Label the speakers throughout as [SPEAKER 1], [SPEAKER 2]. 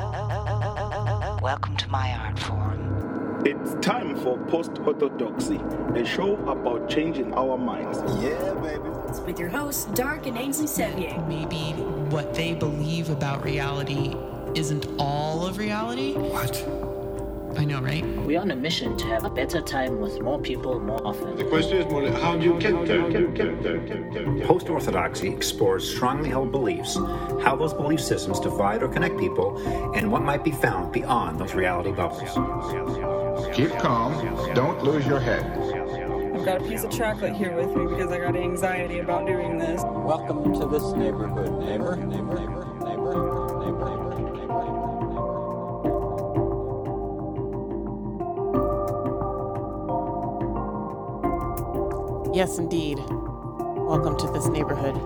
[SPEAKER 1] Hello. Welcome to my art forum.
[SPEAKER 2] It's time for Post Orthodoxy, a show about changing our minds.
[SPEAKER 3] Yeah, baby.
[SPEAKER 4] with your hosts, Dark and Ainsley Sevier.
[SPEAKER 5] maybe what they believe about reality isn't all of reality.
[SPEAKER 3] What?
[SPEAKER 5] I know, right?
[SPEAKER 6] We're on a mission to have a better time with more people more often.
[SPEAKER 7] The question is more like how do you get there?
[SPEAKER 8] Post Orthodoxy explores strongly held beliefs, how those belief systems divide or connect people, and what might be found beyond those reality bubbles.
[SPEAKER 7] Keep calm. Don't lose your head.
[SPEAKER 9] I've got a piece of chocolate here with me because I got anxiety about doing this.
[SPEAKER 10] Welcome to this neighborhood, neighbor, neighbor, neighbor, neighbor, neighbor, neighbor, neighbor, neighbor, neighbor.
[SPEAKER 11] Yes, indeed. Welcome to this neighborhood.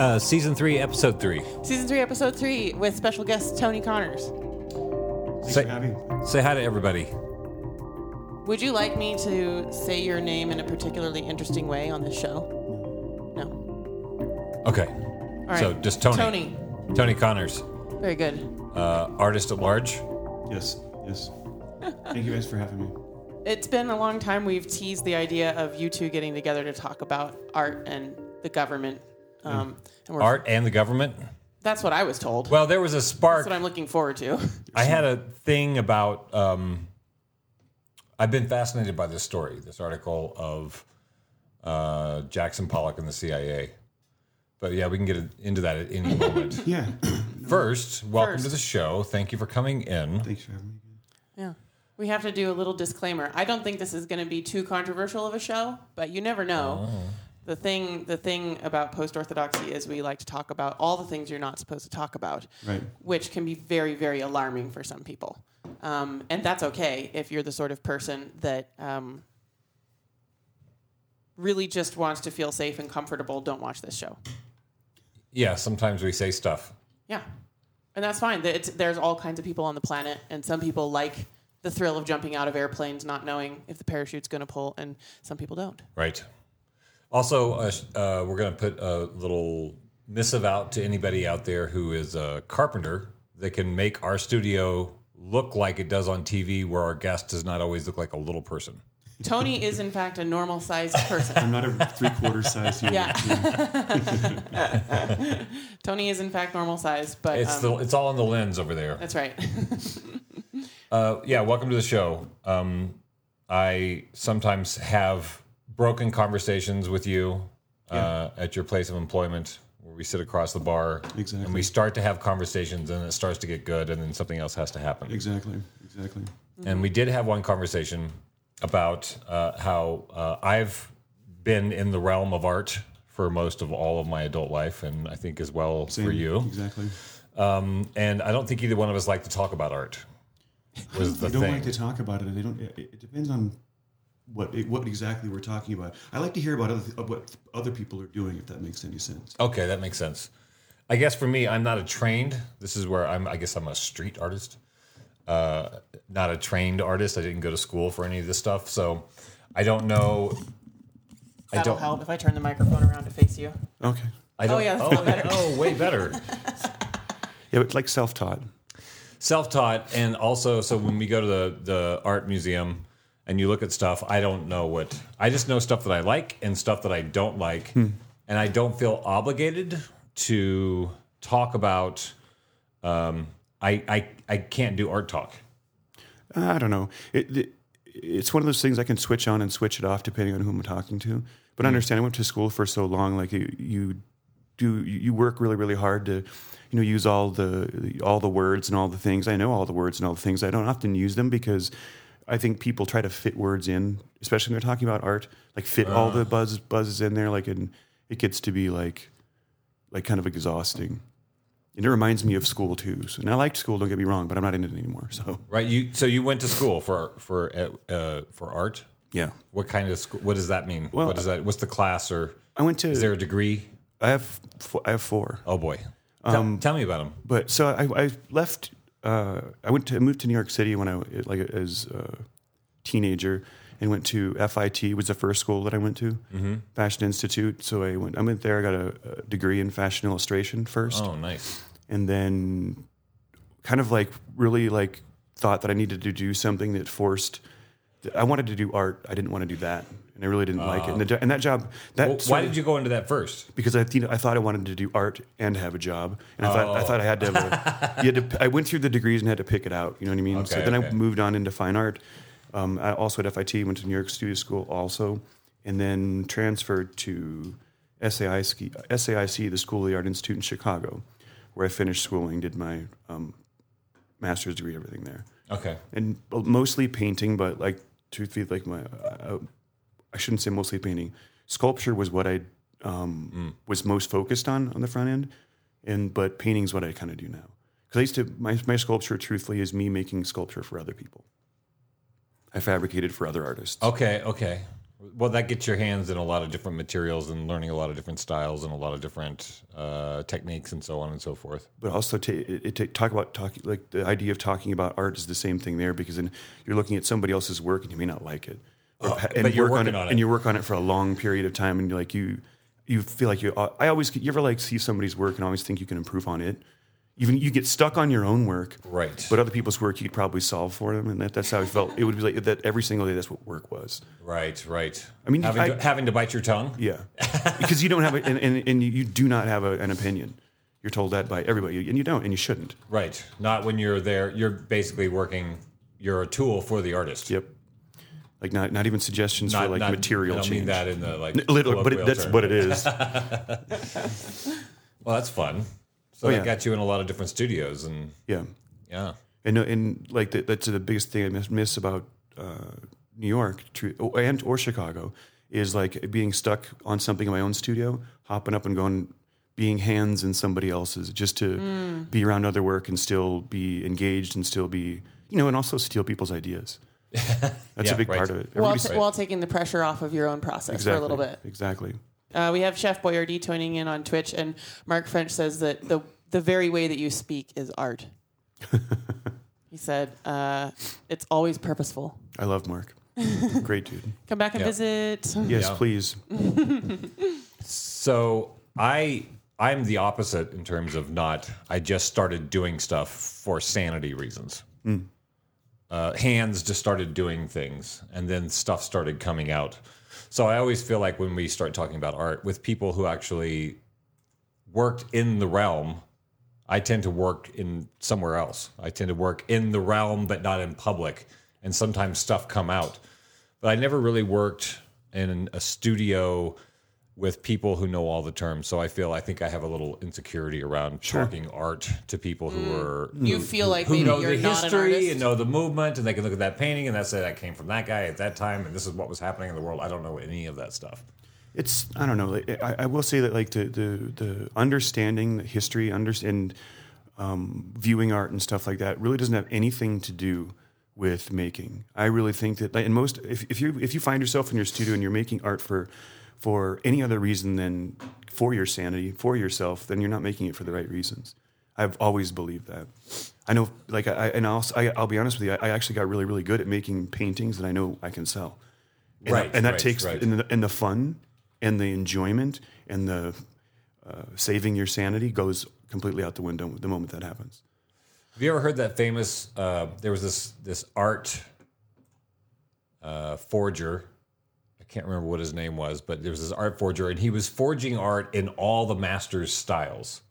[SPEAKER 12] Uh, season three, episode three.
[SPEAKER 11] Season 3, Episode 3, with special guest Tony Connors.
[SPEAKER 12] Say, say hi to everybody.
[SPEAKER 11] Would you like me to say your name in a particularly interesting way on this show? No.
[SPEAKER 12] Okay.
[SPEAKER 11] All right.
[SPEAKER 12] So just Tony.
[SPEAKER 11] Tony.
[SPEAKER 12] Tony Connors,
[SPEAKER 11] Very good.
[SPEAKER 12] uh, artist at large.
[SPEAKER 7] Yes, yes. Thank you guys for having me.
[SPEAKER 11] It's been a long time we've teased the idea of you two getting together to talk about art and the government. Um, and we're,
[SPEAKER 12] Mm. Art and the government.
[SPEAKER 11] That's what I was told.
[SPEAKER 12] Well, there was a
[SPEAKER 11] that's
[SPEAKER 12] spark.
[SPEAKER 11] what I'm looking forward to.
[SPEAKER 12] I had a thing about. Um, I've been fascinated by this story, this article of uh, Jackson Pollock and the CIA. But yeah, we can get into that at any moment.
[SPEAKER 7] Yeah.
[SPEAKER 12] First, welcome to
[SPEAKER 11] First.
[SPEAKER 12] the show. Thank you for coming in.
[SPEAKER 7] Thanks for having me.
[SPEAKER 11] Yeah. We have to do a little disclaimer. I don't think this is going to be too controversial of a show, but you never know. The thing the thing about post-orthodoxy is we like to talk about all the things you're not supposed to talk about,
[SPEAKER 7] Right.
[SPEAKER 11] which can be very very alarming for some people. Um, and that's okay if you're the sort of person that um, really just wants to feel safe and comfortable. Don't watch this show.
[SPEAKER 12] Yeah, sometimes we say stuff.
[SPEAKER 11] Yeah, and that's fine. Th- It's, there's all kinds of people on the planet, and some people like the thrill of jumping out of airplanes, not knowing if the parachute's going to pull, and some people don't.
[SPEAKER 12] Right. Also, uh, sh- uh, we're going to put a little missive out to anybody out there who is a carpenter that can make our studio look like it does on TV, where our guest does not always look like a little person.
[SPEAKER 11] Tony is in fact a normal sized
[SPEAKER 7] I'm
[SPEAKER 11] person.
[SPEAKER 7] not a three quarter size human.
[SPEAKER 11] Yeah. Tony is in fact normal size, but
[SPEAKER 12] It's
[SPEAKER 11] um,
[SPEAKER 12] the it's all in the lens over there.
[SPEAKER 11] that's right.
[SPEAKER 12] Uh, yeah, welcome to the show. Um, I sometimes have broken conversations with you uh, at your place of employment where we sit across the bar and we
[SPEAKER 7] Exactly.
[SPEAKER 12] start to have conversations and it starts to get good and then something else has to happen.
[SPEAKER 7] Exactly. Exactly.
[SPEAKER 12] and we did have one conversation about uh, how uh, I've been in the realm of art for most of all of my adult life, and I think as well for you.
[SPEAKER 7] Exactly.
[SPEAKER 12] Um, and I don't think either one of us like to talk about art. Was the
[SPEAKER 7] I don't
[SPEAKER 12] thing.
[SPEAKER 7] like to talk about it. I don't. It, it depends on what it, what exactly we're talking about. I like to hear about other, th- what other people are doing, if that makes any sense.
[SPEAKER 12] Okay, that makes sense. I guess for me, I'm not a trained. This is where I'm. I guess I'm a street artist, uh, not a trained artist. I didn't go to school for any of this stuff, so I don't know. I
[SPEAKER 11] That'll
[SPEAKER 12] don't.
[SPEAKER 11] help if I turn the microphone around to face you.
[SPEAKER 7] Okay.
[SPEAKER 12] I don't.
[SPEAKER 11] yeah, that's
[SPEAKER 12] oh, oh, way better.
[SPEAKER 7] Yeah, but like self taught.
[SPEAKER 12] self-taught and also so when we go to the the art museum and you look at stuff i don't know what i just know stuff that i like and stuff that i don't like
[SPEAKER 7] Hmm.
[SPEAKER 12] and i don't feel obligated to talk about um i i, I can't do art talk
[SPEAKER 7] I don't know. It, it it's one of those things I can switch on and switch it off depending on who I'm talking to. But I understand I went to school for so long. Like you, you do you you work really really hard to you know use all the all the words and all the things. I know all the words and all the things. I don't often use them because. I think people try to fit words in, especially when they're talking about art. Like fit all the buzz buzzes in there, like and it gets to be like, like kind of exhausting. And it reminds me of school too. So, and I liked school. Don't get me wrong, but I'm not in it anymore. So
[SPEAKER 12] right you so you went to school for for uh, uh for art
[SPEAKER 7] yeah,
[SPEAKER 12] what kind of school what does that mean
[SPEAKER 7] Well,
[SPEAKER 12] what is that what's the class or
[SPEAKER 7] I went to.
[SPEAKER 12] is there a degree
[SPEAKER 7] I have four, I have four.
[SPEAKER 12] oh boy tell, tell me about them
[SPEAKER 7] But so I, I left. Uh, I went to I moved to New York City when I was- like as a teenager and went to FIT was the first school that I went to Fashion Institute. So I went. I went there. I got a, a degree in fashion illustration first,
[SPEAKER 12] oh nice
[SPEAKER 7] and then kind of like really like thought that I needed to do something that forced. that I wanted to do art. I didn't want to do that, and I really didn't like it. And, the, jo- and that job. That
[SPEAKER 12] Well, why
[SPEAKER 7] sort of-
[SPEAKER 12] did you go into that first?
[SPEAKER 7] because I you know, I thought I wanted to do art and have a job, and I thought I
[SPEAKER 12] Oh.
[SPEAKER 7] thought I had to. Have a, you had to. I went through the degrees and had to pick it out. You know what I mean? so
[SPEAKER 12] Oh, Okay,
[SPEAKER 7] then I
[SPEAKER 12] okay.
[SPEAKER 7] moved on into fine art. Um, I also at FIT went to New York Studio School also, and then transferred to SAIC, SAIC, the School of the Art Institute in Chicago, where I finished schooling, did my um, master's degree, everything there
[SPEAKER 12] Okay.
[SPEAKER 7] and uh, mostly painting, but like truthfully, like my, uh, I shouldn't say mostly painting. Sculpture was what I um,
[SPEAKER 12] Mm.
[SPEAKER 7] was most focused on on the front end, and but painting is what I kind of do now. Because I used to my my sculpture, truthfully, is me making sculpture for other people. I fabricated for other artists.
[SPEAKER 12] Okay. Okay. Well, that gets your hands in a lot of different materials and learning a lot of different styles and a lot of different uh, techniques and so on and so forth.
[SPEAKER 7] but also ta it, it ta- talk about talking like the idea of talking about art is the same thing there because then you're looking at somebody else's work and you may not like it, Or- and
[SPEAKER 12] Uh, but you're
[SPEAKER 7] work on it,
[SPEAKER 12] working on it.
[SPEAKER 7] and you work on it for a long period of time and you're like you you feel like you I always you ever like see somebody's work and always think you can improve on it. Even you get stuck on your own work,
[SPEAKER 12] Right.
[SPEAKER 7] But other people's work, you could probably solve for them, and that, that's how I felt. It would be like that every single day. That's what work was.
[SPEAKER 12] Right. Right.
[SPEAKER 7] I mean,
[SPEAKER 12] having,
[SPEAKER 7] I-
[SPEAKER 12] to, having to bite your tongue.
[SPEAKER 7] Yeah, because you don't have, a, and, and and you do not have a, an opinion. You're told that by everybody, and you don't, and you shouldn't.
[SPEAKER 12] Right. Not when you're there. You're basically working. You're a tool for the artist.
[SPEAKER 7] Yep. Like not not even suggestions
[SPEAKER 12] Not
[SPEAKER 7] for like
[SPEAKER 12] not-
[SPEAKER 7] material
[SPEAKER 12] I don't mean
[SPEAKER 7] change.
[SPEAKER 12] that in the like
[SPEAKER 7] N- literally, but it,
[SPEAKER 12] colloquial
[SPEAKER 7] that's
[SPEAKER 12] term.
[SPEAKER 7] what it is.
[SPEAKER 12] Well, that's fun. So
[SPEAKER 7] Oh,
[SPEAKER 12] that
[SPEAKER 7] yeah.
[SPEAKER 12] got you in a lot of different studios and
[SPEAKER 7] yeah,
[SPEAKER 12] yeah.
[SPEAKER 7] and no- and like that, that's the biggest thing I miss, miss about uh, New York tru- oh, and or Chicago is like being stuck on something in my own studio, hopping up and going, being hands in somebody else's, just to be around other work and still be engaged and still be you know, and also steal people's ideas. That's
[SPEAKER 12] Yeah,
[SPEAKER 7] a big
[SPEAKER 12] right.
[SPEAKER 7] part of it.
[SPEAKER 11] While,
[SPEAKER 7] Everybody's-
[SPEAKER 11] while taking the pressure off of your own process for a little bit.
[SPEAKER 7] Exactly.
[SPEAKER 11] Uh, we have Chef Boyardee tuning in on Twitch, and Mark French says that the the very way that you speak is art. he said uh, it's always purposeful.
[SPEAKER 7] I love Mark. Great dude.
[SPEAKER 11] Come back and
[SPEAKER 12] Yeah.
[SPEAKER 11] visit.
[SPEAKER 7] Yes,
[SPEAKER 12] Yeah.
[SPEAKER 7] please.
[SPEAKER 12] So I I'm the opposite in terms of not. I just started doing stuff for sanity reasons. Uh, hands just started doing things, and then stuff started coming out. So I always feel like when we start talking about art with people who actually worked in the realm, I tend to work in somewhere else. I tend to work in the realm, but not in public. And sometimes stuff come out. But I never really worked in a studio with people who know all the terms. So I feel I think I have a little insecurity around talking art to people who are
[SPEAKER 11] Mm. You
[SPEAKER 12] who-
[SPEAKER 11] feel like
[SPEAKER 12] who
[SPEAKER 11] maybe
[SPEAKER 12] know
[SPEAKER 11] you're
[SPEAKER 12] the
[SPEAKER 11] not an
[SPEAKER 12] history
[SPEAKER 11] artist.
[SPEAKER 12] and know the movement and they can look at that painting and that's it. That came from that guy at that time and this is what was happening in the world. I don't know any of that stuff.
[SPEAKER 7] It's I don't know. like, I, I will say that like the the, the understanding the history, understand um, viewing art and stuff like that really doesn't have anything to do with making. I really think that like, and most if, if you if you find yourself in your studio and you're making art for for any other reason than for your sanity, for yourself, then you're not making it for the right reasons. I've always believed that. I know, like, I, I and I'll, I, I'll be honest with you. I, I actually got really, really good at making paintings that I know I can sell. And,
[SPEAKER 12] Right,
[SPEAKER 7] and that
[SPEAKER 12] right,
[SPEAKER 7] takes
[SPEAKER 12] right.
[SPEAKER 7] and the, and the fun and the enjoyment and the uh, saving your sanity goes completely out the window the moment that happens.
[SPEAKER 12] Have you ever heard that famous? Uh, there was this this art uh, forger. I can't remember what his name was, but there was this art forger, and he was forging art in all the master's styles.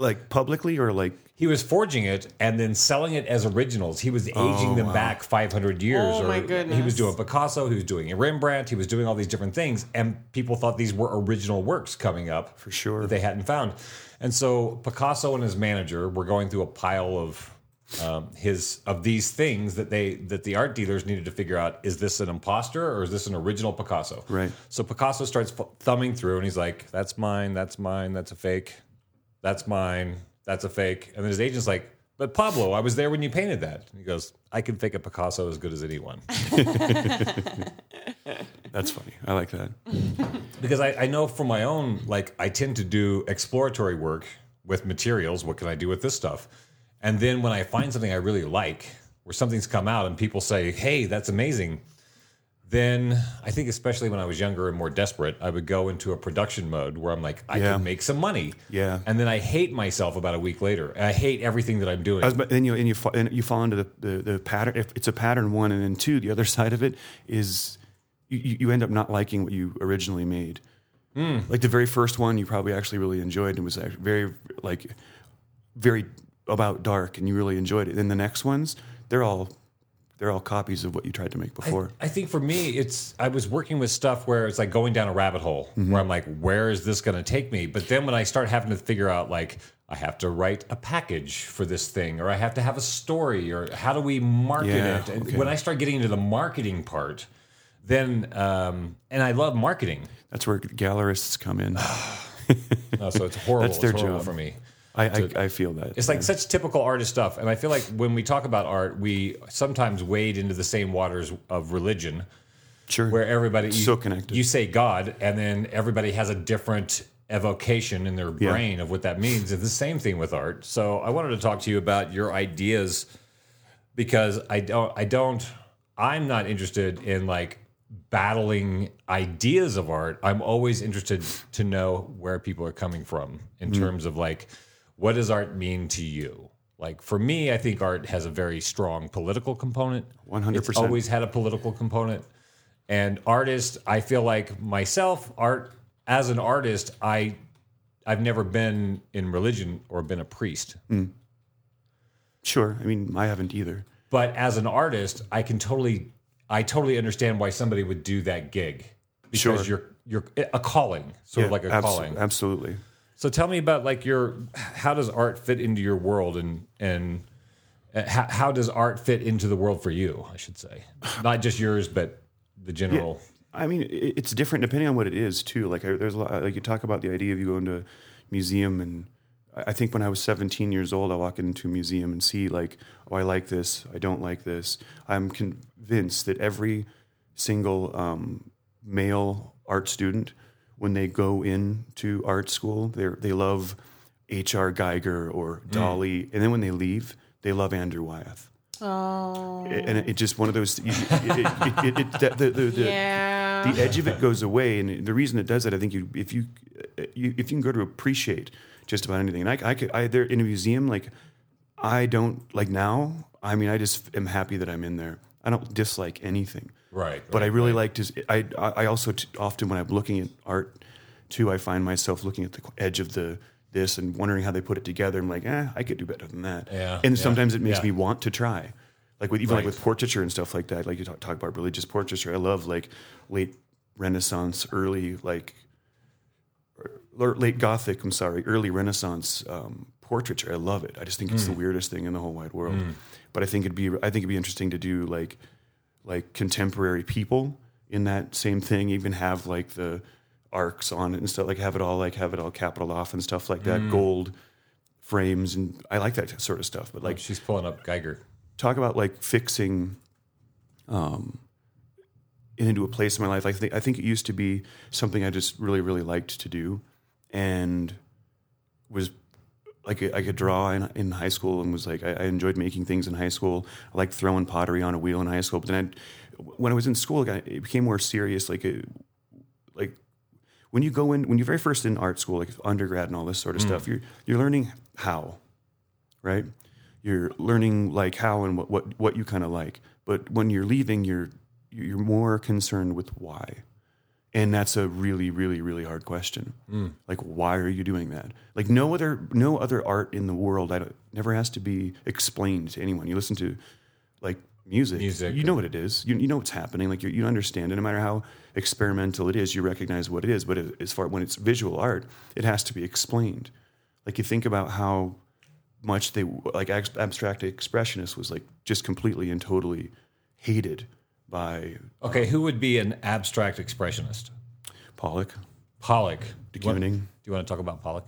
[SPEAKER 7] Like publicly or like
[SPEAKER 12] He was forging it and then selling it as originals. He was aging
[SPEAKER 7] Oh,
[SPEAKER 12] them back 500 years.
[SPEAKER 11] Oh, my
[SPEAKER 12] He was
[SPEAKER 11] goodness.
[SPEAKER 12] doing Picasso, he was doing a Rembrandt, he was doing all these different things. And people thought these were original works coming up. For
[SPEAKER 7] sure.
[SPEAKER 12] That they hadn't found. And so Picasso and his manager were going through a pile of um, his of these things that they that the art dealers needed to figure out is this an imposter or is this an original Picasso?
[SPEAKER 7] Right.
[SPEAKER 12] So Picasso starts f- thumbing through and he's like, "That's mine. That's mine. That's a fake. That's mine. That's a fake." And then his agent's like, "But Pablo, I was there when you painted that." And he goes, "I can fake a Picasso as good as anyone."
[SPEAKER 7] that's funny. I like that.
[SPEAKER 12] because I, I know for my own like i tend to do exploratory work with materials what can i do with this stuff and then when i find something i really like where something's come out and people say hey that's amazing Then I think, especially when I was younger and more desperate, I would go into a production mode where I'm like, I
[SPEAKER 7] Yeah.
[SPEAKER 12] can make some money.
[SPEAKER 7] Yeah.
[SPEAKER 12] And then I hate myself about a week later. I hate everything that I'm doing.
[SPEAKER 7] I was, but then you and you fa- and you fall into the, the, the pattern. If it's a pattern one, and then two, the other side of it is you- you, you end up not liking what you originally made.
[SPEAKER 12] Hmm.
[SPEAKER 7] Like the very first one, you probably actually really enjoyed and was act- very like very about dark, and you really enjoyed it. And the next ones, they're all they're all copies of what you tried to make
[SPEAKER 12] I-
[SPEAKER 7] before.
[SPEAKER 12] I, think for me, it's I was working with stuff where it's like going down a rabbit hole
[SPEAKER 7] Mm-hmm.
[SPEAKER 12] where I'm like, where is this going to take me? But then when I start having to figure out like I have to write a package for this thing, or I have to have a story, or how do we market
[SPEAKER 7] Yeah,
[SPEAKER 12] it? And
[SPEAKER 7] okay.
[SPEAKER 12] when I start getting into the marketing part, then um, and I love marketing,
[SPEAKER 7] That's where gallerists come in.
[SPEAKER 12] no, Oh, so it's horrible.
[SPEAKER 7] That's their
[SPEAKER 12] it's horrible
[SPEAKER 7] job.
[SPEAKER 12] for me.
[SPEAKER 7] I, I, I feel that
[SPEAKER 12] It's like such typical artist stuff. And I feel like when we talk about art, we sometimes wade into the same waters of religion.
[SPEAKER 7] sure.
[SPEAKER 12] where er everybody you,
[SPEAKER 7] So connected.
[SPEAKER 12] You say God, and then everybody has a different evocation in their
[SPEAKER 7] Yeah.
[SPEAKER 12] brain of what that means. It's the same thing with art. So I wanted to talk to you about your ideas because I don't, I don't, I'm not interested in like battling ideas of art. I'm always interested to know where people are coming from in terms of like, what does art mean to you? Like for me, I think art has a very strong political component.
[SPEAKER 7] 100%.
[SPEAKER 12] It's always had a political component. And artist, I feel like myself, art as an artist, I I've never been in religion or been a priest.
[SPEAKER 7] sure. I mean, I haven't either.
[SPEAKER 12] But as an artist, I can totally I totally understand why somebody would do that gig because
[SPEAKER 7] Sure.
[SPEAKER 12] you're you're a calling, sort of
[SPEAKER 7] Yeah,
[SPEAKER 12] like a
[SPEAKER 7] abso-
[SPEAKER 12] calling.
[SPEAKER 7] Absolutely.
[SPEAKER 12] So tell me about like your how does art fit into your world and and uh, how, how does art fit into the world for you? I should say not just yours, but the general.
[SPEAKER 7] I mean, i- it's different depending on what it is too. Like I, there's a lot, like you talk about the idea of you going to a museum, and I I think when I was 17 years old, I walk into a museum and see like, oh, I like this, I don't like this. I'm convinced that every single um, male art student, when they go into art school, they they love H.R. Geiger or Dali, and then when they leave, they love Andrew Wyeth. Oh. And it, it just one of those. you- It, it, it, it, that- the, the, the,
[SPEAKER 11] Yeah.
[SPEAKER 7] the edge of it goes away, and the reason it does that, I think, you if you, you if you can go to appreciate just about anything, and I, I could, I there in a museum, like I don't like now. I mean, I just am happy that I'm in there. I don't dislike anything,
[SPEAKER 12] Right,
[SPEAKER 7] But I
[SPEAKER 12] right,
[SPEAKER 7] really like to. I I I also t- often when I'm looking at art, too, I find myself looking at the edge of the this and wondering how they put it together. I'm like, eh, I could do better than that.
[SPEAKER 12] Yeah,
[SPEAKER 7] and
[SPEAKER 12] yeah,
[SPEAKER 7] sometimes it makes
[SPEAKER 12] yeah.
[SPEAKER 7] me want to try. Like with even
[SPEAKER 12] Right.
[SPEAKER 7] like with portraiture and stuff like that. Like you talk, talk about religious portraiture. I love like late Renaissance, early like or late Gothic. I'm sorry, early Renaissance um, portraiture. I love it. I just think it's the weirdest thing in the whole wide world. But I think it'd be I think it'd be interesting to do like like contemporary people in that same thing. Even have like the arcs on it and stuff. Like have it all like have it all capital off and stuff like that. Gold frames and I like that sort of stuff. But like
[SPEAKER 12] She's pulling up Geiger.
[SPEAKER 7] talk about like fixing um into a place in my life I think I think it used to be something I just really really liked to do and was like I could draw in, in high school and was like I, I enjoyed making things in high school I liked throwing pottery on a wheel in high school but then I when I was in school like, I- it became more serious like it, like when you go in when you're very first in art school like undergrad and all this sort of stuff you're you're learning how right? You're learning like how and what what, what you kind of like. But when you're leaving, you're you're more concerned with why, and that's a really really really hard question. Like, why are you doing that? Like, no other no other art in the world I don't, never has to be explained to anyone. You listen to like music,
[SPEAKER 12] Music.
[SPEAKER 7] you know what it is. You, you know what's happening. Like you, you understand it. No matter how experimental it is, you recognize what it is. But as far when it's visual art, it has to be explained. Like you think about how much they like ex- abstract expressionists was like just completely and totally hated by
[SPEAKER 12] Okay, who would be an abstract expressionist?
[SPEAKER 7] Pollock.
[SPEAKER 12] Pollock.
[SPEAKER 7] De
[SPEAKER 12] Do you want-
[SPEAKER 7] Kooning.
[SPEAKER 12] Do you want to talk about Pollock?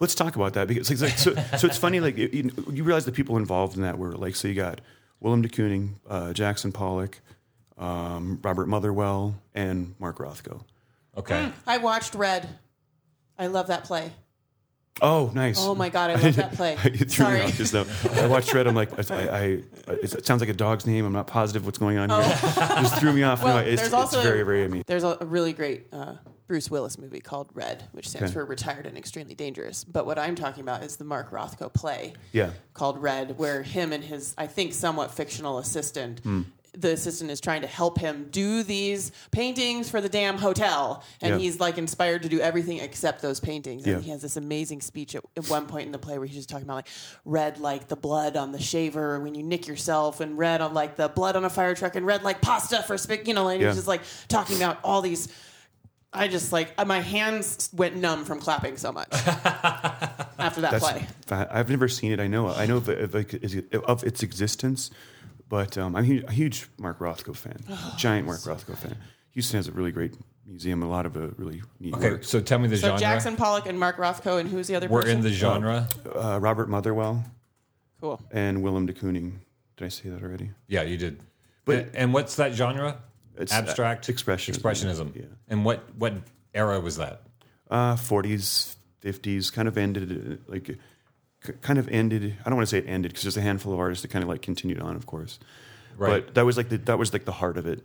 [SPEAKER 7] Let's talk about that because it's like, so, so it's funny. Like you, you realize the people involved in that were like so you got Willem de Kooning, uh, Jackson Pollock, um, Robert Motherwell, and Mark Rothko.
[SPEAKER 11] Mm.
[SPEAKER 12] Okay.
[SPEAKER 11] I watched Red. I love that play.
[SPEAKER 7] Oh, nice.
[SPEAKER 11] Oh my God, I love that play.
[SPEAKER 7] it threw
[SPEAKER 11] Sorry.
[SPEAKER 7] me off just now. I watched Red. I'm like, I, I, I, it sounds like a dog's name. I'm not positive what's going on here. just threw me off.
[SPEAKER 11] Oh. Well,
[SPEAKER 7] no, it's,
[SPEAKER 11] there's also
[SPEAKER 7] it's very, very amazing.
[SPEAKER 11] There's a, a really great uh, Bruce Willis movie called Red, which stands
[SPEAKER 7] Okay.
[SPEAKER 11] for Retired and Extremely Dangerous. But what I'm talking about is the Mark Rothko play
[SPEAKER 7] Yeah.
[SPEAKER 11] called Red, where him and his, I think, somewhat fictional assistant.
[SPEAKER 7] Hmm.
[SPEAKER 11] The assistant is trying to help him do these paintings for the damn hotel, and
[SPEAKER 7] Yeah.
[SPEAKER 11] he's like inspired to do everything except those paintings.
[SPEAKER 7] Yeah.
[SPEAKER 11] And he has this amazing speech at, at one point in the play where he's just talking about like red like the blood on the shaver when you nick yourself, and red on like the blood on a fire truck, and red like pasta for spic, you know. And
[SPEAKER 7] Yeah.
[SPEAKER 11] he's just like talking about all these. I just like uh, my hands went numb from clapping so much after that play.
[SPEAKER 7] fa- I've never seen it. I know. I know of, of, like, is it- of its existence, but um, I'm hu- a huge Mark Rothko fan. giant Mark Rothko fan. Houston has a really great museum. A lot of uh, really neat
[SPEAKER 12] Okay,
[SPEAKER 7] work.
[SPEAKER 12] so tell me the
[SPEAKER 11] So
[SPEAKER 12] genre.
[SPEAKER 11] Jackson Pollock and Mark Rothko, and who's the other
[SPEAKER 12] We're
[SPEAKER 11] person?
[SPEAKER 12] in the genre.
[SPEAKER 7] Uh, Robert Motherwell
[SPEAKER 11] Cool.
[SPEAKER 7] and Willem de Kooning. Did I say that already?
[SPEAKER 12] Yeah, you did.
[SPEAKER 7] But-
[SPEAKER 12] and, and what's that genre?
[SPEAKER 7] It's, uh,
[SPEAKER 12] Abstract
[SPEAKER 7] expressionism.
[SPEAKER 12] Expressionism.
[SPEAKER 7] Yeah.
[SPEAKER 12] And what what era was that?
[SPEAKER 7] Uh, 40s, 50s, kind of ended uh, like k- kind of ended. I don't want to say it ended because there's a handful of artists that kind of like continued on, of course.
[SPEAKER 12] Right.
[SPEAKER 7] But that was like the, that was like the heart of it.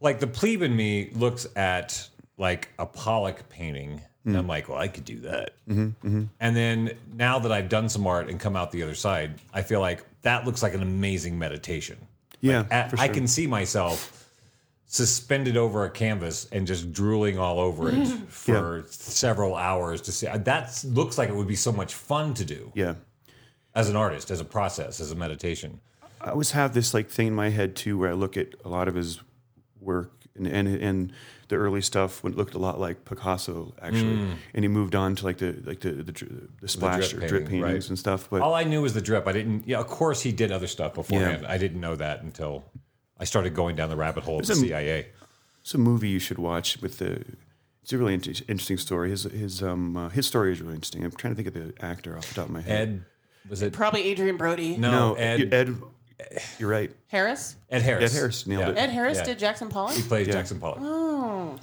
[SPEAKER 12] Like the plebe in me looks at like a Pollock painting, and
[SPEAKER 7] Mm-hmm.
[SPEAKER 12] I'm like, well, I could do that. And then now that I've done some art and come out the other side, I feel like that looks like an amazing meditation.
[SPEAKER 7] Yeah,
[SPEAKER 12] Like, at-
[SPEAKER 7] for
[SPEAKER 12] I
[SPEAKER 7] sure.
[SPEAKER 12] can see myself suspended over a canvas and just drooling all over it
[SPEAKER 11] Mm-hmm.
[SPEAKER 12] for several hours to see. That looks like it would be so much fun to do.
[SPEAKER 7] Yeah.
[SPEAKER 12] as an artist, as a process, as a meditation.
[SPEAKER 7] I always have this like thing in my head too, where I look at a lot of his work and and, and the early stuff when it looked a lot like Picasso actually, and he moved on to like the like the the, dr- the splash or drip
[SPEAKER 12] painting,
[SPEAKER 7] paintings
[SPEAKER 12] right.
[SPEAKER 7] and stuff. But
[SPEAKER 12] All I knew was the drip. I didn't. Yeah, of course he did other stuff beforehand. I didn't know that until I started going down the rabbit hole of the
[SPEAKER 7] There's a-
[SPEAKER 12] CIA.
[SPEAKER 7] It's a movie you should watch with the. It's a really int- interesting story. His his um uh, his story is really interesting. I'm trying to think of the actor off the top of my head.
[SPEAKER 12] Ed was it?
[SPEAKER 11] Probably Adrian Brody.
[SPEAKER 12] No,
[SPEAKER 7] no,
[SPEAKER 12] Ed,
[SPEAKER 7] Ed,
[SPEAKER 12] Ed.
[SPEAKER 7] Ed. You're right.
[SPEAKER 11] Harris.
[SPEAKER 12] Harris.
[SPEAKER 7] Ed Harris nailed it.
[SPEAKER 11] Ed Harris
[SPEAKER 12] Yeah.
[SPEAKER 11] did Oh. Jackson Pollock.
[SPEAKER 12] He played
[SPEAKER 7] Yeah.
[SPEAKER 12] Jackson Pollock.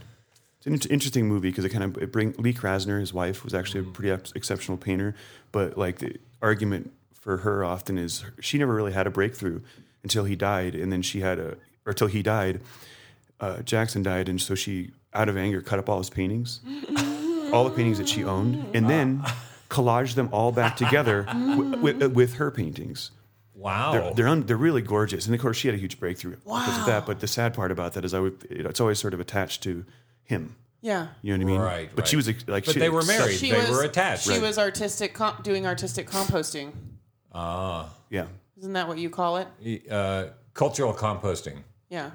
[SPEAKER 7] It's an int- interesting movie because it kind of it bring Lee Krasner, his wife, was actually a pretty ex- exceptional painter, but like the argument for her often is her- she never really had a breakthrough until he died, and then she had a or till he died. Uh, Jackson died, and so she, out of anger, cut up all his paintings, all the paintings that she owned, and then collaged them all back together wi- wi- uh, with her paintings.
[SPEAKER 12] Wow.
[SPEAKER 7] They're they're, un, they're really gorgeous, and of course she had a huge breakthrough because of that. But the sad part about that is I would, it's always sort of attached to him.
[SPEAKER 11] Yeah.
[SPEAKER 7] You know what I mean?
[SPEAKER 12] Right,
[SPEAKER 7] But she
[SPEAKER 12] right.
[SPEAKER 7] was ex- like,
[SPEAKER 12] But
[SPEAKER 7] she-
[SPEAKER 12] they were married.
[SPEAKER 11] She
[SPEAKER 12] They
[SPEAKER 11] was,
[SPEAKER 12] were attached.
[SPEAKER 11] She
[SPEAKER 12] Right.
[SPEAKER 11] was artistic comp, doing artistic composting.
[SPEAKER 7] Yeah,
[SPEAKER 11] Isn't that what you call it?
[SPEAKER 12] uh, cultural composting.
[SPEAKER 11] Yeah.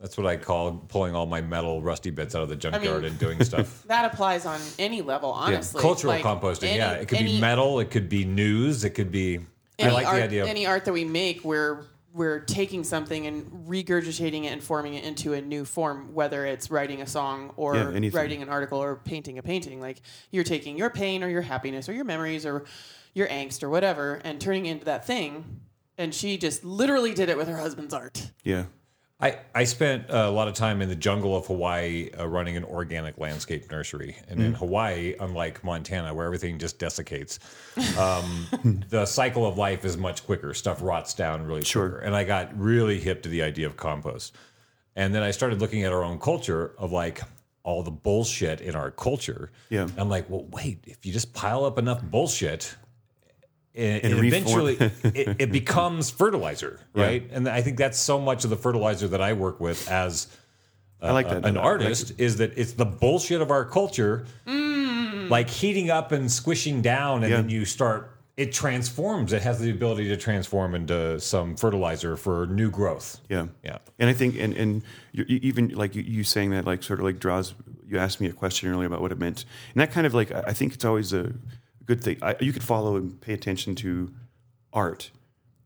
[SPEAKER 12] That's what I call pulling all my metal rusty bits out of the junkyard
[SPEAKER 11] mean-
[SPEAKER 12] and doing stuff.
[SPEAKER 11] That applies on any level, honestly.
[SPEAKER 12] Cultural
[SPEAKER 11] Like,
[SPEAKER 12] composting. yeah,
[SPEAKER 11] any-
[SPEAKER 12] it could
[SPEAKER 11] any-
[SPEAKER 12] be metal. It could be news. It could be. I
[SPEAKER 11] any
[SPEAKER 12] like
[SPEAKER 11] art,
[SPEAKER 12] the idea. Of,
[SPEAKER 11] Any art that we make, we're we're taking something and regurgitating it and forming it into a new form, whether it's writing a song or
[SPEAKER 7] Yeah, anything.
[SPEAKER 11] writing an article or painting a painting. Like you're taking your pain or your happiness or your memories or your angst or whatever and turning it into that thing. And she just literally did it with her husband's art.
[SPEAKER 7] yeah.
[SPEAKER 12] I, I spent a lot of time in the jungle of Hawaii uh, running an organic landscape nursery. And
[SPEAKER 7] Mm.
[SPEAKER 12] in Hawaii, unlike Montana, where everything just desiccates, um, the cycle of life is much quicker. Stuff rots down really
[SPEAKER 7] Sure.
[SPEAKER 12] quicker. And I got really hip to the idea of compost. And then I started looking at our own culture of like all the bullshit in our culture.
[SPEAKER 7] Yeah.
[SPEAKER 12] I'm like, well, wait, if you just pile up enough bullshit, it,
[SPEAKER 7] And
[SPEAKER 12] it
[SPEAKER 7] reform.
[SPEAKER 12] eventually it, it becomes fertilizer, right? And I think that's so much of the fertilizer that I work with as
[SPEAKER 7] I like that.
[SPEAKER 12] Uh, an
[SPEAKER 7] I like
[SPEAKER 12] artist is that it's the bullshit of our culture, like heating up and squishing down, and
[SPEAKER 7] Yeah.
[SPEAKER 12] then you start. It transforms. It has the ability to transform into some fertilizer for new growth.
[SPEAKER 7] Yeah,
[SPEAKER 12] Yeah.
[SPEAKER 7] And I think, and and you, you even like you, you saying that, like sort of like draws. You asked me a question earlier about what it meant, and that kind of like I I think it's always a good thing. I, you could follow and pay attention to art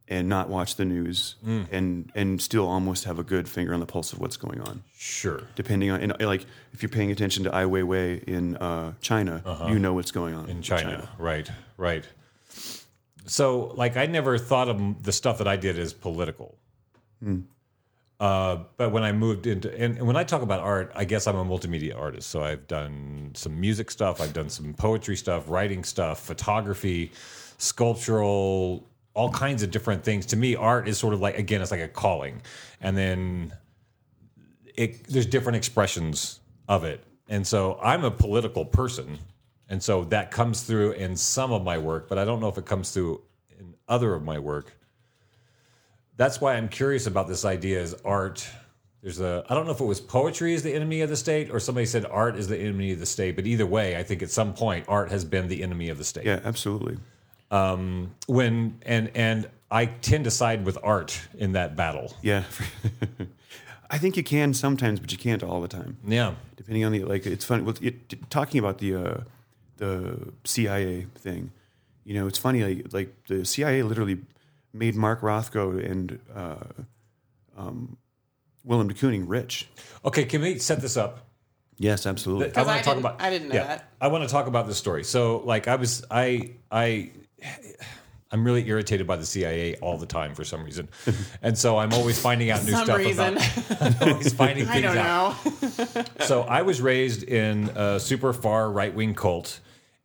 [SPEAKER 7] and not watch the news,
[SPEAKER 12] Mm.
[SPEAKER 7] and and still almost have a good finger on the pulse of what's going on.
[SPEAKER 12] Sure.
[SPEAKER 7] Depending on, and uh, like if you're paying attention to Ai Weiwei in uh, China, you know what's going on
[SPEAKER 12] Uh-huh. in China. Right, right. Hmm. So, like, I never thought of m- the stuff that I did as political. Uh, but when I moved into, and, and when I talk about art, I guess I'm a multimedia artist. So I've done some music stuff, I've done some poetry stuff, writing stuff, photography, sculptural, all kinds of different things. To me, art is sort of like, again, it's like a calling. And then it, there's different expressions of it. And so I'm a political person. And so that comes through in some of my work, but I don't know if it comes through in other of my work. That's why I'm curious about this idea is art. There's a I don't know if it was poetry is the enemy of the state or somebody said art is the enemy of the state, but either way, I think at some point art has been the enemy of the state.
[SPEAKER 7] Yeah, absolutely.
[SPEAKER 12] Um, when and and I tend to side with art in that battle.
[SPEAKER 7] Yeah. I think you can sometimes, but you can't all the time.
[SPEAKER 12] Yeah.
[SPEAKER 7] Depending on the like, it's funny. Well, it, t- talking about the uh, the CIA thing, you know, it's funny. Like, like the CIA literally made Mark Rothko and uh, um, Willem de Kooning rich.
[SPEAKER 12] Okay, can we set this up?
[SPEAKER 7] Yes, absolutely.
[SPEAKER 11] Because I didn't- I didn't know that.
[SPEAKER 12] I want to talk about this story. So, like, I was, I, I, I'm really irritated by the CIA all the time for some reason, and so I'm always finding out new
[SPEAKER 11] Some
[SPEAKER 12] stuff.
[SPEAKER 11] reason.
[SPEAKER 12] About, I'm always finding
[SPEAKER 11] I
[SPEAKER 12] things
[SPEAKER 11] don't
[SPEAKER 12] out.
[SPEAKER 11] know.
[SPEAKER 12] So I was raised in a super far right wing cult,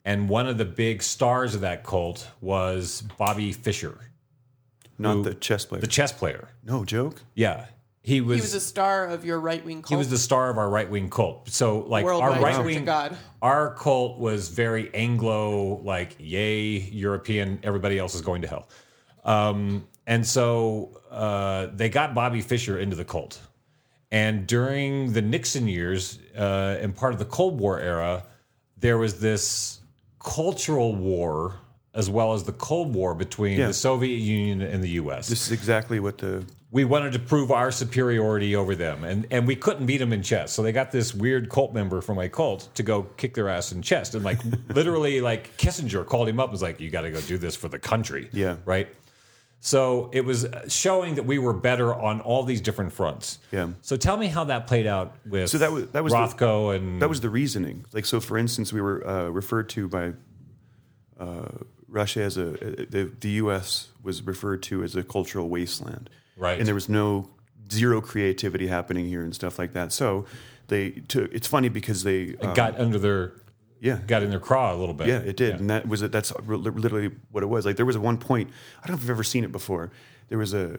[SPEAKER 12] and one of the big stars of that cult was Bobby Fischer,
[SPEAKER 7] Not
[SPEAKER 12] who-
[SPEAKER 7] the chess player.
[SPEAKER 12] the chess player.
[SPEAKER 7] no joke.
[SPEAKER 12] Yeah, he was.
[SPEAKER 11] He was a star of your right wing cult.
[SPEAKER 12] he was the star of our right wing cult. So like
[SPEAKER 11] Worldwide
[SPEAKER 12] our
[SPEAKER 11] Church
[SPEAKER 12] right
[SPEAKER 11] of
[SPEAKER 12] wing
[SPEAKER 11] God.
[SPEAKER 12] our cult was very Anglo, like yay European. Everybody else is going to hell. Um, and so uh, they got Bobby Fischer into the cult. And during the Nixon years uh, and part of the Cold War era, there was this cultural war as well as the Cold War between
[SPEAKER 7] Yeah.
[SPEAKER 12] the Soviet Union and the U.S
[SPEAKER 7] This is exactly what the
[SPEAKER 12] we wanted to prove our superiority over them, and, and we couldn't beat them in chess. So they got this weird cult member from my cult to go kick their ass in chess, and like literally, like Kissinger called him up and was like, "You got to go do this for the country."
[SPEAKER 7] Yeah.
[SPEAKER 12] right. So it was showing that we were better on all these different fronts.
[SPEAKER 7] Yeah.
[SPEAKER 12] So tell me how that played out with
[SPEAKER 7] So that was- that was the-
[SPEAKER 12] Rothko and
[SPEAKER 7] that was the reasoning. Like so, for instance, we were uh, referred to by uh, Russia as a uh, the, the U.S. was referred to as a cultural wasteland,
[SPEAKER 12] Right.
[SPEAKER 7] And there was no zero creativity happening here and stuff like that. So they took. It's funny because they um,
[SPEAKER 12] got under their
[SPEAKER 7] yeah
[SPEAKER 12] got in their craw a little bit.
[SPEAKER 7] yeah it did, and that was it. That's re- literally what it was. Like there was one point. I don't know if you've ever seen it before. There was a.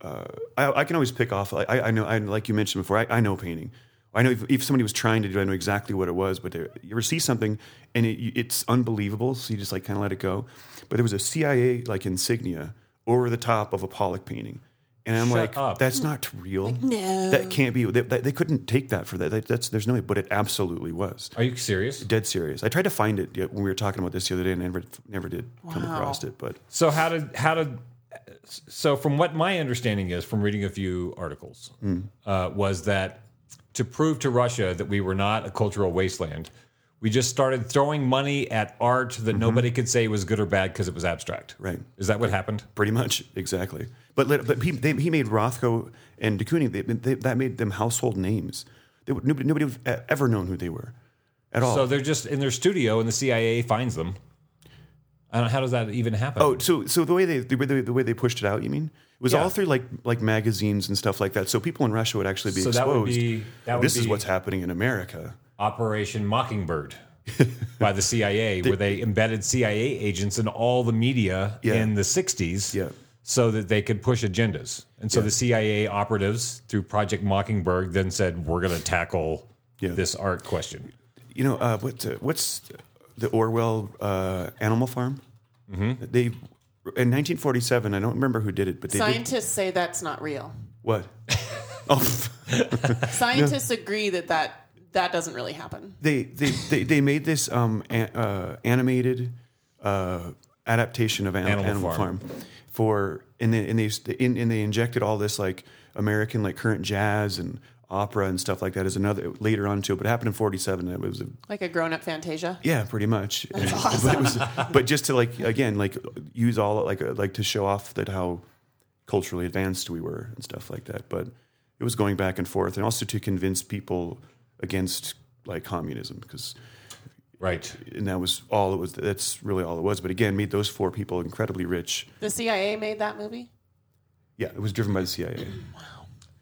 [SPEAKER 7] Uh, I, I can always pick off. I, I know. I like you mentioned before. I, I know painting. I know if, if somebody was trying to do. I know exactly what it was. But there, you ever see something and it, you- it's unbelievable, so you just like kind of let it go. But there was a CIA like insignia over the top of a Pollock painting, and I'm
[SPEAKER 12] Shut
[SPEAKER 7] like,
[SPEAKER 12] up.
[SPEAKER 7] that's not real. no, that can't be. They, they couldn't take that for that. That- That's there's no way. But it absolutely was
[SPEAKER 12] Are you serious?
[SPEAKER 7] dead serious. I tried to find it yet when we were talking about this the other day, and I never never did come across it. But
[SPEAKER 12] So how did how did so from what my understanding is from reading a few articles
[SPEAKER 7] Hmm.
[SPEAKER 12] uh, was that to prove to Russia that we were not a cultural wasteland, we just started throwing money at art that nobody could say was good or bad because it was abstract.
[SPEAKER 7] Mm-hmm. Right.
[SPEAKER 12] Is that what happened?
[SPEAKER 7] pretty much exactly. But let, but he, they, he made Rothko and de Kooning. They, they, that made them household names. They, would- nobody nobody would have ever known who they were at all.
[SPEAKER 12] So they're just in their studio and the CIA finds them. I don't, how does that even happen?
[SPEAKER 7] Oh, so so the way they the way they, the way they pushed it out, you mean? It was
[SPEAKER 12] Yeah.
[SPEAKER 7] all through like like magazines and stuff like that. So people in Russia would actually be
[SPEAKER 12] So that
[SPEAKER 7] exposed.
[SPEAKER 12] would be- that would
[SPEAKER 7] this is
[SPEAKER 12] be-
[SPEAKER 7] what's happening in America.
[SPEAKER 12] Operation Mockingbird by the CIA, where they embedded CIA agents in all the media
[SPEAKER 7] Yeah.
[SPEAKER 12] in the 60s
[SPEAKER 7] Yeah.
[SPEAKER 12] so that they could push agendas. And so the CIA operatives through Project Mockingbird then said, We're going to tackle
[SPEAKER 7] Yeah.
[SPEAKER 12] this art question.
[SPEAKER 7] you know uh, what, uh, what's the Orwell uh, Animal Farm? They in 1947. I don't remember who did it, but they did
[SPEAKER 11] Scientists say that's not real.
[SPEAKER 7] what? oh,
[SPEAKER 11] Scientists agree that, that that doesn't really happen.
[SPEAKER 7] they, they they they made this um, a, uh, animated uh, adaptation of An- Animal,
[SPEAKER 12] Animal
[SPEAKER 7] Farm.
[SPEAKER 12] Farm.
[SPEAKER 7] for and they and they in, and they injected all this like American like current jazz and opera and stuff like that as another later on too. But it happened in 47. and It was a
[SPEAKER 11] Like a grown up Fantasia.
[SPEAKER 7] Yeah, pretty much. And- but, it was, but just to like again, like use all like uh, like to show off that how culturally advanced we were and stuff like that. But it was going back and forth, and also to convince people against like communism because
[SPEAKER 12] Right.
[SPEAKER 7] and that was all it was. That's really all it was. But again, made those four people incredibly rich.
[SPEAKER 11] The CIA made that movie.
[SPEAKER 7] Yeah, it was driven by the CIA.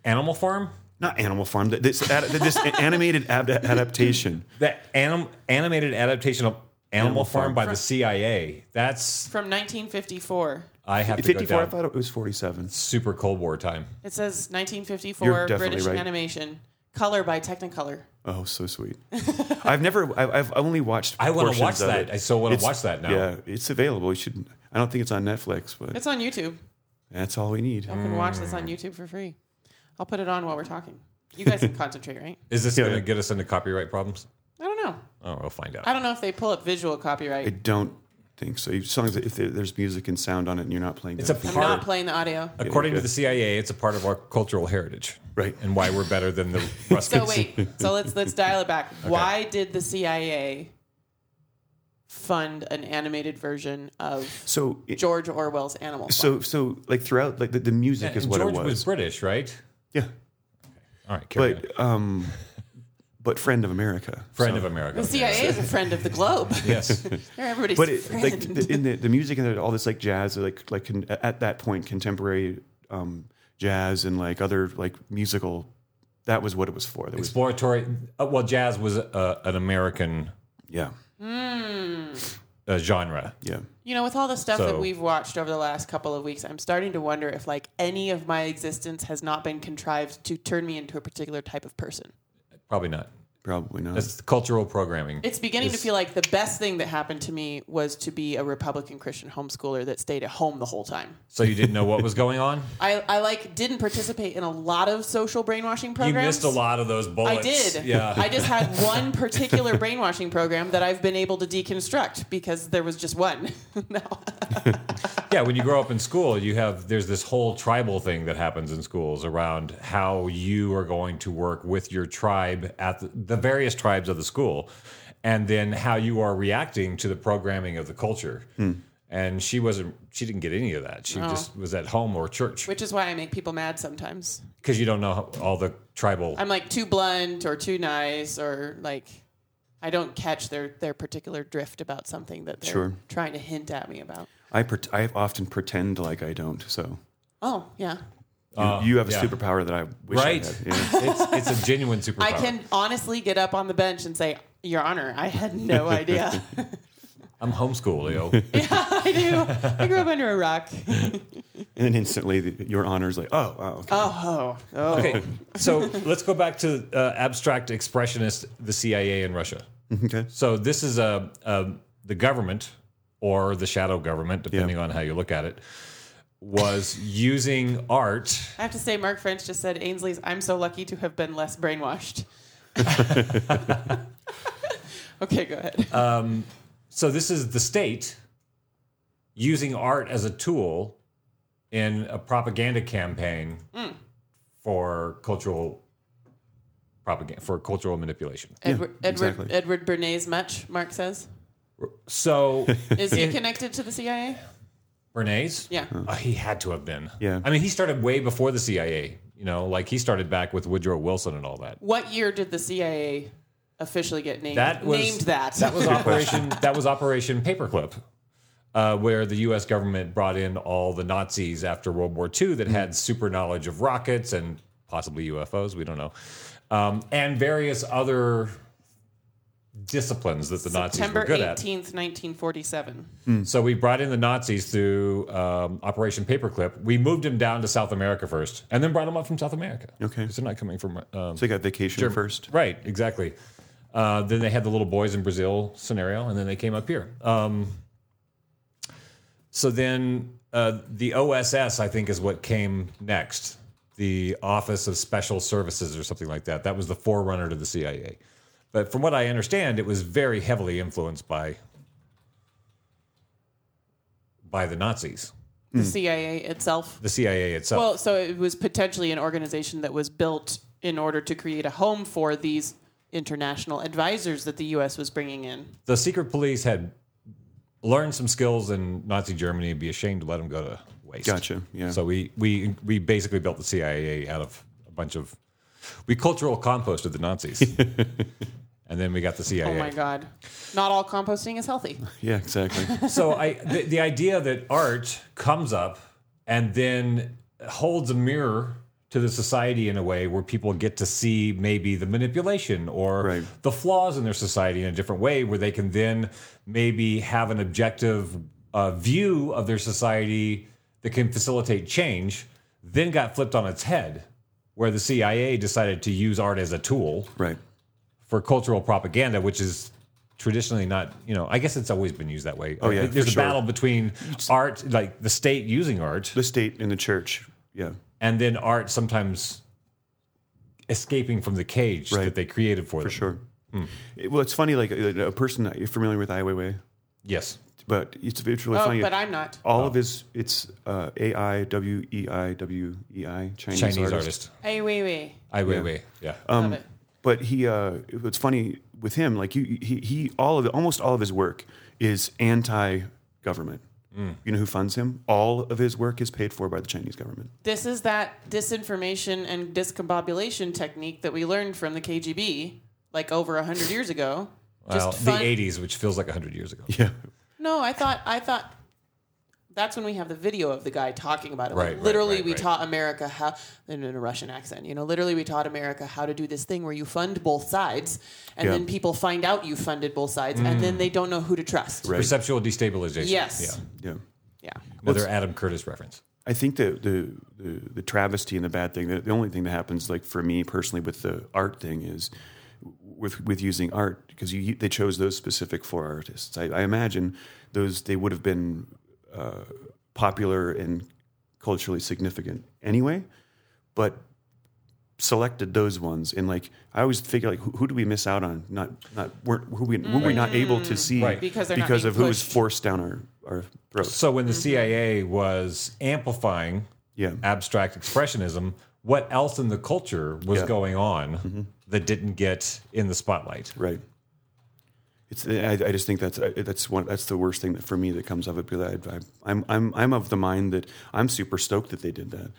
[SPEAKER 12] Animal Farm?
[SPEAKER 7] Not Animal Farm. th- This, ad- this animated ad- adaptation.
[SPEAKER 12] That anim- animated adaptation of Animal,
[SPEAKER 7] Animal
[SPEAKER 12] Farm,
[SPEAKER 7] Farm.
[SPEAKER 12] by the CIA. That's
[SPEAKER 11] From 1954.
[SPEAKER 12] I have to go
[SPEAKER 7] 54. I
[SPEAKER 12] down.
[SPEAKER 7] thought it was 47.
[SPEAKER 12] Super Cold War time.
[SPEAKER 11] It says
[SPEAKER 7] You're
[SPEAKER 11] 1954
[SPEAKER 7] definitely
[SPEAKER 11] British
[SPEAKER 7] right.
[SPEAKER 11] animation. Color by Technicolor.
[SPEAKER 7] Oh, so sweet. I've never. I've, I've only watched.
[SPEAKER 12] I wanna
[SPEAKER 7] portions
[SPEAKER 12] watch
[SPEAKER 7] of
[SPEAKER 12] that.
[SPEAKER 7] it.
[SPEAKER 12] I so wanna
[SPEAKER 7] It's-
[SPEAKER 12] watch that now.
[SPEAKER 7] Yeah, it's available. You should. I don't think it's on Netflix, but
[SPEAKER 11] It's on YouTube.
[SPEAKER 7] that's all we need.
[SPEAKER 11] I can watch this on YouTube for free. I'll put it on while we're talking. You guys can concentrate, right?
[SPEAKER 12] Is this
[SPEAKER 7] Yeah.
[SPEAKER 12] going to get us into copyright problems?
[SPEAKER 11] I don't know.
[SPEAKER 12] Oh, we'll find out.
[SPEAKER 11] I don't know if they pull up visual copyright.
[SPEAKER 7] I don't think so. As long as if there- there's music and sound on it, and you're not playing.
[SPEAKER 12] It's
[SPEAKER 7] that.
[SPEAKER 12] a
[SPEAKER 11] I'm
[SPEAKER 12] part-
[SPEAKER 11] not playing the audio.
[SPEAKER 12] According to
[SPEAKER 7] okay.
[SPEAKER 12] the CIA, it's a part of our cultural heritage,
[SPEAKER 7] Right.
[SPEAKER 12] And why we're better than the Ruskies.
[SPEAKER 11] So wait, so let's let's dial it back. Why did the CIA fund an animated version of
[SPEAKER 7] so. it-
[SPEAKER 11] George Orwell's Animal Farm?
[SPEAKER 7] so so like throughout like the, the music is what
[SPEAKER 12] George
[SPEAKER 7] it was.
[SPEAKER 12] British, right?
[SPEAKER 7] yeah,
[SPEAKER 12] All right, carry on.
[SPEAKER 7] but um, but friend of America,
[SPEAKER 12] friend
[SPEAKER 7] So-
[SPEAKER 12] of America.
[SPEAKER 11] the CIA is a friend of the globe.
[SPEAKER 12] Yes.
[SPEAKER 11] They're everybody's
[SPEAKER 7] But it,
[SPEAKER 11] friend.
[SPEAKER 7] like the, in the, the music and all this like jazz, like like con, at that point contemporary um, jazz and like other like musical, that was what it was for. There was
[SPEAKER 12] Exploratory. Uh, well, jazz was uh, an American
[SPEAKER 7] yeah
[SPEAKER 12] uh, genre.
[SPEAKER 7] yeah.
[SPEAKER 11] you know, with all the stuff
[SPEAKER 12] So-
[SPEAKER 11] that we've watched over the last couple of weeks, I'm starting to wonder if like any of my existence has not been contrived to turn me into a particular type of person.
[SPEAKER 12] Probably not.
[SPEAKER 7] Probably not.
[SPEAKER 12] That's cultural programming.
[SPEAKER 11] It's beginning to feel like the best thing that happened to me was to be a Republican Christian homeschooler that stayed at home the whole time.
[SPEAKER 12] so you didn't know what was going on.
[SPEAKER 11] I, I like didn't participate in a lot of social brainwashing
[SPEAKER 12] You
[SPEAKER 11] programs.
[SPEAKER 12] missed a lot of those bullets.
[SPEAKER 11] I did.
[SPEAKER 12] Yeah.
[SPEAKER 11] I just had one particular brainwashing program that I've been able to deconstruct because there was just one. no.
[SPEAKER 12] Yeah, when you grow up in school, you have there's this whole tribal thing that happens in schools around how you are going to work with your tribe at the, the various tribes of the school, and then how you are reacting to the programming of the culture. And she wasn't. She didn't get any of that. She just was at home or church
[SPEAKER 11] Oh. Which is why I make people mad sometimes.
[SPEAKER 12] because you don't know how- all the tribal.
[SPEAKER 11] I'm like too blunt or too nice or like I don't catch their, their particular drift about something that they're
[SPEAKER 7] Sure.
[SPEAKER 11] trying to hint at me about.
[SPEAKER 7] I pret I often pretend like I don't. So
[SPEAKER 11] Oh, yeah.
[SPEAKER 7] you, you have a
[SPEAKER 12] Oh, yeah.
[SPEAKER 7] superpower that I wish
[SPEAKER 12] Right.
[SPEAKER 7] I had. Yeah.
[SPEAKER 12] it's, it's a genuine superpower.
[SPEAKER 11] I can honestly get up on the bench and say, Your Honor, I had no idea.
[SPEAKER 12] I'm homeschooled, Leo.
[SPEAKER 11] I do. I grew up under a rock.
[SPEAKER 7] And then instantly, the, your honor's like, oh, wow, okay.
[SPEAKER 11] Oh, oh.
[SPEAKER 12] okay, so let's go back to uh, abstract expressionist, the CIA in Russia.
[SPEAKER 11] Oh.
[SPEAKER 7] okay.
[SPEAKER 12] So this is a, a the government or the shadow government, depending on how you look at it, was using art.
[SPEAKER 11] I have to say, Mark French just said, Ainsley's, I'm so lucky to have been less brainwashed. okay, go ahead.
[SPEAKER 7] Uh,
[SPEAKER 12] So this is the state using art as a tool in a propaganda campaign for cultural propaganda for cultural manipulation.
[SPEAKER 11] Edward,
[SPEAKER 7] exactly.
[SPEAKER 11] Edward, Edward Bernays much, Mark says.
[SPEAKER 12] So
[SPEAKER 11] Is he connected to the CIA?
[SPEAKER 12] Bernays,
[SPEAKER 11] Yeah.
[SPEAKER 12] Oh, he had to have been.
[SPEAKER 7] Yeah.
[SPEAKER 12] I mean, he started way before the CIA. You know, like he started back with Woodrow Wilson and all that.
[SPEAKER 11] What year did the CIA officially get named?
[SPEAKER 12] That was-
[SPEAKER 11] named that.
[SPEAKER 12] That was operation. that was Operation Paperclip, uh, where the U.S. government brought in all the Nazis after World War II that had super knowledge of rockets and possibly UFOs. We don't know, um, and various other disciplines that the Nazis
[SPEAKER 11] September
[SPEAKER 12] were good
[SPEAKER 11] 18th, 1947.
[SPEAKER 12] at. So we brought in the Nazis through um, Operation Paperclip. We moved them down to South America first, and then brought them up from South America.
[SPEAKER 7] Okay.
[SPEAKER 12] 'Cause they're not coming from. Um,
[SPEAKER 7] So you got vacation first.
[SPEAKER 12] Right, exactly. Uh, then they had the little boys in Brazil scenario, and then they came up here. Um, so then uh, the OSS, I think, is what came next. The Office of Special Services, or something like that. That was the forerunner to the CIA. But from what I understand, it was very heavily influenced by by the Nazis,
[SPEAKER 11] The CIA itself.
[SPEAKER 12] the CIA itself.
[SPEAKER 11] Well, so it was potentially an organization that was built in order to create a home for these international advisors that the U.S. was bringing in.
[SPEAKER 12] the secret police had learned some skills in Nazi Germany and be ashamed to let them go to waste.
[SPEAKER 7] Gotcha, yeah.
[SPEAKER 12] So we we we basically built the CIA out of a bunch of we cultural composted the Nazis, and then we got the CIA.
[SPEAKER 11] Oh my God! Not all composting is healthy.
[SPEAKER 7] Yeah, exactly.
[SPEAKER 12] So I the, the idea that art comes up and then holds a mirror to the society in a way where people get to see maybe the manipulation or the flaws in their society in a different way, where they can then maybe have an objective uh, view of their society that can facilitate change. Then got flipped on its head, where the CIA decided to use art as a tool
[SPEAKER 7] right.
[SPEAKER 12] for cultural propaganda, which is traditionally not, you know, I guess it's always been used that way.
[SPEAKER 7] Oh, yeah,
[SPEAKER 12] there's
[SPEAKER 7] for
[SPEAKER 12] a
[SPEAKER 7] sure.
[SPEAKER 12] battle between art, like the state using art,
[SPEAKER 7] The state and the church. Yeah.
[SPEAKER 12] and then art sometimes escaping from the cage that they created for, them.
[SPEAKER 7] For sure.
[SPEAKER 12] Hmm.
[SPEAKER 7] It- well, it's funny. Like a, a person you're familiar with Ai Weiwei,
[SPEAKER 12] Yes.
[SPEAKER 7] but it's, it's really
[SPEAKER 11] Oh,
[SPEAKER 7] funny.
[SPEAKER 11] but I'm not.
[SPEAKER 7] All of his it's uh, A I W E I W E I Chinese, Uh,
[SPEAKER 12] Chinese
[SPEAKER 7] artist.
[SPEAKER 12] artist.
[SPEAKER 11] Hey, wait, wait.
[SPEAKER 12] Ai Weiwei. Yeah.
[SPEAKER 11] Love it.
[SPEAKER 7] But he, uh, what's funny with him, like you, he, he, all of almost all of his work is anti-government. You know who funds him? All of his work is paid for by the Chinese government.
[SPEAKER 11] This is that disinformation and discombobulation technique that we learned from the KGB like over 100 years ago.
[SPEAKER 12] well, the
[SPEAKER 11] fun-
[SPEAKER 12] 80s, which feels like 100 years ago.
[SPEAKER 7] Yeah,
[SPEAKER 11] No, I thought I thought that's when we have the video of the guy talking about it. Like,
[SPEAKER 12] Right, right,
[SPEAKER 11] literally,
[SPEAKER 12] right,
[SPEAKER 11] we
[SPEAKER 12] right.
[SPEAKER 11] taught America how in in a Russian accent. You know, literally, we taught America how to do this thing where you fund both sides, and
[SPEAKER 7] Yeah.
[SPEAKER 11] then people find out you funded both sides, and
[SPEAKER 12] Mm.
[SPEAKER 11] then they don't know who to trust.
[SPEAKER 7] Right.
[SPEAKER 12] Perceptual destabilization.
[SPEAKER 11] Yes.
[SPEAKER 12] Yeah.
[SPEAKER 7] yeah.
[SPEAKER 11] Yeah.
[SPEAKER 12] Another Adam Curtis reference.
[SPEAKER 7] I think the the, the the travesty and the bad thing. The, the only thing that happens, like for me personally, with the art thing is with with using art because you they chose those specific four artists. I, I imagine those they would have been uh, popular and culturally significant anyway, but selected those ones and like I always figure like who, who do we miss out on not not weren't who we were we not able to see
[SPEAKER 12] Right.
[SPEAKER 11] Mm. Because they're not
[SPEAKER 7] because
[SPEAKER 11] being
[SPEAKER 7] of who was
[SPEAKER 11] pushed.
[SPEAKER 7] forced down our our throats
[SPEAKER 12] So when
[SPEAKER 11] Mm-hmm.
[SPEAKER 12] the CIA was amplifying
[SPEAKER 7] yeah
[SPEAKER 12] abstract expressionism, what else in the culture was
[SPEAKER 7] Yeah. Mm-hmm.
[SPEAKER 12] going on that didn't get in the spotlight?
[SPEAKER 7] Right. It's I, I just think that's I- that's one that's the worst thing that for me that comes of it because I, I I'm I'm I'm of the mind that I'm super stoked that they did that.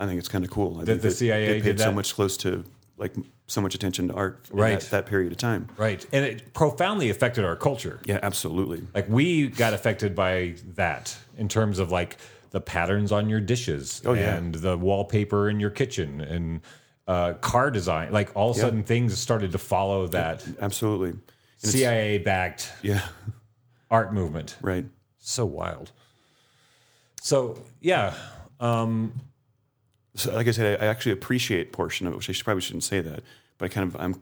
[SPEAKER 7] I think it's kind of cool. I think
[SPEAKER 12] the CIA
[SPEAKER 7] they paid
[SPEAKER 12] did
[SPEAKER 7] so
[SPEAKER 12] that?
[SPEAKER 7] much close to like so much attention to art in
[SPEAKER 12] Right.
[SPEAKER 7] that, that period of time.
[SPEAKER 12] Right. And it profoundly affected our culture.
[SPEAKER 7] Yeah, absolutely.
[SPEAKER 12] Like we got affected by that in terms of like the patterns on your dishes
[SPEAKER 7] Oh, yeah.
[SPEAKER 12] and the wallpaper in your kitchen and uh, car design. Like all of a
[SPEAKER 7] Yeah.
[SPEAKER 12] sudden things started to follow that
[SPEAKER 7] Absolutely. And it's-
[SPEAKER 12] CIA backed
[SPEAKER 7] yeah.
[SPEAKER 12] art movement.
[SPEAKER 7] Right.
[SPEAKER 12] So wild. So yeah. Um,
[SPEAKER 7] So like I said, I, I actually appreciate portion of it, which I should, probably shouldn't say that, but I kind of I'm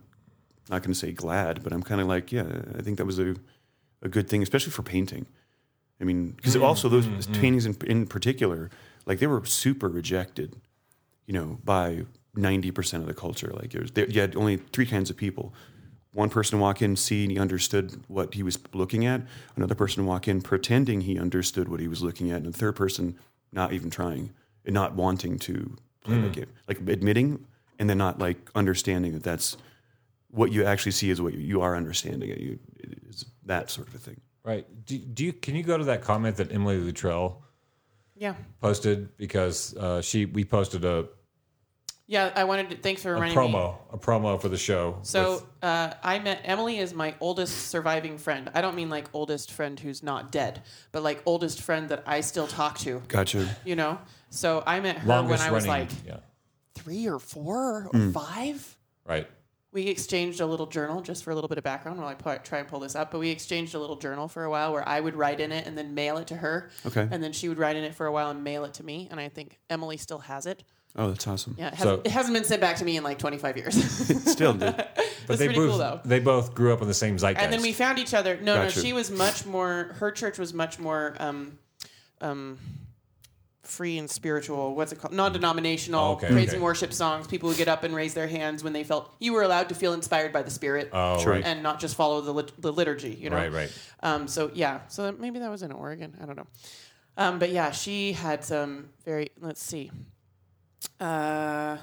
[SPEAKER 7] not going to say glad, but I'm kind of like, yeah, I think that was a a good thing, especially for painting. I mean, because also those paintings in, in particular, like they were super rejected, you know, by ninety percent of the culture. Like it was, there, you had only three kinds of people. One person walk in, see, and he understood what he was looking at. Another person walk in, pretending he understood what he was looking at, and the third person not even trying and not wanting to play
[SPEAKER 12] Hmm.
[SPEAKER 7] the game, like admitting and then not like understanding that that's what you actually see is what you, you are understanding. It, you, it is that sort of a thing.
[SPEAKER 12] right. Do, do you can you go to that comment that Emily Luttrell
[SPEAKER 11] Yeah.
[SPEAKER 12] posted because uh, she we posted a,
[SPEAKER 11] Yeah. I wanted to. Thanks for
[SPEAKER 12] a
[SPEAKER 11] reminding me.
[SPEAKER 12] promo a promo for the show. with-
[SPEAKER 11] So uh, I met Emily is my oldest surviving friend. I don't mean like oldest friend who's not dead, but like oldest friend that I still talk to.
[SPEAKER 7] Gotcha.
[SPEAKER 11] You know. So I met her
[SPEAKER 12] longest
[SPEAKER 11] when I was
[SPEAKER 12] running.
[SPEAKER 11] like
[SPEAKER 12] yeah.
[SPEAKER 11] three or four or
[SPEAKER 12] Hmm.
[SPEAKER 11] five.
[SPEAKER 12] Right.
[SPEAKER 11] We exchanged a little journal just for a little bit of background while I pu- try and pull this up. But we exchanged a little journal for a while where I would write in it and then mail it to her.
[SPEAKER 7] Okay.
[SPEAKER 11] And then she would write in it for a while and mail it to me. And I think Emily still has it.
[SPEAKER 7] Oh, that's awesome.
[SPEAKER 11] Yeah, it hasn't, it hasn't been sent back to me in like 25 years.
[SPEAKER 7] Still, dude.
[SPEAKER 12] But
[SPEAKER 11] That's
[SPEAKER 12] they
[SPEAKER 11] pretty
[SPEAKER 12] both
[SPEAKER 11] cool, though.
[SPEAKER 12] they both grew up in the same zeitgeist.
[SPEAKER 11] and then we found each other. No,
[SPEAKER 7] Gotcha.
[SPEAKER 11] no, she was much more. Her church was much more um, um, free and spiritual. What's it called? Non-denominational
[SPEAKER 12] Oh, okay,
[SPEAKER 11] praise
[SPEAKER 12] okay.
[SPEAKER 11] and worship songs. People would get up and raise their hands when they felt you were allowed to feel inspired by the Spirit
[SPEAKER 12] oh, right.
[SPEAKER 11] and not just follow the, lit- the liturgy. You know,
[SPEAKER 12] Right, right.
[SPEAKER 11] Um, so yeah, so that, maybe that was in Oregon. I don't know. Um, but yeah, she had some very. Let's see. Uh,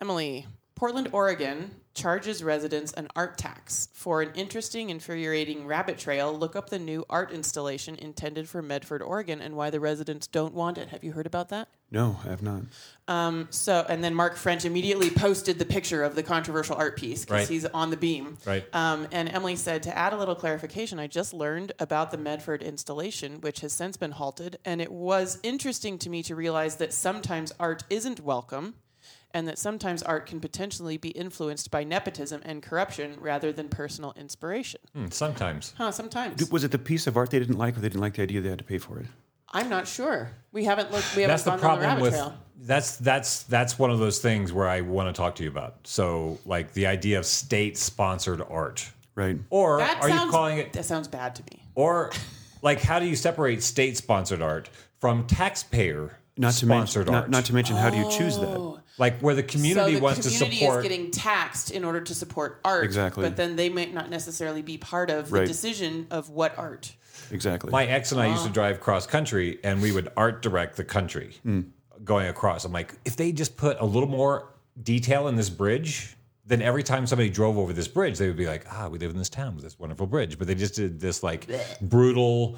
[SPEAKER 11] Emily, Portland, Oregon charges residents an art tax for an interesting, infuriating rabbit trail. Look up the new art installation intended for Medford, Oregon, and why the residents don't want it. Have you heard about that?
[SPEAKER 7] No, I have not.
[SPEAKER 11] Um, so, and then Mark French immediately posted the picture of the controversial art piece because
[SPEAKER 12] Right.
[SPEAKER 11] he's on the beam.
[SPEAKER 12] Right.
[SPEAKER 11] Um, and Emily said, to add a little clarification, I just learned about the Medford installation, which has since been halted. And it was interesting to me to realize that sometimes art isn't welcome. and that sometimes art can potentially be influenced by nepotism and corruption rather than personal inspiration.
[SPEAKER 12] Hmm, sometimes.
[SPEAKER 11] Huh, sometimes.
[SPEAKER 7] Was it the piece of art they didn't like, or they didn't like the idea they had to pay for it?
[SPEAKER 11] I'm not sure. We haven't looked, we haven't
[SPEAKER 12] That's the
[SPEAKER 11] gone down the
[SPEAKER 12] problem
[SPEAKER 11] rabbit
[SPEAKER 12] with
[SPEAKER 11] trail.
[SPEAKER 12] that's that's that's one of those things where I want to talk to you about. So like the idea of state sponsored art.
[SPEAKER 7] Right.
[SPEAKER 12] Or
[SPEAKER 11] That
[SPEAKER 12] are
[SPEAKER 11] sounds,
[SPEAKER 12] you calling it
[SPEAKER 11] That sounds bad to me.
[SPEAKER 12] or like how do you separate state sponsored art from taxpayer
[SPEAKER 7] Not to mention,
[SPEAKER 12] sponsored art?
[SPEAKER 7] not, not to mention, how do you choose that?
[SPEAKER 12] like where the community
[SPEAKER 11] so the
[SPEAKER 12] wants
[SPEAKER 11] community
[SPEAKER 12] to support
[SPEAKER 11] is getting taxed in order to support art.
[SPEAKER 7] Exactly.
[SPEAKER 11] But then they might not necessarily be part of
[SPEAKER 7] Right.
[SPEAKER 11] the decision of what art.
[SPEAKER 7] Exactly.
[SPEAKER 12] My ex and I used to drive cross country, and we would art direct the country going across. I'm like, if they just put a little more detail in this bridge, then every time somebody drove over this bridge, they would be like, ah, we live in this town with this wonderful bridge. But they just did this like brutal,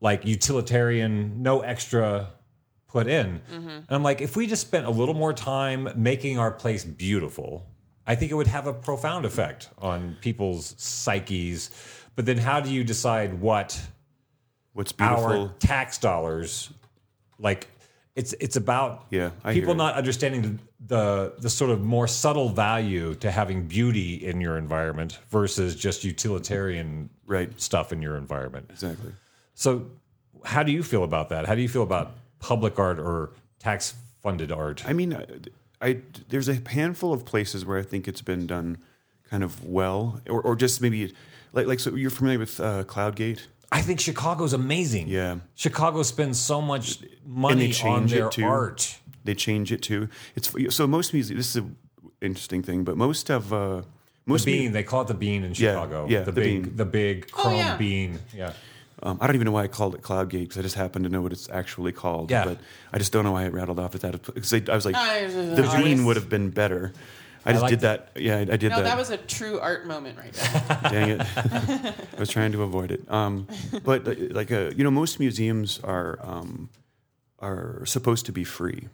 [SPEAKER 12] like utilitarian, no extra put in. And I'm like, if we just spent a little more time making our place beautiful, I think it would have a profound effect on people's psyches. But then how do you decide what
[SPEAKER 7] What's beautiful?
[SPEAKER 12] our tax dollars like it's it's about
[SPEAKER 7] Yeah, I hear
[SPEAKER 12] people
[SPEAKER 7] you.
[SPEAKER 12] not understanding the, the the sort of more subtle value to having beauty in your environment versus just utilitarian
[SPEAKER 7] Right.
[SPEAKER 12] stuff in your environment
[SPEAKER 7] Exactly.
[SPEAKER 12] so how do you feel about that how do you feel about public art or tax funded art
[SPEAKER 7] I mean, I, I- there's a handful of places where I think it's been done kind of well, or, or just maybe like like so you're familiar with uh, CloudGate.
[SPEAKER 12] I think Chicago's amazing
[SPEAKER 7] Yeah.
[SPEAKER 12] Chicago spends so much
[SPEAKER 7] And they
[SPEAKER 12] money on
[SPEAKER 7] change
[SPEAKER 12] their
[SPEAKER 7] it too.
[SPEAKER 12] art
[SPEAKER 7] They change it too. It's so most music. This is an interesting thing, but most of uh, most mu-
[SPEAKER 12] bean they call it the bean in
[SPEAKER 7] Yeah,
[SPEAKER 12] Chicago
[SPEAKER 7] yeah,
[SPEAKER 12] the,
[SPEAKER 7] the
[SPEAKER 12] big
[SPEAKER 7] bean.
[SPEAKER 12] the big chrome
[SPEAKER 11] yeah.
[SPEAKER 12] bean yeah
[SPEAKER 7] Um, I don't even know why I called it CloudGate because I just happen to know what it's actually called.
[SPEAKER 12] Yeah.
[SPEAKER 7] But I just don't know why it rattled off at that because I, I was like,
[SPEAKER 11] I-
[SPEAKER 7] the
[SPEAKER 11] artist.
[SPEAKER 7] bean would have been better. I just
[SPEAKER 12] like
[SPEAKER 7] did that. Yeah, I, I did
[SPEAKER 11] No, that was a true art moment right there.
[SPEAKER 7] Dang it! I was trying to avoid it. Um, but uh, like, uh, you know, most museums are um, are supposed to be free.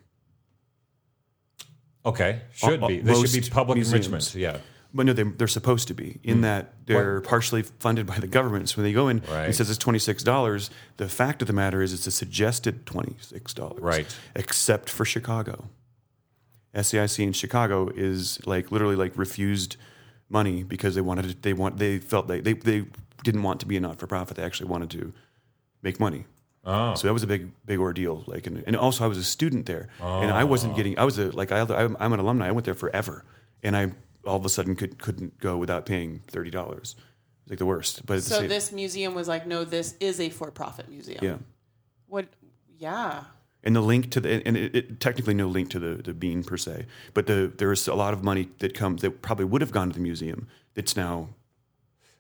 [SPEAKER 12] Okay, should
[SPEAKER 7] Uh,
[SPEAKER 12] be.
[SPEAKER 7] uh,
[SPEAKER 12] They should be
[SPEAKER 7] most
[SPEAKER 12] public
[SPEAKER 7] museums.
[SPEAKER 12] enrichment. Yeah,
[SPEAKER 7] But no, they, they're supposed to be
[SPEAKER 12] Hmm.
[SPEAKER 7] in that they're partially funded by the government. So when they go in
[SPEAKER 12] Right.
[SPEAKER 7] and says it's twenty six dollars, the fact of the matter is it's a suggested twenty six dollars,
[SPEAKER 12] Right.
[SPEAKER 7] Except for Chicago, SAIC in Chicago is like literally like refused money because they wanted to, they want they felt like they they didn't want to be a not for profit. They actually wanted to make money.
[SPEAKER 12] Oh.
[SPEAKER 7] So that was a big, big ordeal. Like, and, and also I was a student there, and I wasn't getting. I was a like I, I'm, I'm an alumni. I went there forever, and I all of a sudden could couldn't go without paying thirty dollars. It's like the worst. But at the
[SPEAKER 11] so
[SPEAKER 7] same,
[SPEAKER 11] this museum was like, no, this is a for-profit museum.
[SPEAKER 7] yeah,
[SPEAKER 11] What? Yeah.
[SPEAKER 7] and the link to the and it, it, technically no link to the the bean per se, but the there is a lot of money that comes that probably would have gone to the museum. That's now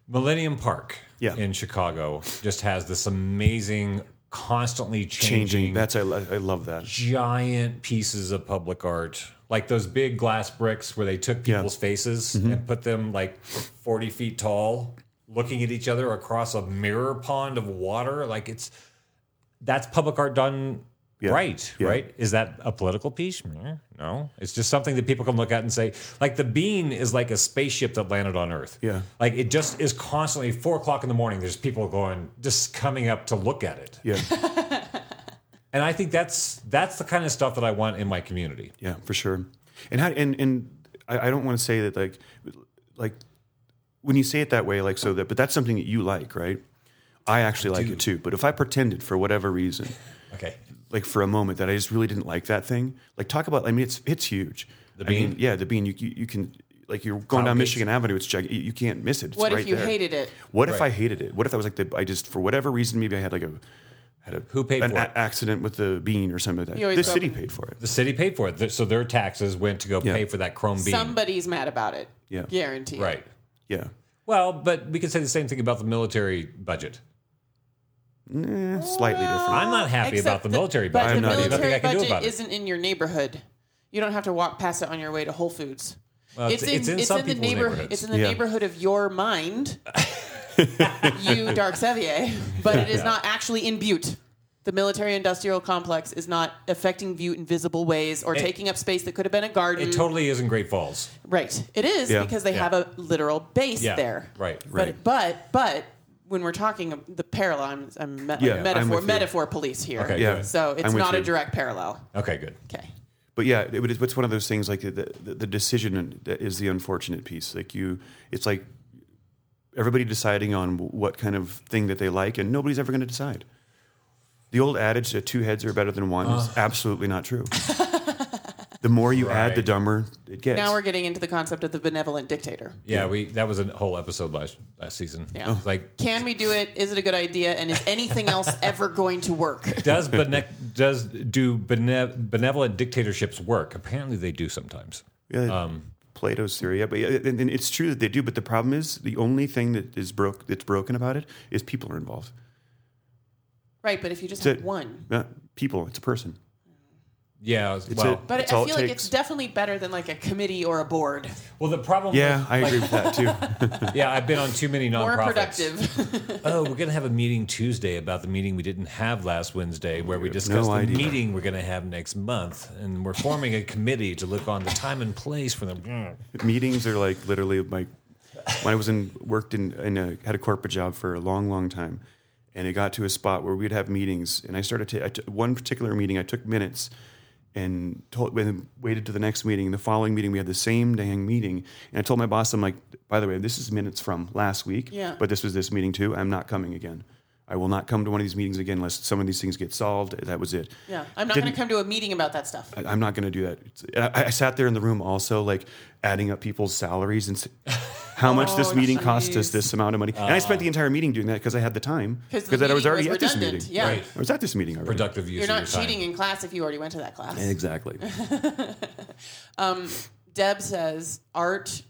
[SPEAKER 12] Millennium Park.
[SPEAKER 7] Yeah.
[SPEAKER 12] in Chicago just has this amazing, constantly
[SPEAKER 7] changing.
[SPEAKER 12] changing,
[SPEAKER 7] That's I, lo- I love that.
[SPEAKER 12] giant pieces of public art, like those big glass bricks where they took
[SPEAKER 7] Yeah. Mm-hmm.
[SPEAKER 12] people's faces and put them like forty feet tall, looking at each other across a mirror pond of water. Like it's that's public art done.
[SPEAKER 7] Yeah.
[SPEAKER 12] Right,
[SPEAKER 7] Yeah.
[SPEAKER 12] right. Is that a political piece? Mm, No, it's just something that people can look at and say, like the bean is like a spaceship that landed on Earth.
[SPEAKER 7] Yeah.
[SPEAKER 12] like it just is constantly four o'clock in the morning. There's people going, just coming up to look at it,
[SPEAKER 7] Yeah,
[SPEAKER 12] and I think that's that's the kind of stuff that I want in my community.
[SPEAKER 7] yeah, for sure. And how and and I, I don't want to say that like like when you say it that way, like so that, but that's something that you like, right? I actually like it too. But if I pretended for whatever reason,
[SPEAKER 12] Okay,
[SPEAKER 7] like for a moment, that I just really didn't like that thing, like talk about, I mean, it's it's huge. The
[SPEAKER 12] bean?
[SPEAKER 7] yeah, the bean. You you, you can like you're going down
[SPEAKER 12] Cloudgates.
[SPEAKER 7] Michigan Avenue. It's gig- you you can't miss it. It's
[SPEAKER 11] What
[SPEAKER 7] right
[SPEAKER 11] if you
[SPEAKER 7] there.
[SPEAKER 11] hated it?
[SPEAKER 7] What if
[SPEAKER 12] Right.
[SPEAKER 7] I hated it? What if I was like the I just for whatever reason maybe I had like a had a
[SPEAKER 12] Who paid
[SPEAKER 7] an
[SPEAKER 12] for it?
[SPEAKER 7] accident with the bean or something like
[SPEAKER 11] You
[SPEAKER 7] that.
[SPEAKER 11] always
[SPEAKER 7] The
[SPEAKER 11] go-
[SPEAKER 7] city paid for it.
[SPEAKER 12] the city paid for it, Th- so their taxes went to go
[SPEAKER 7] Yeah.
[SPEAKER 12] pay for that chrome bean.
[SPEAKER 11] Somebody's mad about it.
[SPEAKER 7] Yeah.
[SPEAKER 11] Guaranteed.
[SPEAKER 12] right.
[SPEAKER 7] Yeah.
[SPEAKER 12] Well, but we could say the same thing about the military budget.
[SPEAKER 7] Eh, slightly different.
[SPEAKER 12] I'm not happy
[SPEAKER 11] Except
[SPEAKER 12] about the military
[SPEAKER 11] but
[SPEAKER 12] budget.
[SPEAKER 11] the
[SPEAKER 7] I'm not
[SPEAKER 12] There's
[SPEAKER 7] either.
[SPEAKER 11] military
[SPEAKER 12] nothing I can do
[SPEAKER 11] budget
[SPEAKER 12] about it.
[SPEAKER 11] isn't in your neighborhood. You don't have to walk past it on your way to Whole Foods.
[SPEAKER 12] Well, it's- it's in some
[SPEAKER 11] the
[SPEAKER 12] people's
[SPEAKER 11] neighborhood.
[SPEAKER 12] neighborhoods.
[SPEAKER 11] It's in the
[SPEAKER 7] Yeah.
[SPEAKER 11] neighborhood of your mind, you Dark Sevier, but it is not actually in Butte. The military-industrial complex is not affecting Butte in visible ways or taking up space that could have been a garden.
[SPEAKER 12] It totally is in Great Falls.
[SPEAKER 11] Right. It is
[SPEAKER 7] Yeah.
[SPEAKER 11] because they
[SPEAKER 12] Yeah.
[SPEAKER 11] have a literal base
[SPEAKER 12] Yeah.
[SPEAKER 11] there.
[SPEAKER 12] Right.
[SPEAKER 7] Right.
[SPEAKER 11] But but but when we're talking of the parallel, I'm, I'm me-
[SPEAKER 7] Yeah, I'm
[SPEAKER 11] metaphor
[SPEAKER 7] with you.
[SPEAKER 11] metaphor police here.
[SPEAKER 12] Okay,
[SPEAKER 7] Yeah. good.
[SPEAKER 11] So it's
[SPEAKER 7] I'm with
[SPEAKER 11] not a
[SPEAKER 7] you.
[SPEAKER 11] direct parallel.
[SPEAKER 12] Okay, good.
[SPEAKER 11] Okay.
[SPEAKER 7] but yeah, it, would- it's one of those things like the, the, the decision is the unfortunate piece. Like you, it's like everybody deciding on what kind of thing that they like, and nobody's ever going to decide. The old adage that two heads are better than one
[SPEAKER 12] Ugh.
[SPEAKER 7] is absolutely not true. the more you add, the
[SPEAKER 12] Right.
[SPEAKER 7] dumber it gets.
[SPEAKER 11] Now we're getting into the concept of the benevolent dictator.
[SPEAKER 12] Yeah, we that was a whole episode last, last season.
[SPEAKER 11] Yeah.
[SPEAKER 7] Oh,
[SPEAKER 12] It's Like
[SPEAKER 11] Can we do it? Is it a good idea? And is anything else ever going to work?
[SPEAKER 12] does bene- does do bene- benevolent dictatorships work? Apparently they do sometimes.
[SPEAKER 7] Yeah, Plato's theory, yeah, but yeah, and, and it's true that they do. But the problem is the only thing that is broke that's broken about it is people are involved.
[SPEAKER 11] Right, but if you just
[SPEAKER 7] That's
[SPEAKER 11] have
[SPEAKER 7] it.
[SPEAKER 11] one.
[SPEAKER 7] Uh, people, it's a person.
[SPEAKER 12] Yeah,
[SPEAKER 7] It's
[SPEAKER 12] well,
[SPEAKER 7] a-
[SPEAKER 11] But
[SPEAKER 7] That's
[SPEAKER 11] I
[SPEAKER 7] all
[SPEAKER 11] feel
[SPEAKER 7] it
[SPEAKER 11] like
[SPEAKER 7] takes.
[SPEAKER 11] it's definitely better than like a committee or a board.
[SPEAKER 12] well the problem
[SPEAKER 7] Yeah,
[SPEAKER 12] with-
[SPEAKER 7] I
[SPEAKER 12] like-
[SPEAKER 7] agree with that too.
[SPEAKER 12] yeah, I've been on too many nonprofits.
[SPEAKER 11] More productive.
[SPEAKER 12] oh, we're going to have a meeting Tuesday about the meeting we didn't have last Wednesday, where we discussed
[SPEAKER 7] no
[SPEAKER 12] the
[SPEAKER 7] idea.
[SPEAKER 12] meeting we're going to have next month, and we're forming a committee to look on the time and place for them.
[SPEAKER 7] meetings are like literally like when I was in worked in, in a, had a corporate job for a long, long time, and it got to a spot where we'd have meetings, and I started to I took one particular meeting. I took minutes and told when waited to the next meeting. The following meeting, we had the same dang meeting, and I told my boss, I'm like, by the way, this is minutes from last week,
[SPEAKER 11] Yeah.
[SPEAKER 7] but this was this meeting too. I'm not coming again. I will not come to one of these meetings again unless some of these things get solved. That was it.
[SPEAKER 11] yeah. I'm not going
[SPEAKER 7] Didn't-
[SPEAKER 11] to come to a meeting about that stuff.
[SPEAKER 7] I- I'm not going to do that. It's- and I, I sat there in the room also, like adding up people's salaries and s- how much this
[SPEAKER 11] Oh,
[SPEAKER 7] meeting cost us
[SPEAKER 11] jeez.
[SPEAKER 7] this amount of money. and I spent the entire meeting doing that because I had the time
[SPEAKER 11] 'Cause the
[SPEAKER 7] because I was
[SPEAKER 11] meeting
[SPEAKER 7] already
[SPEAKER 11] was
[SPEAKER 7] at this meeting.
[SPEAKER 11] redundant, yeah.
[SPEAKER 12] Right.
[SPEAKER 7] I was at this meeting already.
[SPEAKER 12] Productive use
[SPEAKER 11] You're
[SPEAKER 12] of
[SPEAKER 11] not
[SPEAKER 12] your time.
[SPEAKER 11] cheating in class if you already went to that class. Um,
[SPEAKER 7] Exactly.
[SPEAKER 11] Deb says art,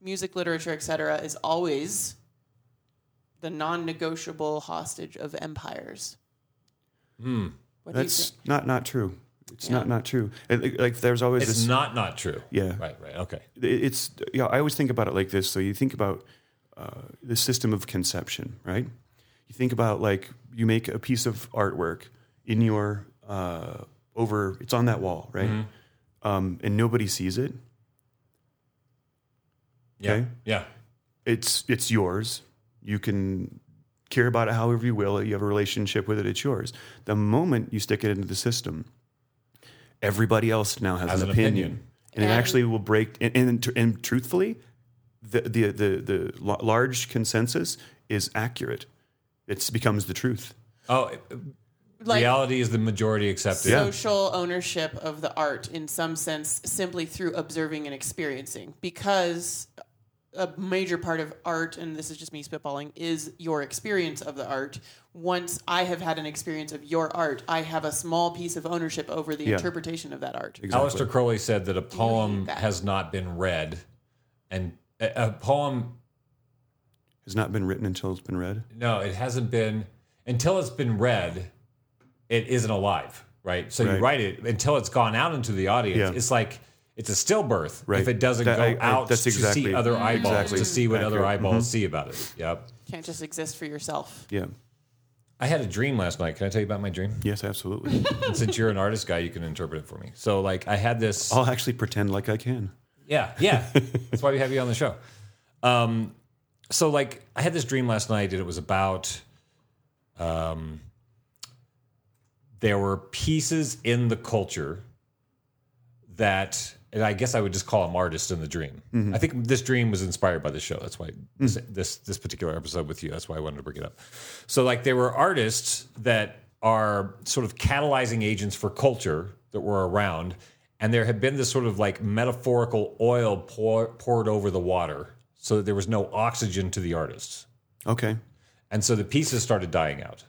[SPEAKER 11] music, literature, etc., is always the non-negotiable hostage of empires. What do you
[SPEAKER 7] That's
[SPEAKER 11] think?
[SPEAKER 7] not not true. It's not not true. And, like- like there's always
[SPEAKER 12] It's
[SPEAKER 7] this.
[SPEAKER 12] not not true.
[SPEAKER 7] Yeah.
[SPEAKER 12] Right. Right. Okay.
[SPEAKER 7] it- it's yeah. I always think about it like this. So you think about uh, the system of conception, right? You think about like you make a piece of artwork in your uh, over. It's on that wall, right? Um, and nobody sees it.
[SPEAKER 12] Yeah.
[SPEAKER 7] Okay.
[SPEAKER 12] Yeah.
[SPEAKER 7] It's it's yours. You can care about it however you will. You have a relationship with it. It's yours. The moment you stick it into the system, everybody else now has,
[SPEAKER 12] Has
[SPEAKER 7] an,
[SPEAKER 12] an
[SPEAKER 7] opinion.
[SPEAKER 12] opinion.
[SPEAKER 7] and it
[SPEAKER 11] And-
[SPEAKER 7] actually will break. And, and, and truthfully, the the the, the la- large consensus is accurate. It becomes the truth.
[SPEAKER 12] Oh,
[SPEAKER 11] like
[SPEAKER 12] reality is the majority accepted.
[SPEAKER 7] Yeah.
[SPEAKER 11] social ownership of the art in some sense, simply through observing and experiencing, because a major part of art, and this is just me spitballing, is your experience of the art. Once I have had an experience of your art, I have a small piece of ownership over the
[SPEAKER 7] Yeah.
[SPEAKER 11] interpretation of that art.
[SPEAKER 7] Exactly.
[SPEAKER 12] Alistair Crowley said that a poem
[SPEAKER 11] that.
[SPEAKER 12] has not been read, and a, a poem
[SPEAKER 7] Has not been written until it's been read.
[SPEAKER 12] no, it hasn't been until it's been read. It isn't alive, right? So
[SPEAKER 7] Right.
[SPEAKER 12] you write it until it's gone out into the audience.
[SPEAKER 7] Yeah.
[SPEAKER 12] It's like it's a stillbirth
[SPEAKER 7] Right.
[SPEAKER 12] if it doesn't
[SPEAKER 7] That-
[SPEAKER 12] go
[SPEAKER 7] I- I-
[SPEAKER 12] out
[SPEAKER 7] that's
[SPEAKER 12] to
[SPEAKER 7] exactly-
[SPEAKER 12] see other eyeballs
[SPEAKER 7] exactly
[SPEAKER 12] to see what other
[SPEAKER 7] accurate. Mm-hmm.
[SPEAKER 12] eyeballs see about it. Yep.
[SPEAKER 11] Can't just exist for yourself.
[SPEAKER 7] Yeah.
[SPEAKER 12] I had a dream last night. Can I tell you about my dream?
[SPEAKER 7] Yes, absolutely.
[SPEAKER 12] And since you're an artist guy, you can interpret it for me. So like I had this.
[SPEAKER 7] I'll actually pretend like I can.
[SPEAKER 12] Yeah, yeah. That's why we have you on the show. Um, so like I had this dream last night, and it was about um, there were pieces in the culture that, and I guess I would just call them artists in the dream. I think this dream was inspired by the show. That's why this, this this particular episode with you. That's why I wanted to bring it up. So like there were artists that are sort of catalyzing agents for culture that were around, and there had been this sort of like metaphorical oil pour, poured over the water, so that there was no oxygen to the artists
[SPEAKER 7] Okay.
[SPEAKER 12] and so the pieces started dying out.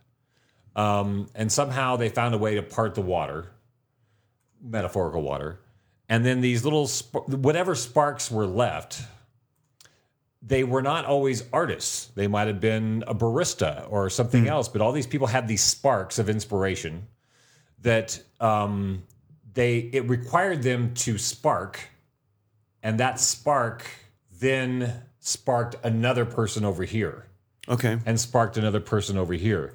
[SPEAKER 12] Um, and somehow they found a way to part the water, metaphorical water, and then these little sp- whatever sparks were left. They were not always artists. They might have been a barista or something else, but all these people had these sparks of inspiration that um, they it required them to spark, and that spark then sparked another person over here
[SPEAKER 7] Okay.
[SPEAKER 12] and sparked another person over here.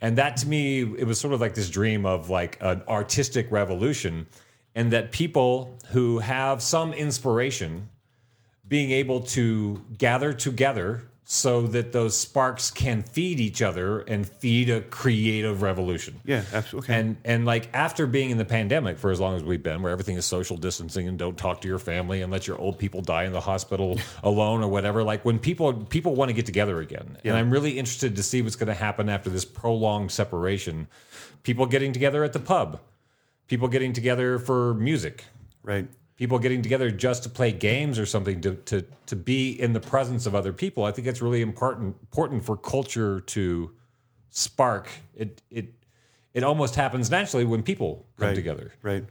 [SPEAKER 12] And that to me, it was sort of like this dream of like an artistic revolution, and that people who have some inspiration being able to gather together so that those sparks can feed each other and feed a creative revolution.
[SPEAKER 7] Yeah, absolutely. Okay.
[SPEAKER 12] And and like after being in the pandemic for as long as we've been, where everything is social distancing and don't talk to your family and let your old people die in the hospital alone or whatever, like when people people want to get together again. And I'm really interested to see what's going to happen after this prolonged separation. People getting together at the pub, people getting together for music,
[SPEAKER 7] right.
[SPEAKER 12] people getting together just to play games or something to to to be in the presence of other people. I think it's really important important for culture to spark. It it it almost happens naturally when people come
[SPEAKER 7] Right.
[SPEAKER 12] together.
[SPEAKER 7] Right.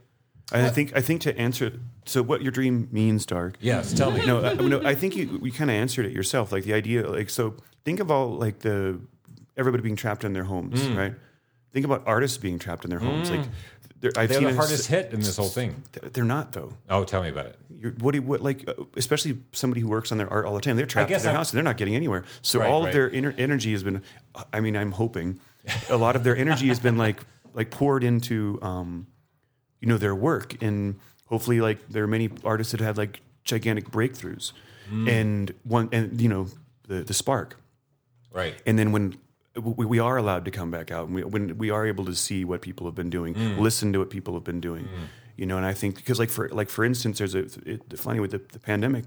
[SPEAKER 7] I think I think to answer so what your dream means, Dark.
[SPEAKER 12] Yes, tell me.
[SPEAKER 7] No, I, no, I think you we kind of answered it yourself. Like the idea, like so. Think of all like the everybody being trapped in their homes,
[SPEAKER 12] Mm.
[SPEAKER 7] right? Think about artists being trapped in their homes. Like they're, I've
[SPEAKER 12] They're
[SPEAKER 7] seen
[SPEAKER 12] the
[SPEAKER 7] a-
[SPEAKER 12] hardest hit in this whole thing.
[SPEAKER 7] They're not though.
[SPEAKER 12] Oh, tell me about it.
[SPEAKER 7] You're, what do you, what like uh, especially somebody who works on their art all the time? They're trapped in
[SPEAKER 12] guess
[SPEAKER 7] their
[SPEAKER 12] I'm-
[SPEAKER 7] house and they're not getting anywhere. So
[SPEAKER 12] Right,
[SPEAKER 7] all
[SPEAKER 12] right.
[SPEAKER 7] of their inner energy has been. I mean, I'm hoping a lot of their energy has been like like poured into um, you know their work and hopefully like there are many artists that had like gigantic breakthroughs
[SPEAKER 12] Mm.
[SPEAKER 7] and one and you know the the spark
[SPEAKER 12] Right.
[SPEAKER 7] and then when we, we are allowed to come back out and we, when we are able to see what people have been doing listen to what people have been doing you know and i think because like for like for instance there's a it, funny with the, the pandemic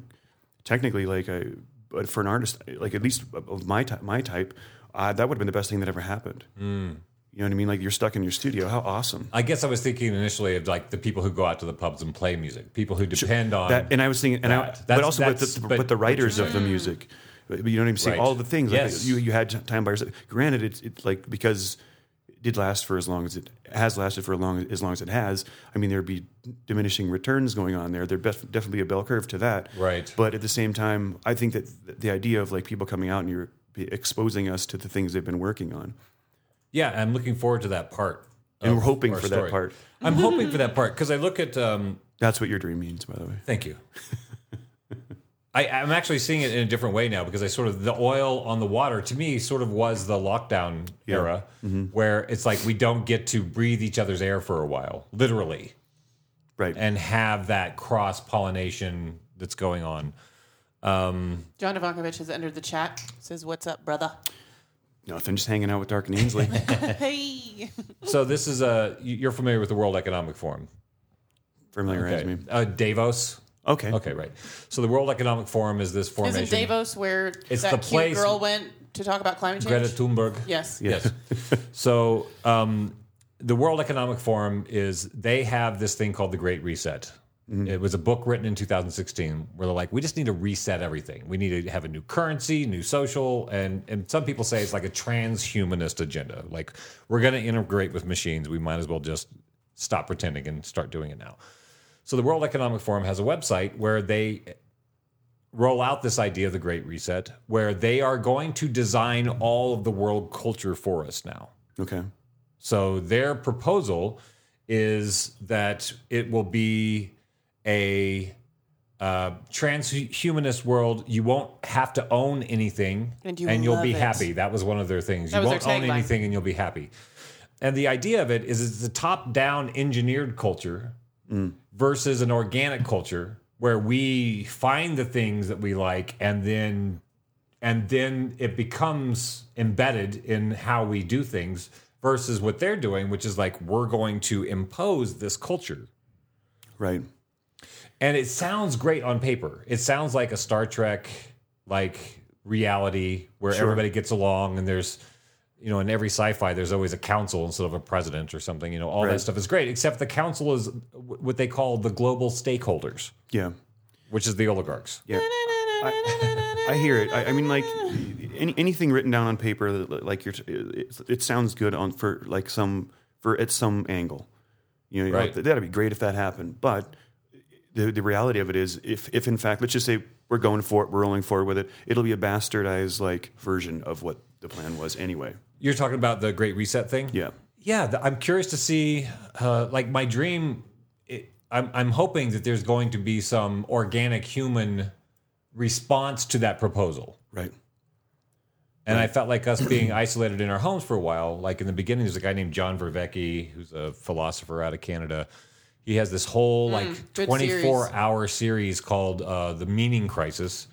[SPEAKER 7] technically like i but for an artist like at least of my type my type uh, that would have been the best thing that ever happened you know what i mean like you're stuck in your studio how awesome
[SPEAKER 12] I guess I was thinking initially of like the people who go out to the pubs and play music, people who depend on
[SPEAKER 7] that, and I was thinking, and I,
[SPEAKER 12] Um, that.
[SPEAKER 7] but
[SPEAKER 12] That's-
[SPEAKER 7] also but
[SPEAKER 12] that's-
[SPEAKER 7] the,
[SPEAKER 12] but
[SPEAKER 7] but the writers of the music, you know what I'm saying?
[SPEAKER 12] Right.
[SPEAKER 7] All the things. Like,
[SPEAKER 12] Yes.
[SPEAKER 7] you you had time by yourself. Granted, it's it's like because it did last for as long as it has lasted for long as long as it has. I mean, there'd be diminishing returns going on there. There'd bef- definitely be a bell curve to that.
[SPEAKER 12] Right.
[SPEAKER 7] But at the same time, I think that th- the idea of like people coming out and you're be exposing us to the things they've been working on.
[SPEAKER 12] Yeah, I'm looking forward to that part.
[SPEAKER 7] And
[SPEAKER 12] of
[SPEAKER 7] we're hoping
[SPEAKER 12] our
[SPEAKER 7] for that part.
[SPEAKER 12] I'm hoping for that part because I look at. Um,
[SPEAKER 7] That's what your dream means, by the way.
[SPEAKER 12] thank you. I, I'm actually seeing it in a different way now because I sort of the oil on the water to me sort of was the lockdown era where it's like we don't get to breathe each other's air for a while, literally,
[SPEAKER 7] Right.
[SPEAKER 12] and have that cross pollination that's going on.
[SPEAKER 11] John Ivankovich has entered the chat. Says, "What's up, brother?"
[SPEAKER 7] Nothing. Just hanging out with Dark and Ainsley.
[SPEAKER 11] Hey.
[SPEAKER 12] So this is a you- you're familiar with the World Economic Forum,
[SPEAKER 7] Familiarize me.
[SPEAKER 12] Uh, Davos.
[SPEAKER 7] Okay.
[SPEAKER 12] Okay, right. So the World Economic Forum is this formation.
[SPEAKER 11] Isn't Davos where
[SPEAKER 12] It's
[SPEAKER 11] that
[SPEAKER 12] the
[SPEAKER 11] cute
[SPEAKER 12] place-
[SPEAKER 11] girl went to talk about climate change?
[SPEAKER 12] Greta Thunberg.
[SPEAKER 11] Yes.
[SPEAKER 12] Yes. so um, the World Economic Forum is they have this thing called the Great Reset. It was a book written in 2016 where they're like, we just need to reset everything. We need to have a new currency, new social, and and some people say it's like a transhumanist agenda. Like we're going to integrate with machines. We might as well just stop pretending and start doing it now. So the World Economic Forum has a website where they roll out this idea of the Great Reset, where they are going to design all of the world culture for us now.
[SPEAKER 7] Okay.
[SPEAKER 12] So their proposal is that it will be a uh, transhumanist world. You won't have to own anything,
[SPEAKER 11] And you
[SPEAKER 12] will
[SPEAKER 11] love
[SPEAKER 12] be
[SPEAKER 11] it.
[SPEAKER 12] happy. That was one of their things.
[SPEAKER 11] That
[SPEAKER 12] you
[SPEAKER 11] was
[SPEAKER 12] won't
[SPEAKER 11] their
[SPEAKER 12] own
[SPEAKER 11] tagline.
[SPEAKER 12] anything, and you'll be happy. And the idea of it is, it's a top-down engineered culture versus an organic culture where we find the things that we like and then and then it becomes embedded in how we do things versus what they're doing which is like we're going to impose this culture
[SPEAKER 7] Right.
[SPEAKER 12] and it sounds great on paper it sounds like a star trek like reality where everybody gets along and there's you know in every sci-fi there's always a council instead of a president or something you know all that
[SPEAKER 7] Right.
[SPEAKER 12] stuff is great except the council is w- what they call the global stakeholders
[SPEAKER 7] Yeah.
[SPEAKER 12] which is the oligarchs
[SPEAKER 7] Yeah. I, I hear it. I, I mean, like any, anything written down on paper, that, like you're, it, it sounds good on for like some for at some angle. You know,
[SPEAKER 12] Right.
[SPEAKER 7] that'd be great if that happened. But the the reality of it is, if if in fact, let's just say we're going for it, we're rolling forward with it, it'll be a bastardized like version of what the plan was anyway.
[SPEAKER 12] You're talking about the Great Reset thing?
[SPEAKER 7] Yeah.
[SPEAKER 12] Yeah. th- I'm curious to see, uh, like, my dream. It, I'm, I'm hoping that there's going to be some organic human response to that proposal.
[SPEAKER 7] Right.
[SPEAKER 12] And I felt like us being isolated in our homes for a while. Like in the beginning, there's a guy named John Vervecki, who's a philosopher out of Canada. He has this whole like
[SPEAKER 11] Hmm, good
[SPEAKER 12] 24
[SPEAKER 11] series.
[SPEAKER 12] hour series called uh, The Meaning Crisis.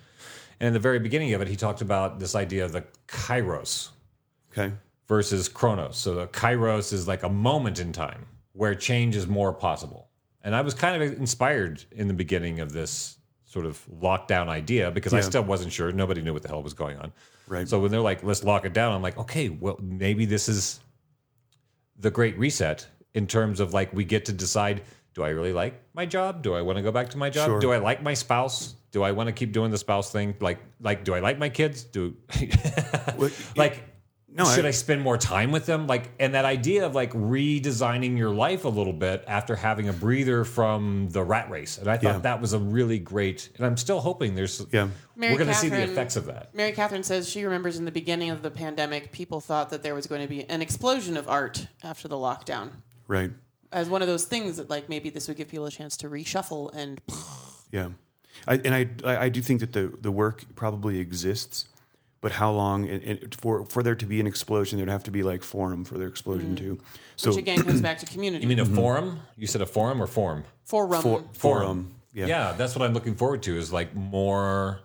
[SPEAKER 12] And in the very beginning of it, he talked about this idea of the kairos
[SPEAKER 7] Okay.
[SPEAKER 12] versus chronos. So the kairos is like a moment in time where change is more possible. And I was kind of inspired in the beginning of this sort of lockdown idea because I
[SPEAKER 7] Yeah.
[SPEAKER 12] still wasn't sure. Nobody knew what the hell was going on.
[SPEAKER 7] Right.
[SPEAKER 12] So when they're like, let's lock it down, I'm like, okay, well, maybe this is the great reset in terms of like we get to decide do I really like my job? Do I want to go back to my job?
[SPEAKER 7] Sure.
[SPEAKER 12] Do I like my spouse? Do I want to keep doing the spouse thing? Like, like, do I like my kids? Do
[SPEAKER 7] Well,
[SPEAKER 12] like
[SPEAKER 7] No,
[SPEAKER 12] should
[SPEAKER 7] I-
[SPEAKER 12] I, spend more time with them like and that idea of like redesigning your life a little bit after having a breather from the rat race and i thought
[SPEAKER 7] Yeah.
[SPEAKER 12] that was a really great and i'm still hoping there's
[SPEAKER 7] Yeah.
[SPEAKER 11] Mary
[SPEAKER 12] we're going to see the
[SPEAKER 11] Catherine-
[SPEAKER 12] effects of that
[SPEAKER 11] Mary Catherine says she remembers in the beginning of the pandemic, people thought that there was going to be an explosion of art after the lockdown
[SPEAKER 7] Right.
[SPEAKER 11] as one of those things that, like, maybe this would give people a chance to reshuffle and
[SPEAKER 7] Yeah. I, and I, I, I do think that the, the work probably exists, but how long and, and for, for there to be an explosion, there'd have to be like forum for their explosion too. So
[SPEAKER 11] Mm. which again comes back to community.
[SPEAKER 12] you mean a
[SPEAKER 7] Mm-hmm.
[SPEAKER 12] forum you said a forum or form
[SPEAKER 11] forum?
[SPEAKER 7] for, forum.
[SPEAKER 12] yeah.
[SPEAKER 7] Yeah.
[SPEAKER 12] that's what i'm looking forward to is like more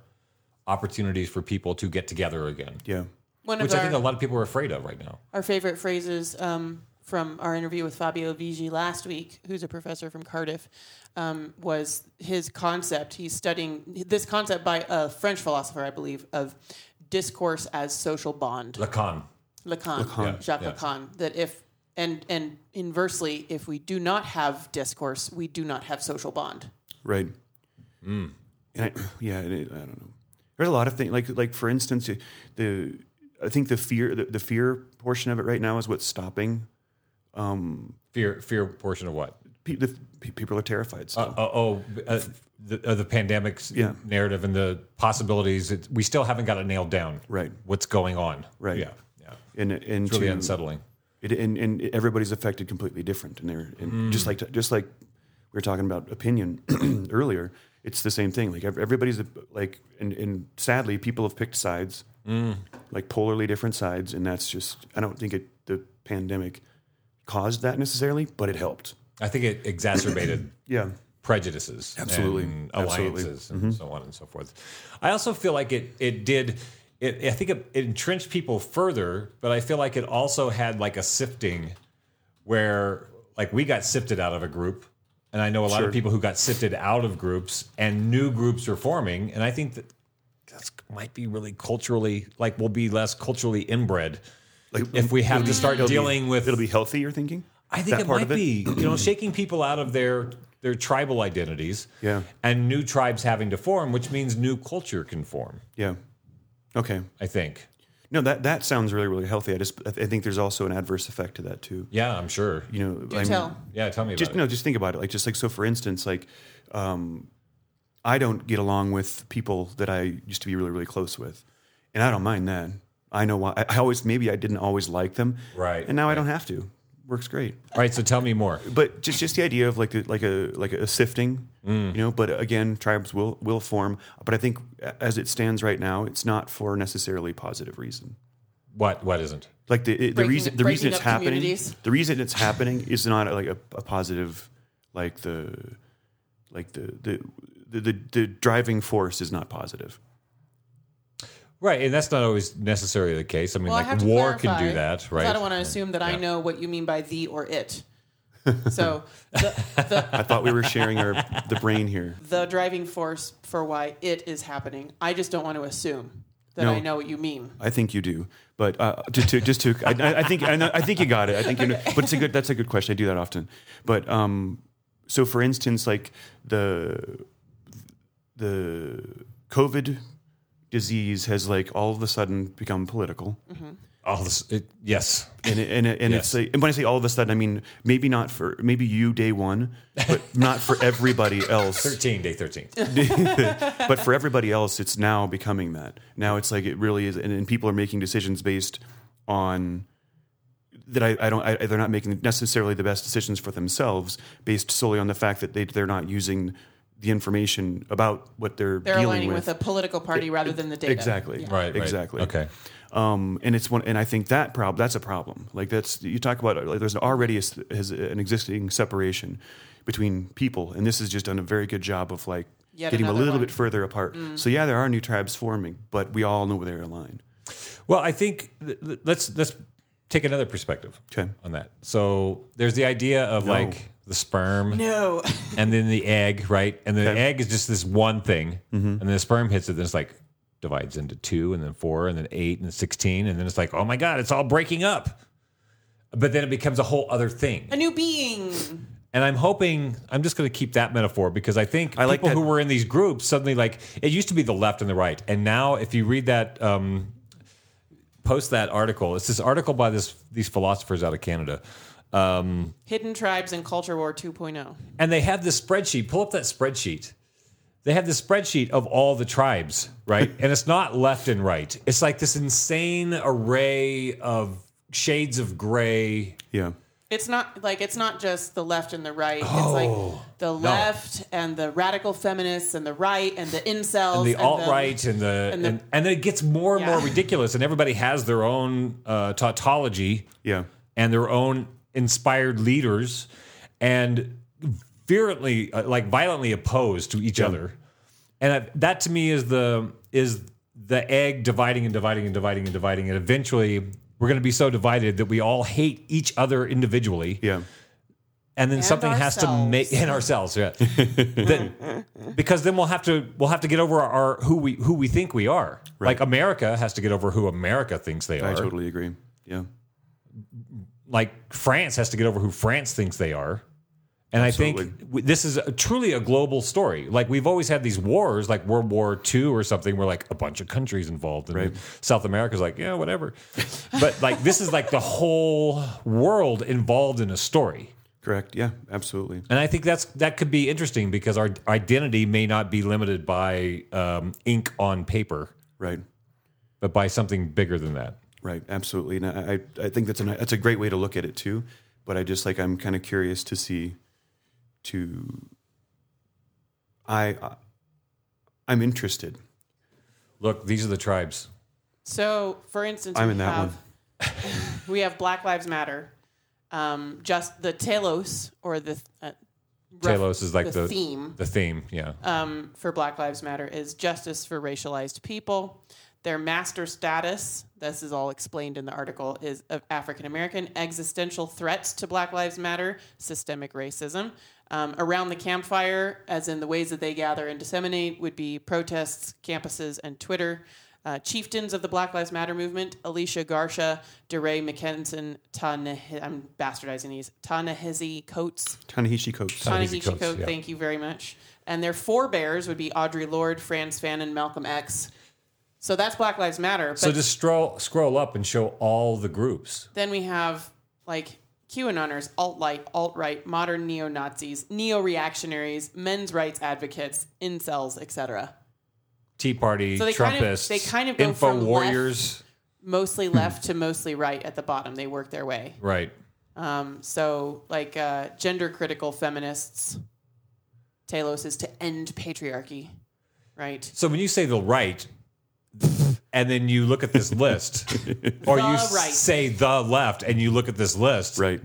[SPEAKER 12] opportunities for people to get together again
[SPEAKER 7] Yeah.
[SPEAKER 11] one of
[SPEAKER 12] which i think
[SPEAKER 11] our-
[SPEAKER 12] a lot of people are afraid of right now
[SPEAKER 11] our favorite phrases um, from our interview with Fabio Vigi last week, who's a professor from Cardiff, um, was his concept. He's studying this concept by a French philosopher, I believe, of discourse as social bond.
[SPEAKER 12] lacan
[SPEAKER 11] Lacan, Jacques Lacan, that if and and inversely, if we do not have discourse, we do not have social bond.
[SPEAKER 7] Right.
[SPEAKER 12] Mm.
[SPEAKER 7] And I, yeah, it, I don't know. There's a lot of things like like for instance the I think the fear the, the fear portion of it right now is what's stopping
[SPEAKER 12] fear fear portion of what
[SPEAKER 7] pe- the, pe- people are terrified. Still.
[SPEAKER 12] Uh, oh, oh uh, the, uh, the pandemic s-
[SPEAKER 7] Yeah.
[SPEAKER 12] narrative and the possibilities. It, we still haven't got it nailed down.
[SPEAKER 7] Right.
[SPEAKER 12] What's going on?
[SPEAKER 7] Right.
[SPEAKER 12] Yeah. Yeah.
[SPEAKER 7] and and
[SPEAKER 12] It's really
[SPEAKER 7] to-
[SPEAKER 12] unsettling.
[SPEAKER 7] It, and and everybody's affected completely different, and they're and
[SPEAKER 12] Mm.
[SPEAKER 7] just like just like we were talking about opinion earlier. It's the same thing. Like ev- everybody's uh, like, and, and sadly, people have picked sides,
[SPEAKER 12] Mm.
[SPEAKER 7] like polarly different sides, and that's just. I don't think it the pandemic caused that necessarily, but it helped.
[SPEAKER 12] I think it exacerbated
[SPEAKER 7] Yeah,
[SPEAKER 12] prejudices,
[SPEAKER 7] Absolutely.
[SPEAKER 12] and
[SPEAKER 7] Absolutely. Mm-hmm.
[SPEAKER 12] alliances, and so on and so forth. I also feel like it it did. It, I think it, it entrenched people further, but I feel like it also had like a sifting, where like we got sifted out of a group, and I know a lot
[SPEAKER 7] Sure.
[SPEAKER 12] of people who got sifted out of groups, and new groups are forming, and I think that that's might be really culturally like we'll be less culturally inbred
[SPEAKER 7] like
[SPEAKER 12] if we have to
[SPEAKER 7] it'll
[SPEAKER 12] start
[SPEAKER 7] be-
[SPEAKER 12] dealing with
[SPEAKER 7] it'll be healthy. You're thinking?
[SPEAKER 12] I think
[SPEAKER 7] That
[SPEAKER 12] it
[SPEAKER 7] part
[SPEAKER 12] might
[SPEAKER 7] of
[SPEAKER 12] be, you know, shaking people out of their their tribal identities,
[SPEAKER 7] Yeah.
[SPEAKER 12] and new tribes having to form, which means new culture can form.
[SPEAKER 7] Yeah. Okay.
[SPEAKER 12] I think.
[SPEAKER 7] No, that that sounds really really healthy. I just I, th- I think there's also an adverse effect to that too.
[SPEAKER 12] Yeah, I'm sure.
[SPEAKER 7] You know,
[SPEAKER 11] Do tell.
[SPEAKER 12] Yeah, tell me about
[SPEAKER 7] just
[SPEAKER 12] it.
[SPEAKER 7] no just think about it like just like so for instance like um i don't get along with people that i used to be really really close with and i don't mind that i know why i, I always maybe i didn't always like them
[SPEAKER 12] Right,
[SPEAKER 7] and now i
[SPEAKER 12] right.
[SPEAKER 7] don't have to works great
[SPEAKER 12] All right, so tell me more.
[SPEAKER 7] but just just the idea of like a, like a like a sifting
[SPEAKER 12] Mm.
[SPEAKER 7] you know but again tribes will will form but i think a- as it stands right now it's not for necessarily positive reason
[SPEAKER 12] What what isn't?
[SPEAKER 7] like the it- the
[SPEAKER 11] Breaking-
[SPEAKER 7] reason the
[SPEAKER 11] breaking
[SPEAKER 7] reason it's
[SPEAKER 11] up
[SPEAKER 7] happening
[SPEAKER 11] communities.
[SPEAKER 7] the reason it's happening is not like a, a positive like the like the the, the the the driving force is not positive
[SPEAKER 12] Right, and that's not always necessarily the case. I mean,
[SPEAKER 11] Well, I
[SPEAKER 12] like
[SPEAKER 11] have to
[SPEAKER 12] war
[SPEAKER 11] clarify,
[SPEAKER 12] can do that,
[SPEAKER 11] 'cause
[SPEAKER 12] right?
[SPEAKER 11] I don't want to assume that I
[SPEAKER 12] Yeah.
[SPEAKER 11] know what you mean by the or it. So the,
[SPEAKER 7] i thought we were sharing our the brain here
[SPEAKER 11] the driving force for why it is happening. I just don't want to assume that
[SPEAKER 7] No.
[SPEAKER 11] I know what you mean.
[SPEAKER 7] i think you do but uh, just to just to I- I, I think I, know, I think you got it i think you know but it's a good that's a good question i do that often but um so for instance like the the covid disease has like all of a sudden become political
[SPEAKER 12] All this, it, yes,
[SPEAKER 7] and it, and, it, and it's
[SPEAKER 12] Yes.
[SPEAKER 7] like, and when I say all of a sudden, I mean maybe not for maybe you day one, but not for everybody else.
[SPEAKER 12] thirteen day thirteen.
[SPEAKER 7] But for everybody else, it's now becoming that. Now it's like it really is, and, and people are making decisions based on that. I, I don't. I, they're not making necessarily the best decisions for themselves based solely on the fact that they they're not using the information about what they're,
[SPEAKER 11] They're
[SPEAKER 7] dealing
[SPEAKER 11] aligning with. a political party rather than the data.
[SPEAKER 7] Exactly.
[SPEAKER 12] Right, right.
[SPEAKER 7] Exactly.
[SPEAKER 12] Okay.
[SPEAKER 7] Um, and it's one, and I think that prob that's a problem. Like that's you talk about like there's already is has an existing separation between people, and this has just done a very good job of like
[SPEAKER 11] Yet
[SPEAKER 7] getting a
[SPEAKER 11] another
[SPEAKER 7] little
[SPEAKER 11] one.
[SPEAKER 7] bit further apart.
[SPEAKER 11] Mm.
[SPEAKER 7] So yeah, there are new tribes forming, but we all know where they're aligned.
[SPEAKER 12] Well, I think th- th- let's let's take another perspective on that. So there's the idea of
[SPEAKER 7] No.
[SPEAKER 12] like the sperm,
[SPEAKER 11] No.
[SPEAKER 12] and then the egg, right? And the egg is just this one thing, and then the sperm hits it, then it's like divides into two, and then four, and then eight, and then sixteen, and then it's like, oh my god, it's all breaking up. But then it becomes a whole other thing.
[SPEAKER 11] A new being.
[SPEAKER 12] And I'm hoping I'm just going to keep that metaphor because I think people who were in these groups suddenly like it used to be the left and the right, and now if you read that, um, post that article. It's this article by this these philosophers out of Canada, um,
[SPEAKER 11] Hidden Tribes and Culture War oh. 2.0.
[SPEAKER 12] and they have this spreadsheet. Pull up that spreadsheet. They have this spreadsheet of all the tribes, right? and it's not left and right. It's like this insane array of shades of gray.
[SPEAKER 7] Yeah.
[SPEAKER 11] It's not like it's not just the left and the right. it's
[SPEAKER 12] Oh,
[SPEAKER 11] like the left and the radical feminists and the right and the incels
[SPEAKER 12] and the alt right and the and,
[SPEAKER 11] and the-
[SPEAKER 12] and then it gets more and
[SPEAKER 11] Yeah.
[SPEAKER 12] more ridiculous, and everybody has their own uh, tautology,
[SPEAKER 7] yeah,
[SPEAKER 12] and their own inspired leaders, and virulently, uh, like violently opposed to each other, and I, that to me is the is the egg dividing and dividing and dividing and dividing, and eventually we're going to be so divided that we all hate each other individually.
[SPEAKER 7] Yeah.
[SPEAKER 12] And then something has to make in ourselves, yeah. that, because then we'll have to we'll have to get over our who we who we think we are. Like America has to get over who America thinks they are.
[SPEAKER 7] I totally agree. Yeah.
[SPEAKER 12] Like France has to get over who France thinks they are. And I think
[SPEAKER 7] Absolutely.
[SPEAKER 12] w- this is a, truly a global story. Like we've always had these wars, like World War II or something, where like a bunch of countries involved, and
[SPEAKER 7] Right.
[SPEAKER 12] South America's like, yeah, whatever. but like this is like the whole world involved in a story.
[SPEAKER 7] Correct. Yeah, absolutely.
[SPEAKER 12] And I think that's that could be interesting because our identity may not be limited by um, ink on paper,
[SPEAKER 7] right?
[SPEAKER 12] But by something bigger than that.
[SPEAKER 7] Right, absolutely. And I, I I think that's a ni- that's a great way to look at it too. But I just like I'm kind of curious to see, to I, I I'm interested.
[SPEAKER 12] Look, these are the tribes.
[SPEAKER 11] So, for instance,
[SPEAKER 7] I'm
[SPEAKER 11] we
[SPEAKER 7] in that
[SPEAKER 11] have, we have Black Lives Matter. Um, just the telos or the uh, rough-
[SPEAKER 12] Talos is like the,
[SPEAKER 11] theme.
[SPEAKER 12] The theme, yeah.
[SPEAKER 11] um, for Black Lives Matter is justice for racialized people. Their master status, this is all explained in the article, is of African American existential threats to Black Lives Matter, systemic racism. Um, around the campfire, as in the ways that they gather and disseminate, would be protests, campuses, and Twitter. Uh, chieftains of the Black Lives Matter movement, Alicia Garsha, DeRay McKenson, Ta-Nehisi, I'm bastardizing these, Ta-Nehisi Coates,
[SPEAKER 7] Ta-Nehisi Coates.
[SPEAKER 11] Ta-Nehisi Coates, thank you very much. And their forebears would be Audre Lorde, Franz Fanon, Malcolm X. So that's Black Lives Matter. But
[SPEAKER 12] so just scroll scroll up and show all the groups.
[SPEAKER 11] then we have like QAnoners, alt right, alt right, modern neo Nazis, neo reactionaries, men's rights advocates, incels, etc.
[SPEAKER 12] Tea Party,
[SPEAKER 11] So they
[SPEAKER 12] Trumpists,
[SPEAKER 11] kind of they kind of go
[SPEAKER 12] info
[SPEAKER 11] from
[SPEAKER 12] warriors,
[SPEAKER 11] mostly
[SPEAKER 12] Hmm.
[SPEAKER 11] left to mostly right at the bottom. They work their way.
[SPEAKER 12] right?
[SPEAKER 11] Um, so like uh, gender critical feminists, Talos is to end patriarchy, right?
[SPEAKER 12] So when you say the right, and then you look at this list, or you
[SPEAKER 11] The right.
[SPEAKER 12] say the left, and you look at this list,
[SPEAKER 7] right?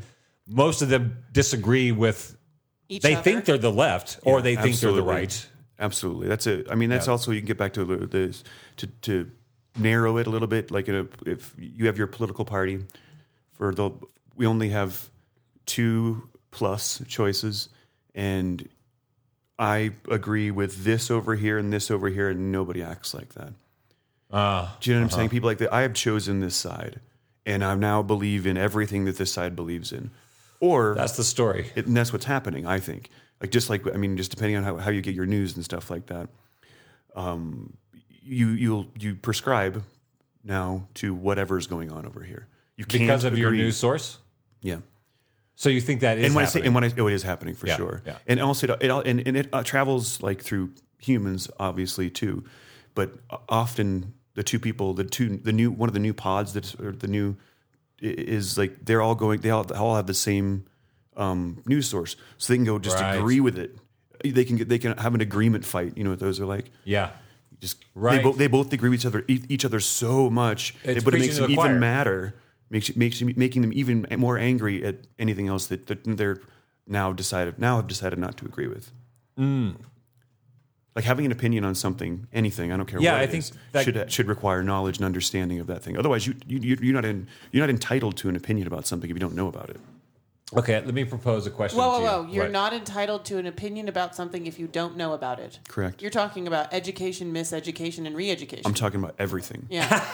[SPEAKER 12] Most of them disagree with.
[SPEAKER 11] Each
[SPEAKER 12] they
[SPEAKER 11] other.
[SPEAKER 12] think they're the left, or
[SPEAKER 7] Yeah,
[SPEAKER 12] they think they're the
[SPEAKER 7] absolutely.
[SPEAKER 12] right.
[SPEAKER 7] Absolutely. That's it. I mean, that's
[SPEAKER 12] Yeah.
[SPEAKER 7] also you can get back to the- this to to narrow it a little bit. Like in a, if you have your political party, for the we only have two plus choices, and I agree with this over here and this over here, and nobody acts like that.
[SPEAKER 12] Uh,
[SPEAKER 7] Do you know what I'm saying? People like that. I have chosen this side, and I now believe in everything that this side believes in. Or
[SPEAKER 12] that's the story,
[SPEAKER 7] and that's what's happening. I think, like just like I mean, just depending on how, how you get your news and stuff like that, um, you you'll you prescribe now to whatever's going on over here. You can't
[SPEAKER 12] because of your
[SPEAKER 7] agree.
[SPEAKER 12] news source.
[SPEAKER 7] Yeah.
[SPEAKER 12] So you think that is
[SPEAKER 7] and when I say
[SPEAKER 12] happening.
[SPEAKER 7] and when I oh, it is happening for
[SPEAKER 12] Yeah,
[SPEAKER 7] sure.
[SPEAKER 12] yeah.
[SPEAKER 7] And also it, it all- and, and it uh, travels like through humans obviously too, but o- often the two people the two the new one of the new pods that's or the new i- is like they're all going they all, they all have the same um, news source so they can go just
[SPEAKER 12] Right.
[SPEAKER 7] agree with it. They can get they can have an agreement fight. You know what those are like.
[SPEAKER 12] yeah,
[SPEAKER 7] Just
[SPEAKER 12] Right.
[SPEAKER 7] They both they both agree with each other e- each other so much,
[SPEAKER 12] It's
[SPEAKER 7] but it
[SPEAKER 12] preaching
[SPEAKER 7] makes
[SPEAKER 12] to
[SPEAKER 7] them
[SPEAKER 12] the choir.
[SPEAKER 7] even madder. Makes makes making them even more angry at anything else
[SPEAKER 12] Mm.
[SPEAKER 7] that, that they're now decided now have decided not to agree with. Like having an opinion on something, anything, I don't care.
[SPEAKER 12] Yeah,
[SPEAKER 7] what
[SPEAKER 12] I
[SPEAKER 7] it
[SPEAKER 12] think
[SPEAKER 7] is,
[SPEAKER 12] that-
[SPEAKER 7] should should require knowledge and understanding of that thing. Otherwise, you, you you- you're not in you're not entitled to an opinion about something if you don't know about it.
[SPEAKER 12] Okay, let me propose a question.
[SPEAKER 11] Whoa,
[SPEAKER 12] to
[SPEAKER 11] whoa,
[SPEAKER 12] you.
[SPEAKER 11] whoa. You're
[SPEAKER 12] Right.
[SPEAKER 11] not entitled to an opinion about something if you don't know about it.
[SPEAKER 7] Correct.
[SPEAKER 11] You're talking about education, miseducation, and re education.
[SPEAKER 7] I'm talking about everything.
[SPEAKER 11] yeah.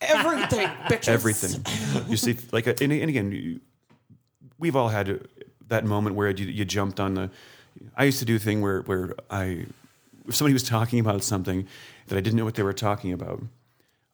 [SPEAKER 11] Everything, bitches.
[SPEAKER 7] everything. you see, like, and, and again, you- we've all had uh, that moment where you, you jumped on the. I used to do a thing where where I, if somebody was talking about something that I didn't know what they were talking about,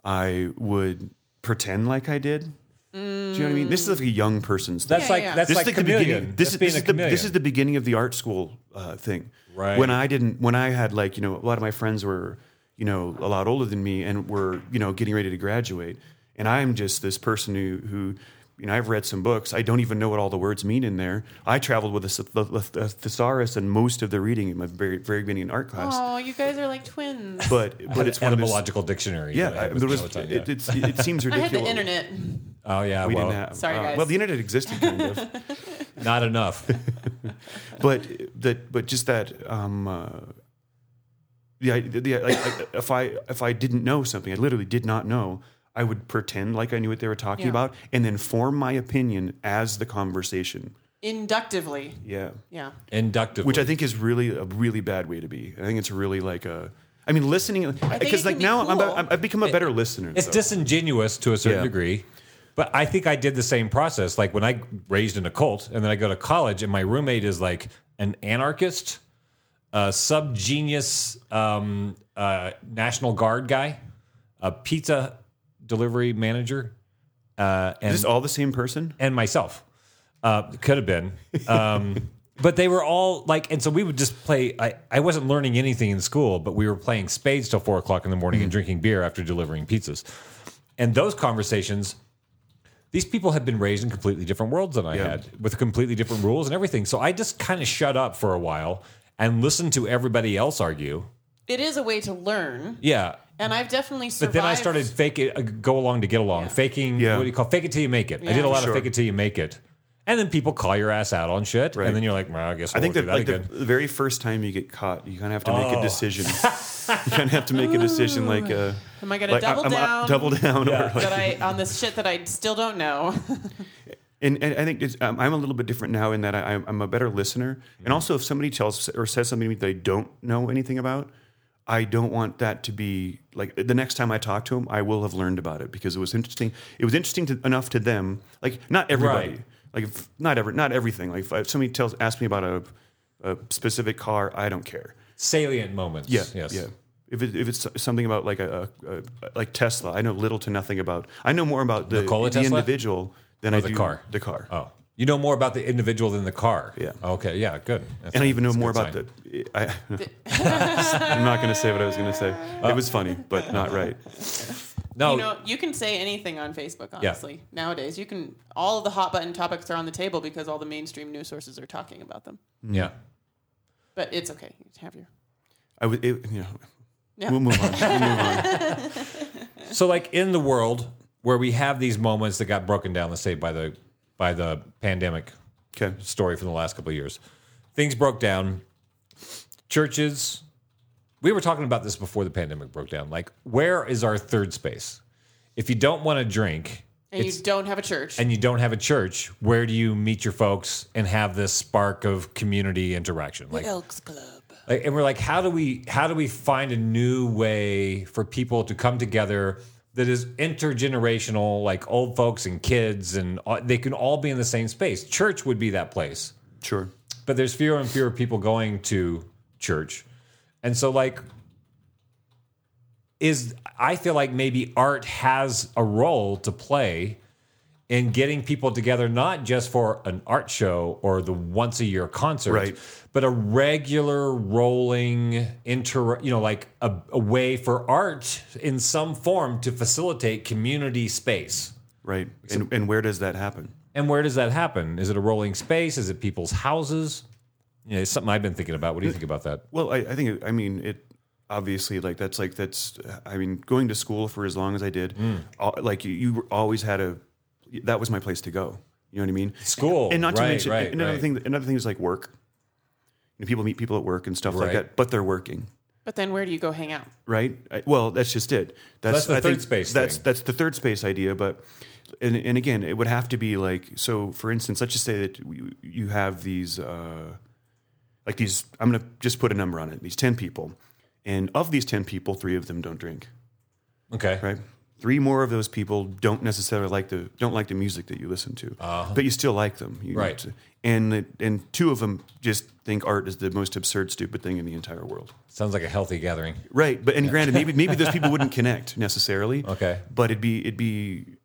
[SPEAKER 7] I would pretend like I did. Do you know what I mean? This is like a young person's thing.
[SPEAKER 12] That's Yeah, like- yeah. that's
[SPEAKER 7] this
[SPEAKER 12] like
[SPEAKER 7] is the
[SPEAKER 12] chameleon.
[SPEAKER 7] beginning. This,
[SPEAKER 12] That's
[SPEAKER 7] is,
[SPEAKER 12] being
[SPEAKER 7] this,
[SPEAKER 12] a
[SPEAKER 7] is the, this
[SPEAKER 12] chameleon.
[SPEAKER 7] is the beginning of the art school uh, thing.
[SPEAKER 12] Right.
[SPEAKER 7] When I didn't, when I had like you know a lot of my friends were you know a lot older than me and were you know getting ready to graduate, and I'm just this person who who you know I've read some books. I don't even know what all the words mean in there. I traveled with a, th- th- th- thesaurus and most of the reading in my very very beginning art class.
[SPEAKER 11] Oh, you guys are like twins.
[SPEAKER 7] But
[SPEAKER 12] I
[SPEAKER 7] but
[SPEAKER 12] had
[SPEAKER 7] it's
[SPEAKER 12] an
[SPEAKER 7] one of those-
[SPEAKER 12] etymological dictionary. that I
[SPEAKER 7] Yeah, I,
[SPEAKER 12] had with
[SPEAKER 7] there was,
[SPEAKER 12] Peloton, yeah.
[SPEAKER 7] it, it's, it seems
[SPEAKER 11] I
[SPEAKER 7] ridiculous.
[SPEAKER 11] had the internet.
[SPEAKER 12] oh yeah,
[SPEAKER 7] We
[SPEAKER 12] well,
[SPEAKER 7] didn't have.
[SPEAKER 11] Sorry,
[SPEAKER 7] uh,
[SPEAKER 11] guys.
[SPEAKER 7] Well, the internet existed kind of.
[SPEAKER 12] not enough.
[SPEAKER 7] but that but just that um uh, the i- the like, like, if i if i didn't know something i literally did not know i would pretend like i knew what they were talking
[SPEAKER 11] Yeah.
[SPEAKER 7] about and then form my opinion as the conversation
[SPEAKER 11] Inductively.
[SPEAKER 7] yeah
[SPEAKER 11] Yeah.
[SPEAKER 12] Inductive,
[SPEAKER 7] which i think is really a really bad way to be i think it's really like a i mean listening
[SPEAKER 11] it
[SPEAKER 7] because like
[SPEAKER 11] can be
[SPEAKER 7] now I'm,
[SPEAKER 11] cool.
[SPEAKER 7] I'm i've become a better listener
[SPEAKER 12] It's
[SPEAKER 7] though.
[SPEAKER 12] disingenuous to a certain
[SPEAKER 7] Yeah.
[SPEAKER 12] degree. But I think I did the same process. Like when I raised in a cult and then I go to college and my roommate is like an anarchist, a subgenius um, uh, National Guard guy, a pizza delivery manager, uh,
[SPEAKER 7] is
[SPEAKER 12] and
[SPEAKER 7] this all the same person
[SPEAKER 12] and myself. Uh, could have been. Um, but they were all like, and so we would just play. I, I wasn't learning anything in school, but we were playing spades till four o'clock in the morning and drinking beer after delivering pizzas. And those conversations, these people had been raised in completely different worlds than I
[SPEAKER 7] Yeah.
[SPEAKER 12] had with completely different rules and everything. So I just kind of shut up for a while and listened to everybody else argue.
[SPEAKER 11] It is a way to learn.
[SPEAKER 12] Yeah.
[SPEAKER 11] And I've definitely survived.
[SPEAKER 12] But then I started fake it, uh, go along to get along, faking.
[SPEAKER 7] Yeah.
[SPEAKER 12] What do you call fake it till you make it? I
[SPEAKER 11] Yeah.
[SPEAKER 12] did a lot
[SPEAKER 7] Sure.
[SPEAKER 12] of fake it till you make it, and then people call your ass out on shit,
[SPEAKER 7] Right.
[SPEAKER 12] and then you're like, well, I guess
[SPEAKER 7] I
[SPEAKER 12] we'll
[SPEAKER 7] think
[SPEAKER 12] do
[SPEAKER 7] that
[SPEAKER 12] that
[SPEAKER 7] like the,
[SPEAKER 12] again.
[SPEAKER 7] the very first time you get caught, you kind of have to make a
[SPEAKER 12] Oh.
[SPEAKER 7] decision. you kind of have to make a decision like, uh,
[SPEAKER 11] Am I gonna
[SPEAKER 7] like,
[SPEAKER 11] double
[SPEAKER 7] am I-
[SPEAKER 11] down?
[SPEAKER 7] double down, or like,
[SPEAKER 11] That I, on this shit that I still don't know.
[SPEAKER 7] and, and I think it's, um, I'm a little bit different now in that I, I'm- I'm a better listener.
[SPEAKER 12] Mm.
[SPEAKER 7] And also, if somebody tells or says something to me that I don't know anything about, I don't want that to be like the next time I talk to them, I will have learned about it because it was interesting. It was interesting to, enough to them. Like not everybody,
[SPEAKER 12] Right.
[SPEAKER 7] like if, not every, not everything. Like if, if somebody tells, asks me about a, a specific car, I don't care.
[SPEAKER 12] Salient moments.
[SPEAKER 7] Yeah.
[SPEAKER 12] Yes.
[SPEAKER 7] Yeah. If, it, if it's something about like a, a, a like Tesla, I know little to nothing about. I know more about the,
[SPEAKER 12] Nikola
[SPEAKER 7] the
[SPEAKER 12] Tesla?
[SPEAKER 7] individual than I
[SPEAKER 12] Or the
[SPEAKER 7] do
[SPEAKER 12] car.
[SPEAKER 7] The car.
[SPEAKER 12] Oh, you know more about the individual than the car.
[SPEAKER 7] Yeah.
[SPEAKER 12] Okay. Yeah. Good. That's
[SPEAKER 7] and I
[SPEAKER 12] a-
[SPEAKER 7] even know
[SPEAKER 12] that's a
[SPEAKER 7] more
[SPEAKER 12] good
[SPEAKER 7] about
[SPEAKER 12] sign.
[SPEAKER 7] the. I, I'm not going to say what I was going to say. It was funny, but not right.
[SPEAKER 12] No.
[SPEAKER 11] You know, you can say anything on Facebook,
[SPEAKER 12] Oh. Yeah.
[SPEAKER 11] honestly. Nowadays, you can all of the hot button topics are on the table because all the mainstream news sources are talking about them.
[SPEAKER 12] yeah.
[SPEAKER 11] But it's okay. You can have your
[SPEAKER 7] I would. It, you know,
[SPEAKER 11] Yeah.
[SPEAKER 7] we'll move on. We'll move on.
[SPEAKER 12] So like in the world where we have these moments that got broken down, let's say by the by the pandemic
[SPEAKER 7] Okay.
[SPEAKER 12] story from the last couple of years. Things broke down. Churches. We were talking about this before the pandemic broke down. Like, where is our third space? If you don't want to drink
[SPEAKER 11] and
[SPEAKER 12] it's-
[SPEAKER 11] you don't have a church.
[SPEAKER 12] and you don't have a church, where do you meet your folks and have this spark of community interaction? Like,
[SPEAKER 11] Elks Club.
[SPEAKER 12] like, and we're like, how do we how do we find a new way for people to come together that is intergenerational, like old folks and kids, and all, they can all be in the same space. Church would be that place
[SPEAKER 7] Sure.
[SPEAKER 12] but there's fewer and fewer people going to church. And so like is I feel like maybe art has a role to play in getting people together not just for an art show or the once a year concert
[SPEAKER 7] Right.
[SPEAKER 12] but a regular rolling inter you know like a, a way for art in some form to facilitate community space.
[SPEAKER 7] Right. And, and where does that happen?
[SPEAKER 12] And where does that happen? Is it a rolling space? Is it people's houses? You know, it's something I've been thinking about. What do you think about that?
[SPEAKER 7] Well, I, I think it- I mean it. Obviously, like that's like that's. I mean, going to school for as long as I did,
[SPEAKER 12] Mm.
[SPEAKER 7] al- like you, you always had a. That was my place to go. You know what I mean?
[SPEAKER 12] School,
[SPEAKER 7] and not to
[SPEAKER 12] right,
[SPEAKER 7] mention
[SPEAKER 12] right,
[SPEAKER 7] another
[SPEAKER 12] right.
[SPEAKER 7] thing. Another thing is like work. You know, people meet people at work and stuff like
[SPEAKER 12] Right.
[SPEAKER 7] that, but they're working.
[SPEAKER 11] But then where do you go hang out?
[SPEAKER 7] right? I, well, that's just it.
[SPEAKER 12] that's
[SPEAKER 7] That's,
[SPEAKER 12] the
[SPEAKER 7] I think
[SPEAKER 12] third space
[SPEAKER 7] That's
[SPEAKER 12] thing.
[SPEAKER 7] that's the third space idea, but and, and again, it would have to be like so. For instance, let's just say that you, you have these uh, like these. I'm going to just put a number on it. These ten people, and of these ten people, three of them don't drink.
[SPEAKER 12] Okay.
[SPEAKER 7] Right. Three more of those people don't necessarily like the don't like the music that you listen to, but you still like them. You
[SPEAKER 12] Uh-huh. Right.
[SPEAKER 7] And the, and two of them just think art is the most absurd, stupid thing in the entire world.
[SPEAKER 12] Sounds like a healthy gathering.
[SPEAKER 7] Right, but and granted, maybe maybe those people wouldn't connect necessarily.
[SPEAKER 12] Okay.
[SPEAKER 7] but it'd be it'd be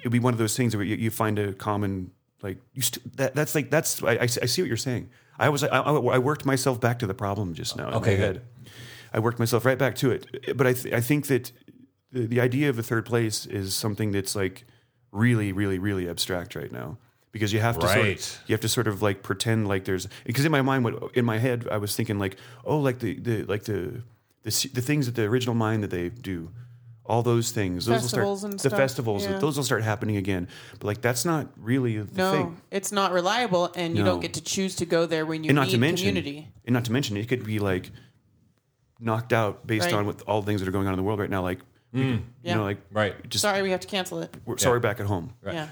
[SPEAKER 7] it'd be one of those things where you, you find a common like you st- that that's like that's I, I see I see what you're saying. I was I, I I worked myself back to the problem just now. in my
[SPEAKER 12] Okay, good.
[SPEAKER 7] head. I worked myself right back to it. But I th- I think that the, the idea of a third place is something that's like really really really abstract right now because you have to sort
[SPEAKER 12] Right.
[SPEAKER 7] of, you have to sort of like pretend like there's because in my mind what in my head I was thinking like oh like the the like the the, s- the things that the original mind that they do all those things those will
[SPEAKER 11] Festivals
[SPEAKER 7] start
[SPEAKER 11] and
[SPEAKER 7] the
[SPEAKER 11] stuff,
[SPEAKER 7] festivals
[SPEAKER 11] yeah.
[SPEAKER 7] those will start happening again but like that's not really the
[SPEAKER 11] No,
[SPEAKER 7] thing
[SPEAKER 11] it's not reliable, and you
[SPEAKER 7] No.
[SPEAKER 11] don't get to choose to go there when you
[SPEAKER 7] and
[SPEAKER 11] need
[SPEAKER 7] not to mention
[SPEAKER 11] community.
[SPEAKER 7] and not to mention it could be like knocked out based
[SPEAKER 11] Right.
[SPEAKER 7] on what all the things that are going on in the world right now like we could- you
[SPEAKER 11] Yeah.
[SPEAKER 7] know like
[SPEAKER 12] Right.
[SPEAKER 7] just
[SPEAKER 11] Sorry, we have to cancel it.
[SPEAKER 7] we're, sorry back at home
[SPEAKER 12] Right.
[SPEAKER 11] Yeah.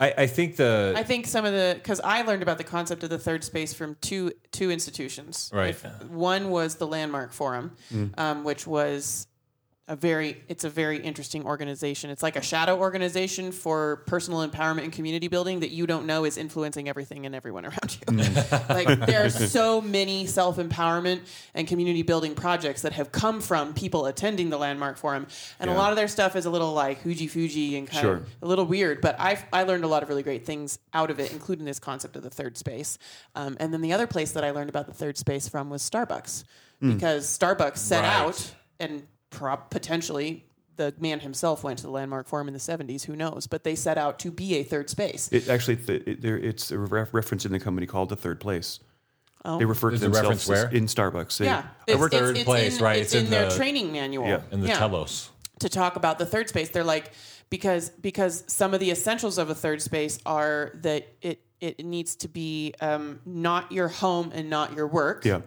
[SPEAKER 12] I, I think the
[SPEAKER 11] I think some of the because I learned about the concept of the third space from two two institutions.
[SPEAKER 12] Right.
[SPEAKER 11] one was the Landmark Forum,
[SPEAKER 7] Mm.
[SPEAKER 11] um, which was a very it's a very interesting organization. It's like a shadow organization for personal empowerment and community building that you don't know is influencing everything and everyone around you. like there are so many self empowerment and community building projects that have come from people attending the Landmark Forum, and a lot of their stuff is a little like hooji fuji and kind
[SPEAKER 7] Sure.
[SPEAKER 11] of a little weird, but I've, I learned a lot of really great things out of it, including this concept of the third space. Um, and then the other place that I learned about the third space from was Starbucks, because Starbucks set
[SPEAKER 12] Right.
[SPEAKER 11] out and prob- potentially the man himself went to the landmark forum in the 70s, who knows, but they set out to be a third space.
[SPEAKER 7] it actually th- it, there, it's a re- reference in the company called the third place they refer to
[SPEAKER 12] Is the reference
[SPEAKER 7] themselves as-
[SPEAKER 12] where?
[SPEAKER 7] in Starbucks. They-
[SPEAKER 11] Oh. yeah,
[SPEAKER 12] I worked third place,
[SPEAKER 11] in,
[SPEAKER 12] right,
[SPEAKER 11] It's, in, their training manual.
[SPEAKER 7] Yeah.
[SPEAKER 12] and the telos.
[SPEAKER 11] to talk about the third space. They're like because because some of the essentials of a third space are that it it needs to be um, not your home and not your work.
[SPEAKER 7] Yeah.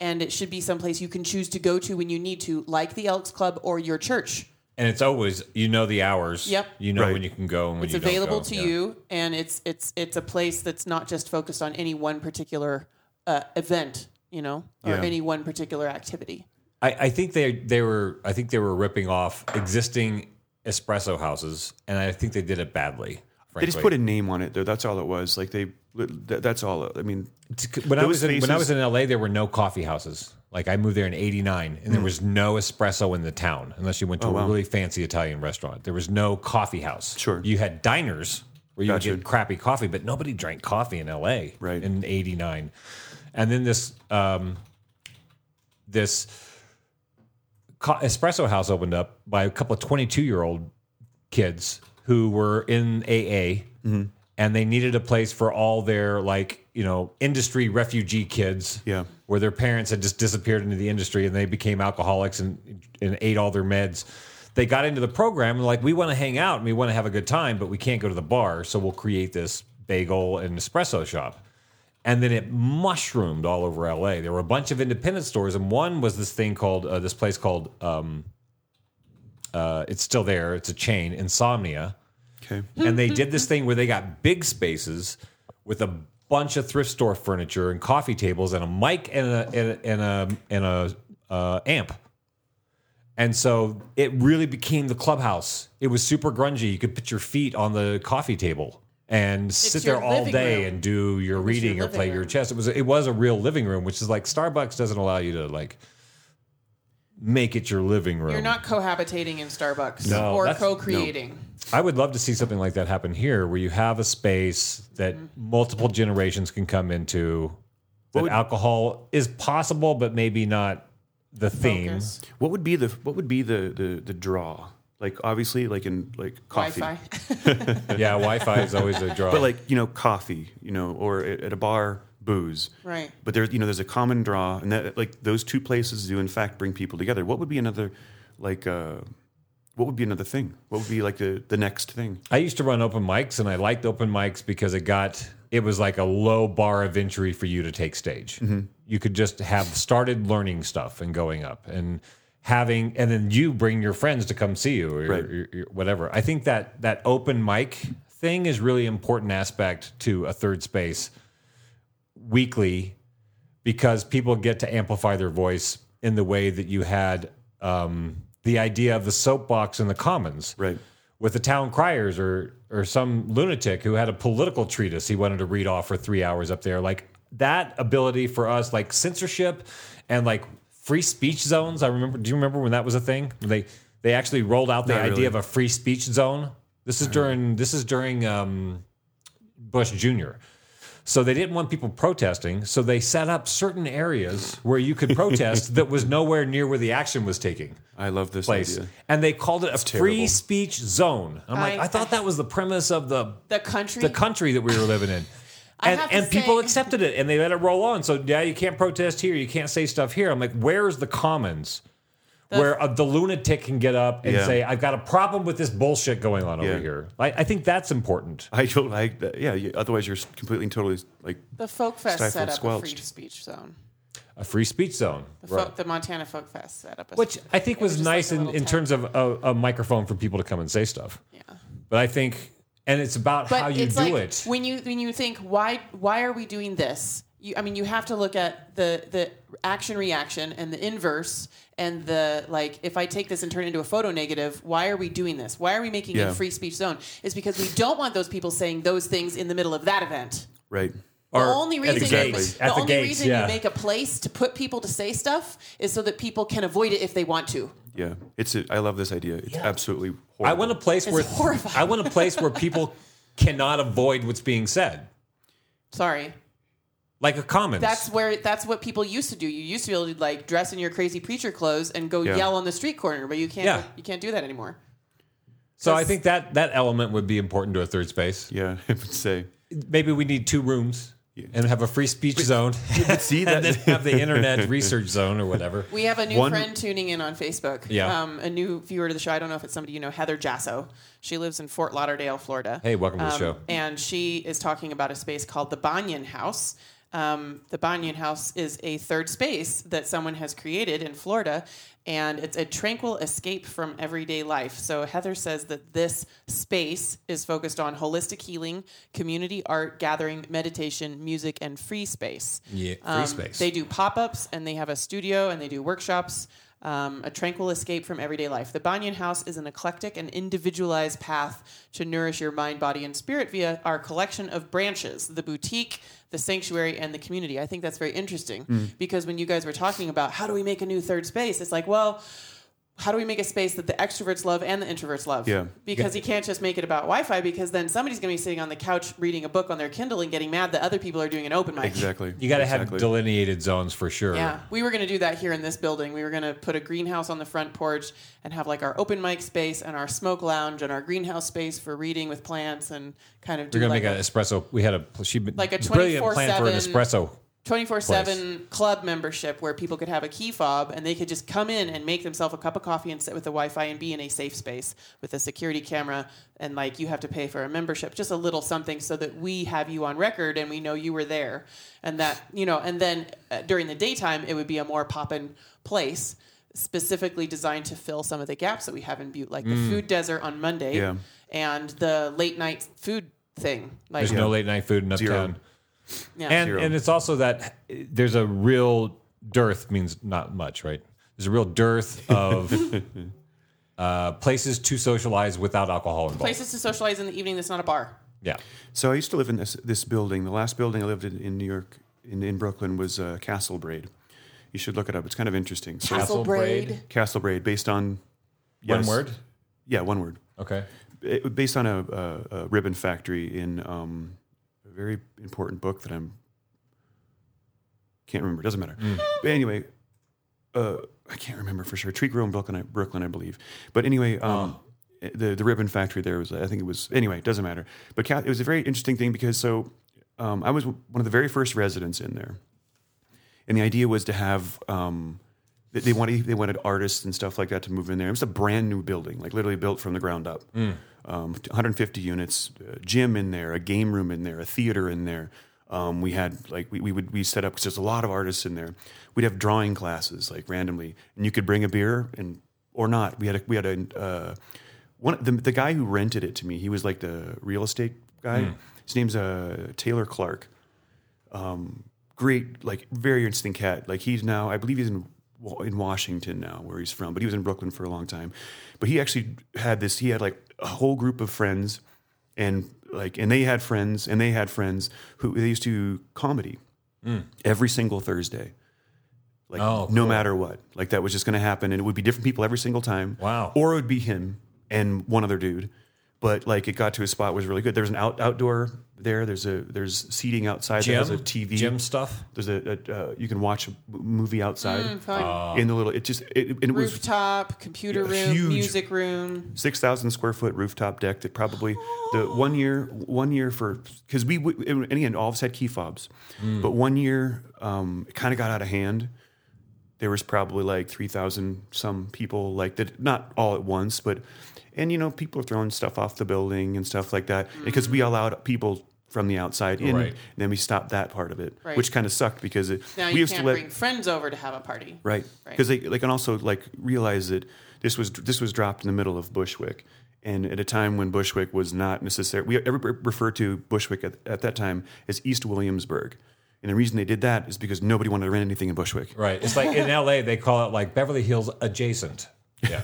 [SPEAKER 11] And it should be someplace you can choose to go to when you need to, like the Elks Club or your church.
[SPEAKER 12] And it's always you know the hours.
[SPEAKER 11] Yep.
[SPEAKER 12] You know
[SPEAKER 7] Right.
[SPEAKER 12] when you can go and when
[SPEAKER 11] It's
[SPEAKER 12] you don't
[SPEAKER 11] available
[SPEAKER 12] go.
[SPEAKER 11] to
[SPEAKER 12] Yeah.
[SPEAKER 11] you, and it's it's it's a place that's not just focused on any one particular uh, event, you know, or
[SPEAKER 7] Yeah.
[SPEAKER 11] any one particular activity.
[SPEAKER 12] I, I think they they were I think they were ripping off existing espresso houses, and I think they did it badly.
[SPEAKER 7] They
[SPEAKER 12] Frankly.
[SPEAKER 7] just put a name on it, though. That's all it was. Like they, that, that's all. I mean,
[SPEAKER 12] when I
[SPEAKER 7] those
[SPEAKER 12] was in, when I
[SPEAKER 7] spaces-
[SPEAKER 12] was in LA, there were no coffee houses. Like I moved there in '89, and there
[SPEAKER 7] Hmm.
[SPEAKER 12] was no espresso in the town unless you went
[SPEAKER 7] Oh,
[SPEAKER 12] to a really fancy Italian restaurant. There was no coffee house.
[SPEAKER 7] Sure.
[SPEAKER 12] you had diners where you
[SPEAKER 7] Gotcha.
[SPEAKER 12] would get crappy coffee, but nobody drank coffee in LA.
[SPEAKER 7] Right.
[SPEAKER 12] in '89, and then this um, this co- espresso house opened up by a couple of 22 year old kids who were in AA and they needed a place for all their like, you know, industry refugee kids.
[SPEAKER 7] Yeah.
[SPEAKER 12] Where their parents had just disappeared into the industry and they became alcoholics and and ate all their meds. They got into the program and like we want to hang out and we want to have a good time, but we can't go to the bar, so we'll create this bagel and espresso shop. And then it mushroomed all over LA. There were a bunch of independent stores, and one was this thing called uh, this place called um, uh, it's still there. It's a chain, Insomnia
[SPEAKER 7] okay,
[SPEAKER 12] and they did this thing where they got big spaces with a bunch of thrift store furniture and coffee tables and a mic and a and a and a, and a uh, amp. And so it really became the clubhouse. It was super grungy. You could put your feet on the coffee table and sit there
[SPEAKER 11] your
[SPEAKER 12] all
[SPEAKER 11] living
[SPEAKER 12] day
[SPEAKER 11] room.
[SPEAKER 12] and do your
[SPEAKER 11] was your
[SPEAKER 12] reading or
[SPEAKER 11] living
[SPEAKER 12] play your
[SPEAKER 11] room.
[SPEAKER 12] chess. It was it was a real living room, which is like Starbucks doesn't allow you to like make it your living room.
[SPEAKER 11] You're not cohabitating in Starbucks
[SPEAKER 12] No,
[SPEAKER 11] or
[SPEAKER 12] that's- no.
[SPEAKER 11] co-creating.
[SPEAKER 12] I would love to see something like that happen here, where you have a space that
[SPEAKER 11] Mm-hmm.
[SPEAKER 12] multiple generations can come into. That alcohol is possible, but maybe not the theme.
[SPEAKER 11] Focus.
[SPEAKER 7] what would be the what would be the the, the draw? Like obviously, like in like coffee,
[SPEAKER 11] Wi-Fi.
[SPEAKER 12] Yeah, Wi-Fi is always a draw.
[SPEAKER 7] but like you know coffee, you know, or at at a bar booze,
[SPEAKER 11] Right.
[SPEAKER 7] But there, you know, there's a common draw, and that like those two places do in fact bring people together. What would be another like? uh What would be another thing? What would be like the the next thing?
[SPEAKER 12] I used to run open mics, and I liked open mics because it got it was like a low bar of entry for you to take stage. you could just have started learning stuff and going up and having and then you bring your friends to come see you or,
[SPEAKER 7] Right.
[SPEAKER 12] or- or whatever. I think that that open mic thing is really important aspect to a third space weekly because people get to amplify their voice in the way that you had um, the idea of the soapbox in the commons
[SPEAKER 7] Right.
[SPEAKER 12] with the town criers or or some lunatic who had a political treatise he wanted to read off for three hours up there like that ability for us like censorship and like free speech zones i remember do you remember when that was a thing When they they actually rolled out the
[SPEAKER 7] Not
[SPEAKER 12] idea
[SPEAKER 7] really.
[SPEAKER 12] of a free speech zone this is during this is during um, bush jr so they didn't want people protesting. So they set up certain areas where you could protest that was nowhere near where the action was taking
[SPEAKER 7] I love this
[SPEAKER 12] place.
[SPEAKER 7] idea.
[SPEAKER 12] And they called it a free
[SPEAKER 7] terrible.
[SPEAKER 12] speech zone. I'm like, I,
[SPEAKER 11] I-
[SPEAKER 12] thought that was the premise of the
[SPEAKER 11] The country.
[SPEAKER 12] the country that we were living in.
[SPEAKER 11] I
[SPEAKER 12] And,
[SPEAKER 11] have to
[SPEAKER 12] and people
[SPEAKER 11] say-
[SPEAKER 12] accepted it and they let it roll on. So now you can't protest here. You can't say stuff here. I'm like, where's the commons where uh the lunatic can get up and
[SPEAKER 7] Yeah.
[SPEAKER 12] say, I've got a problem with this bullshit going on over
[SPEAKER 7] Yeah.
[SPEAKER 12] here? I, I think that's important.
[SPEAKER 7] I don't like that. Yeah. You, otherwise, you're completely and totally like
[SPEAKER 11] the Folk Fest
[SPEAKER 7] Stifled,
[SPEAKER 11] set up a free
[SPEAKER 7] squelched.
[SPEAKER 11] speech zone.
[SPEAKER 12] A free speech zone.
[SPEAKER 11] The, folk, the Montana Folk Fest set up a
[SPEAKER 12] Which I think
[SPEAKER 11] it
[SPEAKER 12] was
[SPEAKER 11] just
[SPEAKER 12] nice
[SPEAKER 11] like a
[SPEAKER 12] in,
[SPEAKER 11] little
[SPEAKER 12] in
[SPEAKER 11] tent.
[SPEAKER 12] terms of a, a microphone for people to come and say stuff.
[SPEAKER 11] Yeah.
[SPEAKER 12] But I think, and it's about
[SPEAKER 11] But
[SPEAKER 12] how you
[SPEAKER 11] it's
[SPEAKER 12] do
[SPEAKER 11] like
[SPEAKER 12] it.
[SPEAKER 11] when you when you think why why are we doing this? You, I mean, you have to look at the the action reaction and the inverse and the like. If I take this and turn it into a photo negative, why are we doing this? Why are we making it
[SPEAKER 7] Yeah.
[SPEAKER 11] a free speech zone? It's because we don't want those people saying those things in the middle of that event.
[SPEAKER 7] right.
[SPEAKER 12] Or
[SPEAKER 11] the only reason,
[SPEAKER 7] exactly.
[SPEAKER 11] you,
[SPEAKER 12] At
[SPEAKER 11] the
[SPEAKER 12] the
[SPEAKER 11] only
[SPEAKER 12] gates,
[SPEAKER 11] reason
[SPEAKER 12] yeah.
[SPEAKER 11] you make a place to put people to say stuff is so that people can avoid it if they want to.
[SPEAKER 7] Yeah. It's. A, I love this idea. It's absolutely. Horrible.
[SPEAKER 12] I want a place where
[SPEAKER 11] horrifying.
[SPEAKER 12] I want a place where people cannot avoid what's being said,
[SPEAKER 11] Sorry.
[SPEAKER 12] like a commons.
[SPEAKER 11] That's where that's what people used to do. You used to be able to like dress in your crazy preacher clothes and go
[SPEAKER 7] Yeah.
[SPEAKER 11] yell on the street corner, but you can't
[SPEAKER 12] Yeah.
[SPEAKER 11] you can't do that anymore.
[SPEAKER 12] so I think that that element would be important to a third space.
[SPEAKER 7] Yeah. I would say.
[SPEAKER 12] Maybe we need two rooms and have a free speech zone,
[SPEAKER 7] See
[SPEAKER 12] and then have the internet research zone or whatever.
[SPEAKER 11] We have a new
[SPEAKER 7] One-
[SPEAKER 11] friend tuning in on Facebook.
[SPEAKER 12] Yeah.
[SPEAKER 11] Um, a new viewer to the show. I don't know if it's somebody you know, Heather Jasso. She lives in Fort Lauderdale, Florida.
[SPEAKER 12] Hey, welcome to the
[SPEAKER 11] Um,
[SPEAKER 12] show.
[SPEAKER 11] And she is talking about a space called the Banyan House. Um, the Banyan House is a third space that someone has created in Florida, and it's a tranquil escape from everyday life. So Heather says that this space is focused on holistic healing, community art, gathering, meditation, music, and free space.
[SPEAKER 12] Yeah, free
[SPEAKER 11] Um,
[SPEAKER 12] space.
[SPEAKER 11] They do pop ups and they have a studio and they do workshops. Um, a tranquil escape from everyday life. The Banyan House is an eclectic and individualized path to nourish your mind, body, and spirit via our collection of branches the boutique, the sanctuary, and the community. I think that's very interesting
[SPEAKER 12] Mm.
[SPEAKER 11] because when you guys were talking about how do we make a new third space, it's like, well, how do we make a space that the extroverts love and the introverts love?
[SPEAKER 7] Yeah.
[SPEAKER 11] Because you can't just make it about Wi Fi because then somebody's going to be sitting on the couch reading a book on their Kindle and getting mad that other people are doing an open mic.
[SPEAKER 7] Exactly.
[SPEAKER 12] You got to
[SPEAKER 7] Exactly.
[SPEAKER 12] have delineated zones for sure.
[SPEAKER 11] Yeah, we were going to do that here in this building. We were going to put a greenhouse on the front porch and have like our open mic space and our smoke lounge and our greenhouse space for reading with plants and kind of do
[SPEAKER 12] We're gonna
[SPEAKER 11] like
[SPEAKER 12] make an espresso. We had a she
[SPEAKER 11] Like a
[SPEAKER 12] brilliant plan for an
[SPEAKER 11] 24/7
[SPEAKER 12] espresso.
[SPEAKER 11] 24 7 club membership where people could have a key fob and they could just come in and make themselves a cup of coffee and sit with the Wi Fi and be in a safe space with a security camera. And like you have to pay for a membership, just a little something so that we have you on record and we know you were there. And that, you know, and then uh, during the daytime, it would be a more poppin' place specifically designed to fill some of the gaps that we have in Butte, like
[SPEAKER 12] Mm.
[SPEAKER 11] the food desert on Monday
[SPEAKER 7] Yeah.
[SPEAKER 11] and the late night food thing. Like,
[SPEAKER 12] There's no late night food in
[SPEAKER 7] Zero.
[SPEAKER 12] uptown.
[SPEAKER 11] Yeah.
[SPEAKER 12] And
[SPEAKER 7] Zero.
[SPEAKER 12] and it's also that there's a real dearth means not much, right? There's a real dearth of uh, places to socialize without alcohol involved.
[SPEAKER 11] places to socialize in the evening that's not a bar.
[SPEAKER 12] Yeah.
[SPEAKER 7] So I used to live in this this building. The last building I lived in in New York, in, in Brooklyn, was uh, Castle Braid. You should look it up. It's kind of interesting. So
[SPEAKER 11] Castle Braid. Braid.
[SPEAKER 7] Castle Braid, based on
[SPEAKER 12] One
[SPEAKER 7] yes.
[SPEAKER 12] word.
[SPEAKER 7] Yeah, one word.
[SPEAKER 12] Okay.
[SPEAKER 7] It, based on a, a, a ribbon factory in um, a very important book that I'm can't remember. Doesn't matter. But anyway, uh, I can't remember for sure. Tree grew in Brooklyn, I, Brooklyn, I believe. But anyway, um, the the ribbon factory there was. I think it was. Anyway, it doesn't matter. But Kath, it was a very interesting thing because so um, I was one of the very first residents in there, and the idea was to have. Um, they- they wanted they wanted artists and stuff like that to move in there. It was a brand new building, like literally built from the ground up. Um, 150 units, uh, gym in there, a game room in there, a theater in there, Um, we had like we, we would we set up because there's a lot of artists in there. We'd have drawing classes like randomly, and you could bring a beer and or not. We had a, we had a uh, one the, the guy who rented it to me. He was like the real estate guy. His name's uh, Taylor Clark. Um, great, like very interesting cat. Like he's now, I believe he's in Wa- in Washington now, where he's from, but he was in Brooklyn for a long time. But he actually had this. He had like a whole group of friends, and like, and they had friends, and they had friends who they used to comedy
[SPEAKER 12] Mm.
[SPEAKER 7] every single Thursday. Like
[SPEAKER 12] Oh,
[SPEAKER 7] no
[SPEAKER 12] cool.
[SPEAKER 7] matter what, like that was just going to happen, and it would be different people every single time.
[SPEAKER 12] Wow.
[SPEAKER 7] Or it would be him and one other dude, but like it got to a spot that was really good. There's an out outdoor there. There's a there's seating outside. that has a
[SPEAKER 12] Gym?
[SPEAKER 7] TV
[SPEAKER 12] Gym stuff?
[SPEAKER 7] There's a, a uh, you can watch a m- movie outside
[SPEAKER 11] Mm, fun. Ah.
[SPEAKER 7] in the little. It just it, and it was
[SPEAKER 11] Rooftop, computer
[SPEAKER 7] Yeah,
[SPEAKER 11] room,
[SPEAKER 7] huge.
[SPEAKER 11] music room.
[SPEAKER 7] six thousand square foot rooftop deck that probably the
[SPEAKER 11] Oh.
[SPEAKER 7] one year one year for because we w- and again all of us had key fobs, but one year um, it kind of got out of hand. There was probably like three thousand some people like that, not all at once, but and you know people are throwing stuff off the building and stuff like that because
[SPEAKER 11] Mm.
[SPEAKER 7] we allowed people from the outside in,
[SPEAKER 12] Right.
[SPEAKER 7] and then we stopped that part of it,
[SPEAKER 11] Right.
[SPEAKER 7] which kind of sucked because it,
[SPEAKER 11] Now
[SPEAKER 7] we
[SPEAKER 11] you
[SPEAKER 7] used
[SPEAKER 11] can't
[SPEAKER 7] to let
[SPEAKER 11] bring friends over to have a party.
[SPEAKER 7] right?
[SPEAKER 11] Right.
[SPEAKER 7] Because they like and also like realize that this was this was dropped in the middle of Bushwick, and at a time when Bushwick was not necessary. We ever refer to Bushwick at, at that time as East Williamsburg, and the reason they did that is because nobody wanted to rent anything in Bushwick.
[SPEAKER 12] Right. It's like in LA, they call it like Beverly Hills adjacent. Yeah.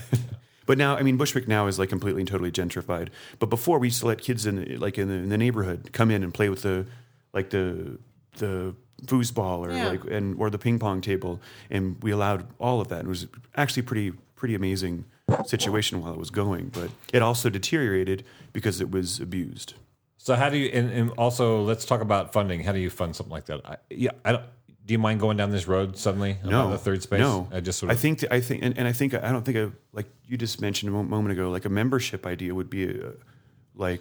[SPEAKER 7] But now, I mean, Bushwick now is like completely and totally gentrified. But before, we used to let kids in, like in the, in the neighborhood, come in and play with the, like the the foosball or
[SPEAKER 11] Yeah.
[SPEAKER 7] like and or the ping pong table, and we allowed all of that. It was actually pretty pretty amazing situation while it was going. But it also deteriorated because it was abused.
[SPEAKER 12] So how do you? And, and also, let's talk about funding. How do you fund something like that? I, yeah. I don't. Do you mind going down this road suddenly?
[SPEAKER 7] no,
[SPEAKER 12] About the third space.
[SPEAKER 7] No,
[SPEAKER 12] I just sort of.
[SPEAKER 7] I think that- I think, and, and I think I don't think a, like you just mentioned a mo- moment ago, like a membership idea would be a, like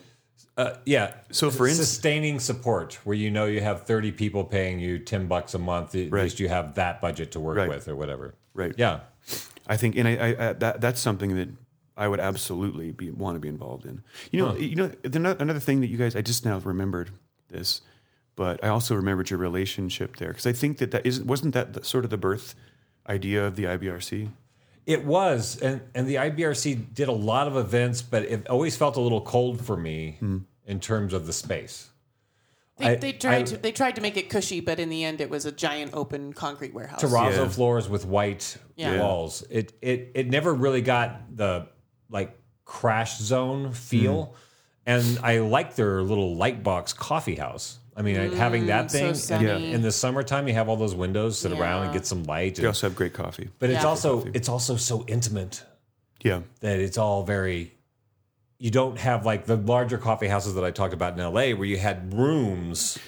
[SPEAKER 12] Uh, yeah.
[SPEAKER 7] So for instance-
[SPEAKER 12] sustaining support, where you know you have thirty people paying you ten bucks a month, at
[SPEAKER 7] Right.
[SPEAKER 12] least you have that budget to work
[SPEAKER 7] Right.
[SPEAKER 12] with or whatever.
[SPEAKER 7] Right.
[SPEAKER 12] Yeah.
[SPEAKER 7] I think, and I, I, I that that's something that I would absolutely be, want to be involved in. You know,
[SPEAKER 12] Huh.
[SPEAKER 7] you know, the, no- another thing that you guys, I just now remembered this, but I also remembered your relationship there because I think that that isn't wasn't that the, sort of the birth idea of the IBRC.
[SPEAKER 12] It was, and and the IBRC did a lot of events, but it always felt a little cold for me
[SPEAKER 11] Hmm.
[SPEAKER 12] in terms of the space.
[SPEAKER 11] They,
[SPEAKER 12] I-
[SPEAKER 11] they tried
[SPEAKER 12] I-
[SPEAKER 11] to they tried to make it cushy, but in the end, it was a giant open concrete warehouse.
[SPEAKER 12] terrazzo
[SPEAKER 7] Yeah.
[SPEAKER 12] floors with white
[SPEAKER 11] Yeah. Yeah.
[SPEAKER 12] walls. It it it never really got the like crash zone feel.
[SPEAKER 11] Hmm.
[SPEAKER 12] And I like their little light box coffee house. I mean, having that
[SPEAKER 11] Mm, so
[SPEAKER 12] thing
[SPEAKER 11] sunny.
[SPEAKER 7] Yeah.
[SPEAKER 12] in the summertime, you have all those windows sit around and
[SPEAKER 11] Yeah.
[SPEAKER 12] get some light.
[SPEAKER 7] They
[SPEAKER 12] and-
[SPEAKER 7] also have great coffee.
[SPEAKER 12] but it's
[SPEAKER 11] Yeah.
[SPEAKER 12] also it's also so intimate
[SPEAKER 7] Yeah,
[SPEAKER 12] that it's all very you don't have like the larger coffee houses that I talked about in LA where you had rooms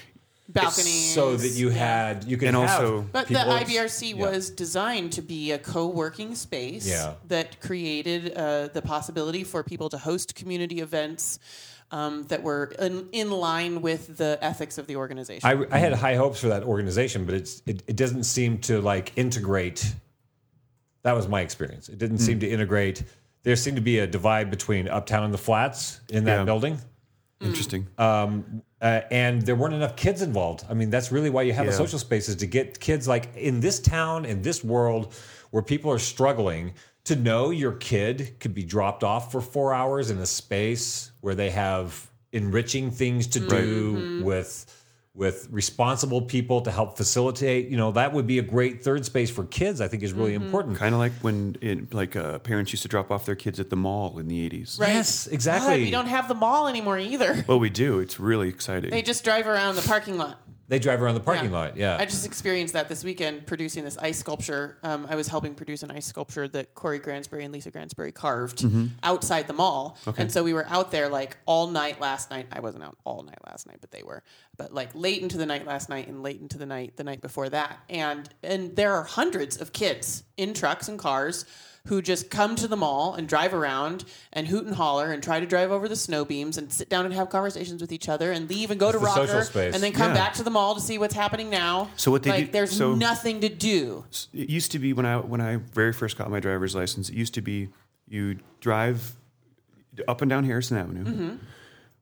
[SPEAKER 11] balconies,
[SPEAKER 12] so that you
[SPEAKER 11] yeah.
[SPEAKER 12] had you could
[SPEAKER 7] And
[SPEAKER 12] have
[SPEAKER 7] also-
[SPEAKER 11] But
[SPEAKER 12] people-
[SPEAKER 11] the IBRC
[SPEAKER 12] yeah.
[SPEAKER 11] was designed to be a co-working space
[SPEAKER 12] Yeah.
[SPEAKER 11] that created uh, the possibility for people to host community events um, that were in, in line with the ethics of the organization.
[SPEAKER 12] I, I had high hopes for that organization, but it's it, it doesn't seem to like integrate. That was my experience. It
[SPEAKER 7] Hmm.
[SPEAKER 12] didn't seem to integrate. There seemed to be a divide between uptown and the flats in that
[SPEAKER 7] Yeah.
[SPEAKER 12] building,
[SPEAKER 7] interesting.
[SPEAKER 12] uh, and there weren't enough kids involved. I mean, that's really why you have a
[SPEAKER 7] Yeah.
[SPEAKER 12] social space is to get kids like in this town, in this world, where people are struggling to know your kid could be dropped off for four hours in a space where they have enriching things to do
[SPEAKER 11] Mm-hmm.
[SPEAKER 12] with with responsible people to help facilitate. You know, that would be a great third space for kids. I think is really
[SPEAKER 11] Mm-hmm.
[SPEAKER 12] important.
[SPEAKER 7] Kind of like when it, like uh, parents used to drop off their kids at the mall in the eighties.
[SPEAKER 11] Right.
[SPEAKER 12] Yes,
[SPEAKER 11] God,
[SPEAKER 12] exactly.
[SPEAKER 11] we don't have the mall anymore either.
[SPEAKER 7] Well, we do. It's really exciting.
[SPEAKER 11] They just drive around the parking lot.
[SPEAKER 12] they drive around the parking
[SPEAKER 11] Yeah.
[SPEAKER 12] lot. Yeah.
[SPEAKER 11] I just experienced that this weekend producing this ice sculpture. Um, I was helping produce an ice sculpture that Corey Gransbury and Lisa Gransbury carved
[SPEAKER 12] Mm-hmm.
[SPEAKER 11] outside the mall. And so we were out there like all night last night. I wasn't out all night last night, but they were. But like late into the night last night and late into the night the night before that. And and there are hundreds of kids in trucks and cars who just come to the mall and drive around and hoot and holler and try to drive over the snow beams and sit down and have conversations with each other and leave and go to
[SPEAKER 12] the social
[SPEAKER 11] Rocker
[SPEAKER 12] space.
[SPEAKER 11] and then come
[SPEAKER 7] Yeah.
[SPEAKER 11] back to the mall to see what's happening now.
[SPEAKER 7] So what they
[SPEAKER 11] like,
[SPEAKER 7] do-
[SPEAKER 11] there's
[SPEAKER 7] so-
[SPEAKER 11] nothing to do.
[SPEAKER 7] it used to be when I when I very first got my driver's license. It used to be you drive up and down Harrison Avenue,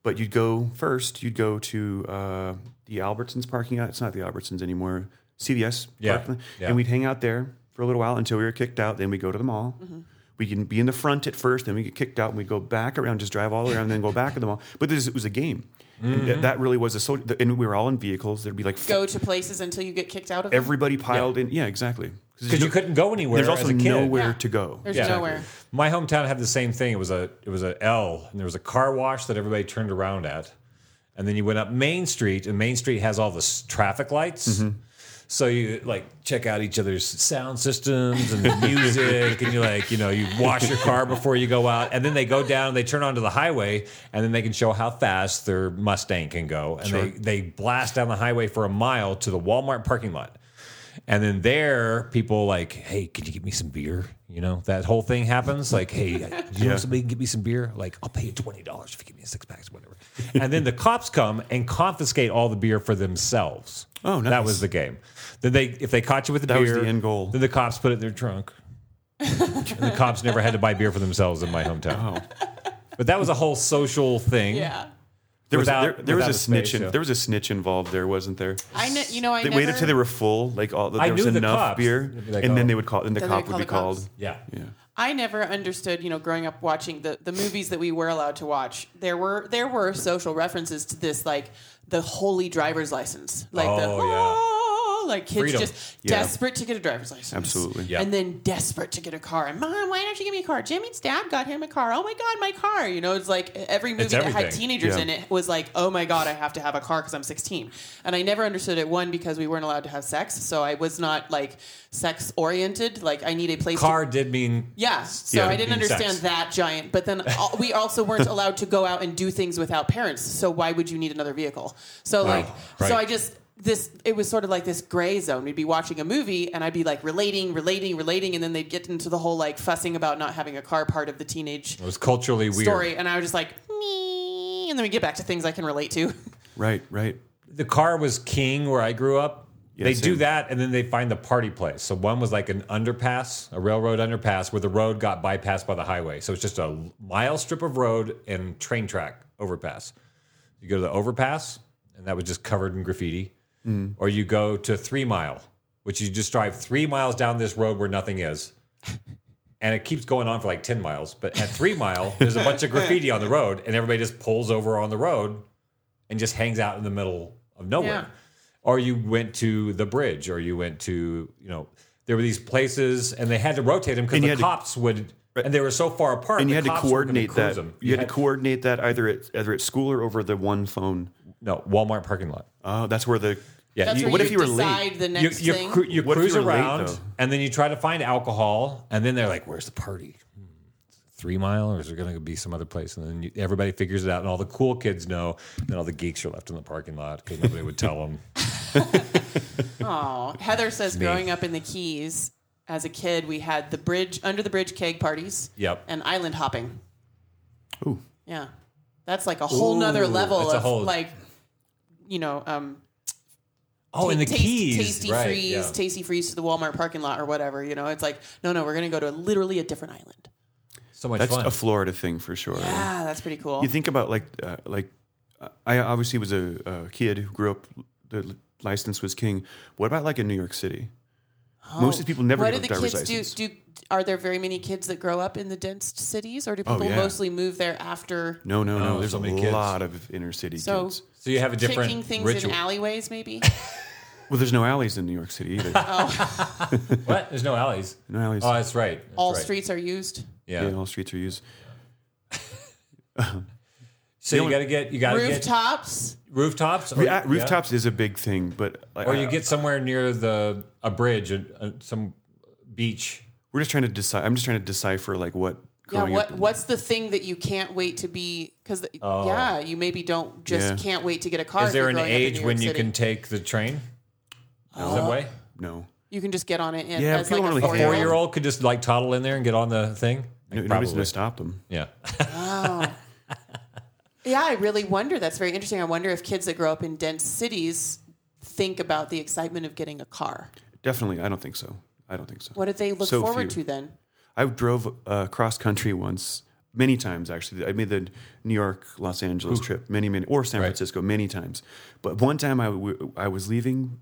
[SPEAKER 7] but you'd go first. You'd go to uh, the Albertsons parking lot. It's not the Albertsons anymore. CVS.
[SPEAKER 12] Yeah,
[SPEAKER 7] parking lot.
[SPEAKER 12] yeah.
[SPEAKER 7] And we'd hang out there for a little while until we were kicked out. Then we go to the mall. We can be in the front at first, then we get kicked out, and we go back around, just drive all around, and then go back to the mall. But this, it was a game. And
[SPEAKER 12] Mm-hmm.
[SPEAKER 7] that, that really was a social. And we were all in vehicles. There'd be like
[SPEAKER 11] Go to places until you get kicked out of them.
[SPEAKER 7] everybody piled in. Yeah, exactly.
[SPEAKER 12] because you couldn't go anywhere.
[SPEAKER 7] There's also
[SPEAKER 12] as a kid.
[SPEAKER 7] nowhere
[SPEAKER 11] Yeah.
[SPEAKER 7] to go.
[SPEAKER 11] There's
[SPEAKER 12] Yeah.
[SPEAKER 11] nowhere.
[SPEAKER 12] My hometown had the same thing. It was a it was a L, and there was a car wash that everybody turned around at, and then you went up Main Street, and Main Street has all the s- traffic lights. So you like check out each other's sound systems and the music, and you like you know you wash your car before you go out, and then they go down, they turn onto the highway, and then they can show how fast their Mustang can go, and they they blast down the highway for a mile to the Walmart parking lot. And then there, people like, hey, can you get me some beer? You know, that whole thing happens. Like, hey, do you know somebody can get me some beer? Like, I'll pay you twenty dollars if you give me a six packs, whatever. and then the cops come and confiscate all the beer for themselves.
[SPEAKER 7] Oh,
[SPEAKER 12] that
[SPEAKER 7] nice.
[SPEAKER 12] was the game. Then they, if they caught you with the
[SPEAKER 7] That was
[SPEAKER 12] beer,
[SPEAKER 7] the end goal.
[SPEAKER 12] Then the cops put it in their trunk. and the cops never had to buy beer for themselves in my hometown.
[SPEAKER 7] Oh.
[SPEAKER 12] But that was a whole social thing.
[SPEAKER 11] Yeah.
[SPEAKER 7] There was
[SPEAKER 12] Without-
[SPEAKER 7] there, there was
[SPEAKER 12] without
[SPEAKER 7] a
[SPEAKER 12] a
[SPEAKER 7] snitch.
[SPEAKER 12] space,
[SPEAKER 7] in-
[SPEAKER 12] yeah.
[SPEAKER 7] There was a snitch involved. There wasn't there.
[SPEAKER 11] I kn- you know I
[SPEAKER 7] they
[SPEAKER 11] never,
[SPEAKER 7] waited till they were full, like all there
[SPEAKER 12] I
[SPEAKER 7] was
[SPEAKER 12] knew the
[SPEAKER 7] enough
[SPEAKER 12] cops.
[SPEAKER 7] beer,
[SPEAKER 12] They'd be like,
[SPEAKER 7] and then
[SPEAKER 12] "Oh."
[SPEAKER 7] they would call, and the
[SPEAKER 11] Then
[SPEAKER 7] cop
[SPEAKER 11] they'd
[SPEAKER 7] would be
[SPEAKER 11] call the
[SPEAKER 7] called.
[SPEAKER 11] cops.
[SPEAKER 12] Yeah.
[SPEAKER 7] Yeah,
[SPEAKER 11] I never understood, you know, growing up watching the, the movies that we were allowed to watch. There were there were social references to this, like the holy driver's license, like the
[SPEAKER 12] Oh, yeah.
[SPEAKER 11] "Oh," like kids
[SPEAKER 12] Freedom.
[SPEAKER 11] just
[SPEAKER 7] Yeah.
[SPEAKER 11] desperate to get a driver's license,
[SPEAKER 7] absolutely.
[SPEAKER 12] Yeah.
[SPEAKER 11] and then desperate to get a car. And mom, why don't you give me a car? Jimmy's dad got him a car. Oh my god, my car! You know, it's like e, every movie that had
[SPEAKER 12] everything.
[SPEAKER 11] teenagers
[SPEAKER 7] Yeah.
[SPEAKER 11] in it was like, oh my god, I have to have a car because I'm 16. And I never understood it one because we weren't allowed to have sex, so I was not like sex oriented. Like I need a place. to
[SPEAKER 12] Car did mean
[SPEAKER 11] yeah. So
[SPEAKER 12] Yeah,
[SPEAKER 11] I didn't
[SPEAKER 12] being
[SPEAKER 11] understand
[SPEAKER 12] sex.
[SPEAKER 11] that giant. But then al- we also weren't allowed to go out and do things without parents. So why would you need another vehicle? So like,
[SPEAKER 12] right.
[SPEAKER 11] so I just this it was sort of like this gray zone. We'd be watching a movie and I'd be like relating, relating, relating, and then they'd get into the whole like fussing about not having a car part of the teenage
[SPEAKER 12] it was culturally weird.
[SPEAKER 11] story. And I was just like, me, and then we get back to things I can relate to.
[SPEAKER 7] Right, right.
[SPEAKER 12] the car was king where I grew up.
[SPEAKER 7] Yeah,
[SPEAKER 12] they
[SPEAKER 7] same.
[SPEAKER 12] do that, and then they find the party place. So one was like an underpass, a railroad underpass, where the road got bypassed by the highway. So it's just a mile strip of road and train track overpass. You go to the overpass, and that was just covered in graffiti.
[SPEAKER 7] Mm.
[SPEAKER 12] Or you go to Three Mile, which you just drive three miles down this road where nothing is. And it keeps going on for like 10 miles. But at Three Mile, there's a bunch of graffiti on the road, and everybody just pulls over on the road and just hangs out in the middle of nowhere.
[SPEAKER 11] Yeah.
[SPEAKER 12] Or you went to the bridge, or you went to, you know, there were these places, and they had to rotate them because
[SPEAKER 7] And you
[SPEAKER 12] the
[SPEAKER 7] had to-
[SPEAKER 12] cops would, and they were so far apart.
[SPEAKER 7] And you
[SPEAKER 12] the
[SPEAKER 7] had to
[SPEAKER 12] cops were gonna
[SPEAKER 7] coordinate
[SPEAKER 12] cruise
[SPEAKER 7] that.
[SPEAKER 12] them.
[SPEAKER 7] You, had, to coordinate that either at either at school or over the one phone.
[SPEAKER 12] no Walmart parking lot.
[SPEAKER 7] Oh, that's where the
[SPEAKER 12] Yeah,
[SPEAKER 11] That's
[SPEAKER 12] you-
[SPEAKER 11] where
[SPEAKER 7] what
[SPEAKER 11] you,
[SPEAKER 7] if you were late?
[SPEAKER 11] decide the
[SPEAKER 12] you,
[SPEAKER 11] next
[SPEAKER 12] you,
[SPEAKER 11] thing.
[SPEAKER 12] cru- you
[SPEAKER 7] What if
[SPEAKER 12] cruise
[SPEAKER 7] you were late,
[SPEAKER 12] around
[SPEAKER 7] though?
[SPEAKER 12] and then you try to find alcohol and then they're like where's the party Hmm, three mile or is there going to be some other place and then you, everybody figures it out and all the cool kids know and then all the geeks are left in the parking lot because nobody would tell them
[SPEAKER 11] Oh, Heather says growing up in the Keys as a kid, we had the bridge under the bridge keg parties.
[SPEAKER 12] Yep.
[SPEAKER 11] And island hopping.
[SPEAKER 7] Ooh.
[SPEAKER 11] Yeah, that's like a whole nother level
[SPEAKER 12] that's a
[SPEAKER 11] of
[SPEAKER 12] whole-
[SPEAKER 11] like, you know, um,
[SPEAKER 12] oh in the
[SPEAKER 11] taste-
[SPEAKER 12] keys
[SPEAKER 11] tasty
[SPEAKER 12] right,
[SPEAKER 11] freeze,
[SPEAKER 12] yeah.
[SPEAKER 11] tasty freeze to the Walmart parking lot or whatever. You know, it's like, no, no, we're gonna go to literally a different island.
[SPEAKER 12] so much
[SPEAKER 7] that's
[SPEAKER 12] fun
[SPEAKER 7] a Florida thing for sure.
[SPEAKER 11] Ah, that's pretty cool.
[SPEAKER 7] You think about like uh, like uh, I obviously was a, a kid who grew up. The l- license was king. What about like in New York City? Most of the people never
[SPEAKER 11] Oh. what
[SPEAKER 7] get
[SPEAKER 11] do
[SPEAKER 7] a
[SPEAKER 11] the
[SPEAKER 7] driver's
[SPEAKER 11] kids
[SPEAKER 7] license.
[SPEAKER 11] do? Do are there very many kids that grow up in the dense cities, or do
[SPEAKER 7] Oh,
[SPEAKER 11] people
[SPEAKER 7] yeah.
[SPEAKER 11] mostly move there after?
[SPEAKER 7] no, no, no.
[SPEAKER 12] Oh,
[SPEAKER 7] There's
[SPEAKER 12] so
[SPEAKER 7] a
[SPEAKER 12] many kids.
[SPEAKER 7] lot of inner city
[SPEAKER 11] So-
[SPEAKER 7] kids.
[SPEAKER 12] so you have a
[SPEAKER 11] Kicking
[SPEAKER 12] different
[SPEAKER 11] things
[SPEAKER 12] ritual
[SPEAKER 11] in alleyways, maybe.
[SPEAKER 7] Well, there's no alleys in New York City either.
[SPEAKER 12] what there's no alleys
[SPEAKER 7] No alleys.
[SPEAKER 12] oh that's right That's
[SPEAKER 11] All
[SPEAKER 12] right.
[SPEAKER 11] streets are used.
[SPEAKER 12] yeah,
[SPEAKER 7] yeah. all streets are used.
[SPEAKER 12] so you got to get you got to get
[SPEAKER 11] Rooftops.
[SPEAKER 12] rooftops or,
[SPEAKER 7] Yeah,
[SPEAKER 12] yeah.
[SPEAKER 7] rooftops is a big thing, but like,
[SPEAKER 12] or you get somewhere near the a bridge and uh, some beach
[SPEAKER 7] we're just trying to decide. I'm just trying to decipher like what.
[SPEAKER 11] Yeah,
[SPEAKER 7] Growing
[SPEAKER 11] what
[SPEAKER 7] up,
[SPEAKER 11] what's the thing that you can't wait to be? Because yeah, you maybe don't just
[SPEAKER 7] Oh. Yeah.
[SPEAKER 11] can't wait to get a car.
[SPEAKER 12] Is
[SPEAKER 11] if you're
[SPEAKER 12] there an
[SPEAKER 11] growing up in
[SPEAKER 12] age
[SPEAKER 11] New
[SPEAKER 12] when
[SPEAKER 11] York
[SPEAKER 12] you
[SPEAKER 11] City.
[SPEAKER 12] can take the train? Subway?
[SPEAKER 7] No,
[SPEAKER 11] you can just get on it? And,
[SPEAKER 7] Yeah,
[SPEAKER 11] as
[SPEAKER 7] people
[SPEAKER 11] like
[SPEAKER 12] A
[SPEAKER 7] don't really
[SPEAKER 11] a
[SPEAKER 7] care.
[SPEAKER 11] four year old.
[SPEAKER 12] four-year-old could just like toddle in there and get on the thing.
[SPEAKER 7] no
[SPEAKER 12] Like,
[SPEAKER 7] nobody's
[SPEAKER 12] probably.
[SPEAKER 7] gonna stop them.
[SPEAKER 12] Yeah,
[SPEAKER 11] Yeah, I really wonder. That's very interesting. I wonder if kids that grow up in dense cities think about the excitement of getting a car.
[SPEAKER 7] Definitely, I don't think so. I don't think so.
[SPEAKER 11] What do they look
[SPEAKER 7] So
[SPEAKER 11] forward
[SPEAKER 7] few.
[SPEAKER 11] to then?
[SPEAKER 7] I drove uh, cross country once many times actually. I made the New York, Los Angeles trip many, many, or San Francisco many times. But one time I, w- I was leaving,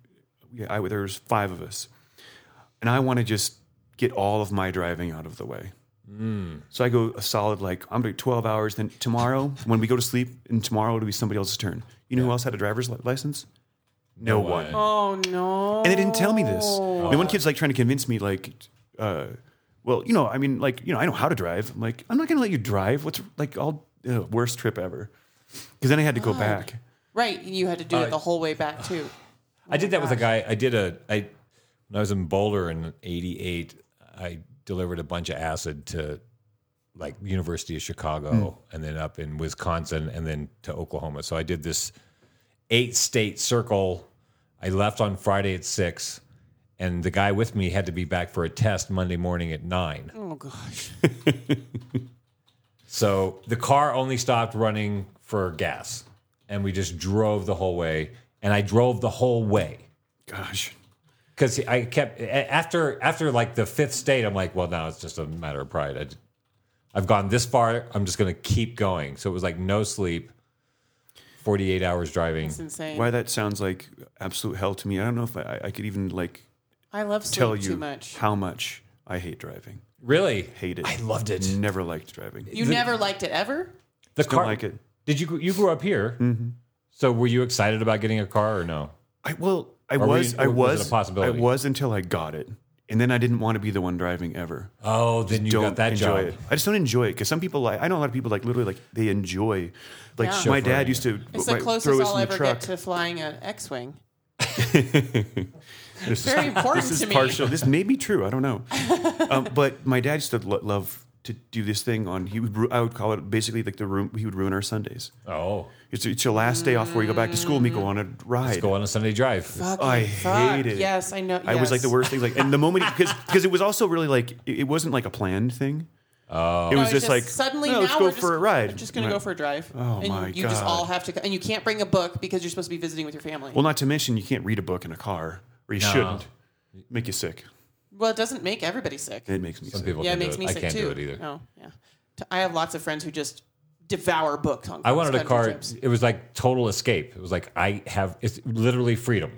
[SPEAKER 7] yeah, I, there was five of us, and I want to just get all of my driving out of the way. So I go a solid like I'm gonna do 12 hours. Then tomorrow, when we go to sleep, and tomorrow it'll be somebody else's turn. You know who else had a driver's li- license? No, one.
[SPEAKER 11] Oh no!
[SPEAKER 7] And they didn't tell me this. And one kid's like trying to convince me, like, uh, well, you know, I mean, like, you know, I know how to drive. I'm like, I'm not gonna let you drive. What's like all uh, worst trip ever? Because then I had to go back.
[SPEAKER 11] Right, you had to do it the whole way back too.
[SPEAKER 12] I did
[SPEAKER 11] Oh
[SPEAKER 12] that with a guy. I did a I when I was in Boulder in '88. I delivered a bunch of acid to like University of Chicago,
[SPEAKER 7] Hmm.
[SPEAKER 12] and then up in Wisconsin, and then to Oklahoma. So I did this eight state circle. I left on Friday at six, and the guy with me had to be back for a test Monday morning at nine.
[SPEAKER 11] Oh gosh.
[SPEAKER 12] So the car only stopped running for gas, and we just drove the whole way. And I drove the whole way.
[SPEAKER 7] Gosh,
[SPEAKER 12] because I kept a- after after like the fifth state, I'm like, well, now it's just a matter of pride. I, have gone this far. I'm just gonna keep going. So it was like no sleep, 48 hours driving.
[SPEAKER 11] It's insane.
[SPEAKER 7] why that sounds like absolute hell to me. I don't know if I, I could even like
[SPEAKER 11] I love sleep
[SPEAKER 7] tell you
[SPEAKER 11] too much.
[SPEAKER 7] how much I hate driving.
[SPEAKER 12] Really,
[SPEAKER 7] Hate it.
[SPEAKER 12] I loved it.
[SPEAKER 7] Never liked driving.
[SPEAKER 11] you never liked it ever?
[SPEAKER 12] The
[SPEAKER 7] Don't like it. Mm-hmm.
[SPEAKER 12] Did you you grew up here? So were you excited about getting a car or no?
[SPEAKER 7] I well, I
[SPEAKER 12] Or were
[SPEAKER 7] was,
[SPEAKER 12] you-
[SPEAKER 7] I
[SPEAKER 12] or was it
[SPEAKER 7] was,
[SPEAKER 12] a possibility?
[SPEAKER 7] I was until I got it, and then I didn't want to be the one driving ever.
[SPEAKER 12] Oh, then you
[SPEAKER 7] don't
[SPEAKER 12] got that
[SPEAKER 7] enjoy
[SPEAKER 12] job.
[SPEAKER 7] it. I just don't enjoy it because some people like I know a lot of people like literally like they enjoy like
[SPEAKER 11] Yeah.
[SPEAKER 7] my dad used to
[SPEAKER 11] It's
[SPEAKER 7] my-
[SPEAKER 11] the closest
[SPEAKER 7] throw us
[SPEAKER 11] I'll
[SPEAKER 7] in
[SPEAKER 11] ever
[SPEAKER 7] the truck.
[SPEAKER 11] get to flying an X-wing.
[SPEAKER 7] this
[SPEAKER 11] Very important
[SPEAKER 7] this is
[SPEAKER 11] to me.
[SPEAKER 7] partial. This may be true. I don't know. um, but my dad used to lo- love to do this thing on. He would ru- I would call it basically like the room. He would ruin our Sundays.
[SPEAKER 12] Oh,
[SPEAKER 7] It's, it's your last day off where you go back to school and we go on a
[SPEAKER 11] Mm.
[SPEAKER 7] ride.
[SPEAKER 12] let's go on a Sunday drive.
[SPEAKER 7] I
[SPEAKER 11] Fuck,
[SPEAKER 7] hate it.
[SPEAKER 11] Yes, I know.
[SPEAKER 7] I was like
[SPEAKER 11] yes.
[SPEAKER 7] the worst thing. Like, and the moment because because it was also really like it, it wasn't like a planned thing. Oh, it
[SPEAKER 11] No,
[SPEAKER 7] was
[SPEAKER 11] it's
[SPEAKER 7] just like
[SPEAKER 11] suddenly
[SPEAKER 7] no,
[SPEAKER 11] now
[SPEAKER 7] let's go
[SPEAKER 11] we're
[SPEAKER 7] for
[SPEAKER 11] just,
[SPEAKER 7] a ride.
[SPEAKER 11] we're Just gonna
[SPEAKER 7] Right.
[SPEAKER 11] go for a drive.
[SPEAKER 7] Oh,
[SPEAKER 11] and
[SPEAKER 7] my
[SPEAKER 11] you just
[SPEAKER 7] God.
[SPEAKER 11] all have to, co- and you can't bring a book because you're supposed to be visiting with your family.
[SPEAKER 7] Well,
[SPEAKER 11] Well,
[SPEAKER 7] not to mention you can't read a book in a car, or you shouldn't. Make you sick.
[SPEAKER 11] it doesn't make everybody sick.
[SPEAKER 7] It makes me
[SPEAKER 12] Some
[SPEAKER 7] sick.
[SPEAKER 12] people
[SPEAKER 11] yeah, it
[SPEAKER 12] can do
[SPEAKER 11] makes me
[SPEAKER 12] I
[SPEAKER 11] sick
[SPEAKER 12] can't
[SPEAKER 11] too.
[SPEAKER 12] do it either.
[SPEAKER 11] Oh, yeah. T- I have lots of friends who just devour books on.
[SPEAKER 12] I wanted a
[SPEAKER 11] country
[SPEAKER 12] car.
[SPEAKER 11] trips.
[SPEAKER 12] It was like total escape. It was like I have it's literally freedom.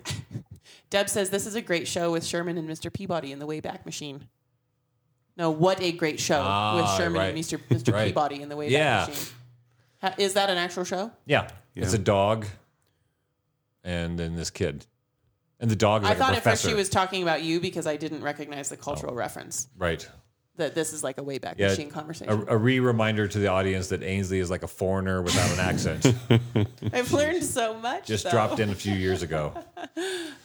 [SPEAKER 11] Deb says this is a great show with Sherman and Mr. Peabody in the Wayback Machine. No, what a great show
[SPEAKER 12] Ah,
[SPEAKER 11] with Sherman
[SPEAKER 12] right.
[SPEAKER 11] and Mr. Mr.
[SPEAKER 12] Right.
[SPEAKER 11] Peabody in the Wayback
[SPEAKER 12] Yeah.
[SPEAKER 11] Machine. Ha- Is that an actual show?
[SPEAKER 12] Yeah. It's a dog and then this kid. And the dog is
[SPEAKER 11] I
[SPEAKER 12] like
[SPEAKER 11] thought
[SPEAKER 12] a
[SPEAKER 11] at first
[SPEAKER 12] professor.
[SPEAKER 11] she was talking about you because I didn't recognize the cultural reference.
[SPEAKER 12] right.
[SPEAKER 11] That this is like a Wayback
[SPEAKER 12] Yeah.
[SPEAKER 11] Machine
[SPEAKER 12] A,
[SPEAKER 11] conversation.
[SPEAKER 12] a re reminder to the audience that Ainsley is like a foreigner without an accent.
[SPEAKER 11] I've learned so much.
[SPEAKER 12] Just
[SPEAKER 11] though.
[SPEAKER 12] dropped in a few years ago.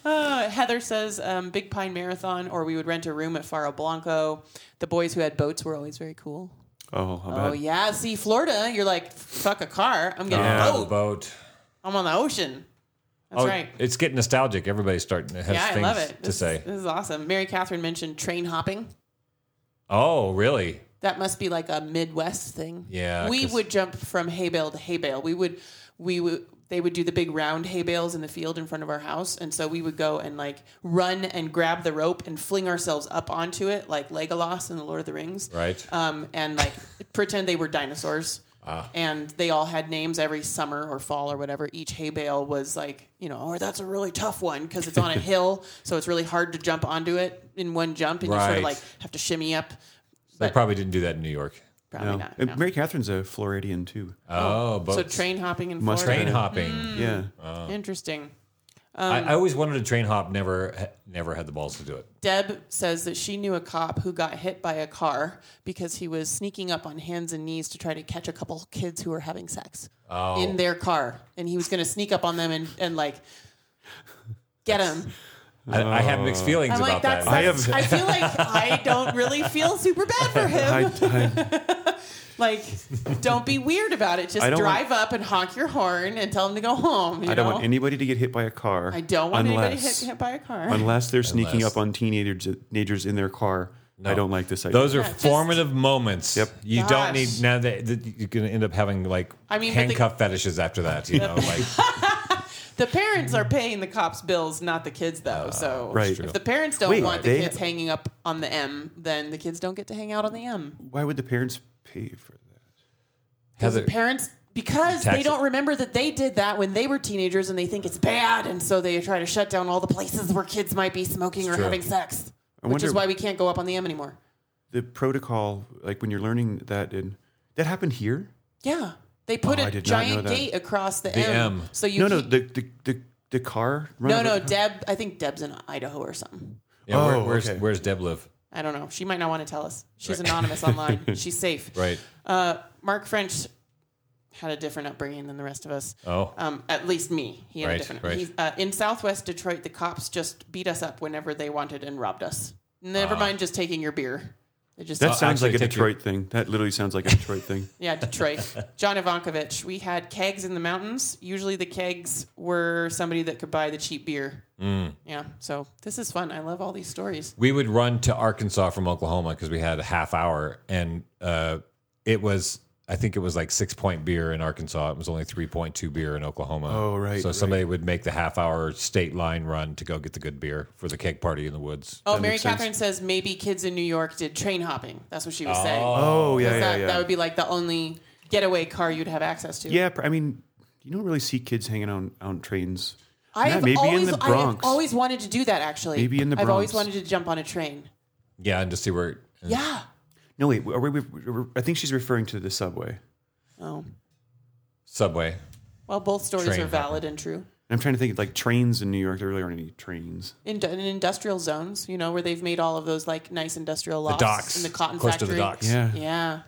[SPEAKER 11] Uh, Heather says um, Big Pine Marathon, or we would rent a room at Faro Blanco. The boys who had boats were always very cool.
[SPEAKER 7] Oh, how bad.
[SPEAKER 11] Oh yeah, see Florida, you're like fuck a car. I'm getting
[SPEAKER 12] Yeah.
[SPEAKER 11] a boat.
[SPEAKER 12] Boat.
[SPEAKER 11] I'm on the ocean. That's
[SPEAKER 12] oh,
[SPEAKER 11] right.
[SPEAKER 12] It's getting nostalgic. Everybody's starting to have
[SPEAKER 11] yeah, I
[SPEAKER 12] things
[SPEAKER 11] love it.
[SPEAKER 12] to
[SPEAKER 11] This, is-
[SPEAKER 12] say.
[SPEAKER 11] this is awesome. Mary Catherine mentioned train hopping.
[SPEAKER 12] Oh, really?
[SPEAKER 11] That must be like a Midwest thing.
[SPEAKER 12] Yeah,
[SPEAKER 11] we
[SPEAKER 12] 'cause-
[SPEAKER 11] would jump from hay bale to hay bale. We would, we would. They would do the big round hay bales in the field in front of our house, and so we would go and like run and grab the rope and fling ourselves up onto it like Legolas in the Lord of the Rings,
[SPEAKER 12] Right.
[SPEAKER 11] Um, and like pretend they were dinosaurs,
[SPEAKER 12] Ah.
[SPEAKER 11] and they all had names every summer or fall or whatever. Each hay bale was like, you know, or that's a really tough one because it's on a hill, so it's really hard to jump onto it in one jump, and you sort
[SPEAKER 12] Right.
[SPEAKER 11] of like have to shimmy up.
[SPEAKER 12] they
[SPEAKER 11] but-
[SPEAKER 12] probably didn't do that in New York.
[SPEAKER 11] Probably
[SPEAKER 7] No.
[SPEAKER 11] not.
[SPEAKER 7] And
[SPEAKER 11] no.
[SPEAKER 7] Mary Catherine's a Floridian too.
[SPEAKER 12] Oh, boats.
[SPEAKER 11] So train hopping in
[SPEAKER 7] Must
[SPEAKER 11] Florida.
[SPEAKER 12] train hopping.
[SPEAKER 7] yeah.
[SPEAKER 11] uh. Interesting.
[SPEAKER 12] I,
[SPEAKER 11] Um,
[SPEAKER 12] I always wanted to train hop. Never, ha- never had the balls to do it.
[SPEAKER 11] Deb says that she knew a cop who got hit by a car because he was sneaking up on hands and knees to try to catch a couple kids who were having sex
[SPEAKER 7] Oh.
[SPEAKER 11] in their car, and he was going to sneak up on them and, and like get them.
[SPEAKER 12] I, I have mixed
[SPEAKER 7] Oh.
[SPEAKER 12] feelings
[SPEAKER 11] I'm
[SPEAKER 12] about
[SPEAKER 11] like, that's.
[SPEAKER 12] that.
[SPEAKER 11] I, I feel like I don't really feel super bad for
[SPEAKER 7] I,
[SPEAKER 11] him.
[SPEAKER 7] I,
[SPEAKER 11] like, don't be weird about it. Just
[SPEAKER 7] I don't
[SPEAKER 11] drive up and honk your horn and tell him to go home. you
[SPEAKER 7] I don't
[SPEAKER 11] know?
[SPEAKER 7] want anybody to get hit by a car.
[SPEAKER 11] I don't want anybody hit,
[SPEAKER 7] unless,
[SPEAKER 11] hit by a car.
[SPEAKER 7] unless they're sneaking
[SPEAKER 12] Unless-
[SPEAKER 7] up on teenagers teenagers in their car. I don't like this idea.
[SPEAKER 12] Those are
[SPEAKER 11] Yeah, just-
[SPEAKER 12] formative moments.
[SPEAKER 7] Yep.
[SPEAKER 12] You
[SPEAKER 11] Gosh.
[SPEAKER 12] don't need now that, that you're going to end up having like
[SPEAKER 11] I mean, but the-
[SPEAKER 12] handcuff fetishes after that. You know, like
[SPEAKER 11] The parents are paying the cops' bills, not the kids, though. So
[SPEAKER 7] Uh, right.
[SPEAKER 11] if the parents don't
[SPEAKER 7] Wait,
[SPEAKER 11] want the
[SPEAKER 7] they-
[SPEAKER 11] kids hanging up on the M, then the kids don't get to hang out on the M.
[SPEAKER 7] Why would the parents pay for that?
[SPEAKER 11] Because
[SPEAKER 12] Heather-
[SPEAKER 11] parents, because
[SPEAKER 12] Tax
[SPEAKER 11] they
[SPEAKER 12] it.
[SPEAKER 11] don't remember that they did that when they were teenagers and they think it's bad. And so they try to shut down all the places where kids might be smoking or
[SPEAKER 12] true.
[SPEAKER 11] having sex,
[SPEAKER 7] I
[SPEAKER 11] which
[SPEAKER 7] wonder-
[SPEAKER 11] is why we can't go up on the M anymore.
[SPEAKER 7] The protocol, like when you're learning that, in, that happened here.
[SPEAKER 11] Yeah. They put
[SPEAKER 7] Oh, I
[SPEAKER 11] a
[SPEAKER 7] did not know
[SPEAKER 11] giant
[SPEAKER 7] that.
[SPEAKER 11] gate across the,
[SPEAKER 12] The
[SPEAKER 11] M,
[SPEAKER 12] M.
[SPEAKER 11] So you
[SPEAKER 7] no, no,
[SPEAKER 11] keep-
[SPEAKER 7] the the the, the car. run
[SPEAKER 11] no,
[SPEAKER 7] over
[SPEAKER 11] no,
[SPEAKER 7] the car?
[SPEAKER 11] Deb. I think Deb's in Idaho or something.
[SPEAKER 12] Yeah, where-
[SPEAKER 7] Oh,
[SPEAKER 12] where's,
[SPEAKER 7] okay.
[SPEAKER 12] where's Deb live?
[SPEAKER 11] I don't know. She might not want to tell us. She's anonymous online. She's safe.
[SPEAKER 12] Right.
[SPEAKER 11] Uh, Mark French had a different upbringing than the rest of us.
[SPEAKER 12] Oh.
[SPEAKER 11] Um, at least me. He had
[SPEAKER 12] Right,
[SPEAKER 11] a different.
[SPEAKER 12] right.
[SPEAKER 11] He, uh, in Southwest Detroit, the cops just beat us up whenever they wanted and robbed us. Never mind just taking your beer. They just
[SPEAKER 7] Ah. That
[SPEAKER 12] Well,
[SPEAKER 7] sounds like a
[SPEAKER 12] actually, take your-
[SPEAKER 7] Detroit thing. That literally sounds like a Detroit thing.
[SPEAKER 11] Yeah, Detroit. John Ivankovich. We had kegs in the mountains. Usually the kegs were somebody that could buy the cheap beer.
[SPEAKER 7] Mm.
[SPEAKER 11] Yeah. So this is fun. I love all these stories.
[SPEAKER 12] we would run to Arkansas from Oklahoma because we had a half hour, and uh, it was I think it was like six point beer in Arkansas. It was only three point two beer in Oklahoma.
[SPEAKER 7] Oh, right,
[SPEAKER 12] So
[SPEAKER 7] right.
[SPEAKER 12] somebody would make the half hour state line run to go get the good beer for the keg party in the woods.
[SPEAKER 11] Oh,
[SPEAKER 7] That
[SPEAKER 11] Mary
[SPEAKER 7] makes sense.
[SPEAKER 11] Catherine says maybe kids in New York did train hopping. That's what she was saying.
[SPEAKER 7] Oh yeah, yeah,
[SPEAKER 11] Because that,
[SPEAKER 7] yeah.
[SPEAKER 11] that would be like the only getaway car you'd have access to.
[SPEAKER 7] yeah, pr- I mean, you don't really see kids hanging on on trains.
[SPEAKER 11] I
[SPEAKER 7] Yeah,
[SPEAKER 11] have
[SPEAKER 7] maybe
[SPEAKER 11] always,
[SPEAKER 7] in the
[SPEAKER 11] I have
[SPEAKER 7] Bronx.
[SPEAKER 11] always wanted to do that actually.
[SPEAKER 7] Maybe in the
[SPEAKER 11] I've always
[SPEAKER 7] Bronx.
[SPEAKER 11] wanted to jump on a train.
[SPEAKER 12] Yeah, and to see where. uh,
[SPEAKER 11] Yeah.
[SPEAKER 7] No, wait. Are we, we- we- I think she's referring to the subway.
[SPEAKER 11] Oh.
[SPEAKER 12] Subway.
[SPEAKER 11] Well, both stories
[SPEAKER 12] Train
[SPEAKER 11] are valid and true.
[SPEAKER 7] I'm trying to think like trains in New York. There really aren't any trains.
[SPEAKER 11] In, in industrial zones, you know, where they've made all of those like nice industrial
[SPEAKER 12] The
[SPEAKER 11] lofts
[SPEAKER 12] docks.
[SPEAKER 11] and the cotton
[SPEAKER 12] Close
[SPEAKER 11] factory.
[SPEAKER 12] to the docks.
[SPEAKER 7] Yeah,
[SPEAKER 11] Yeah.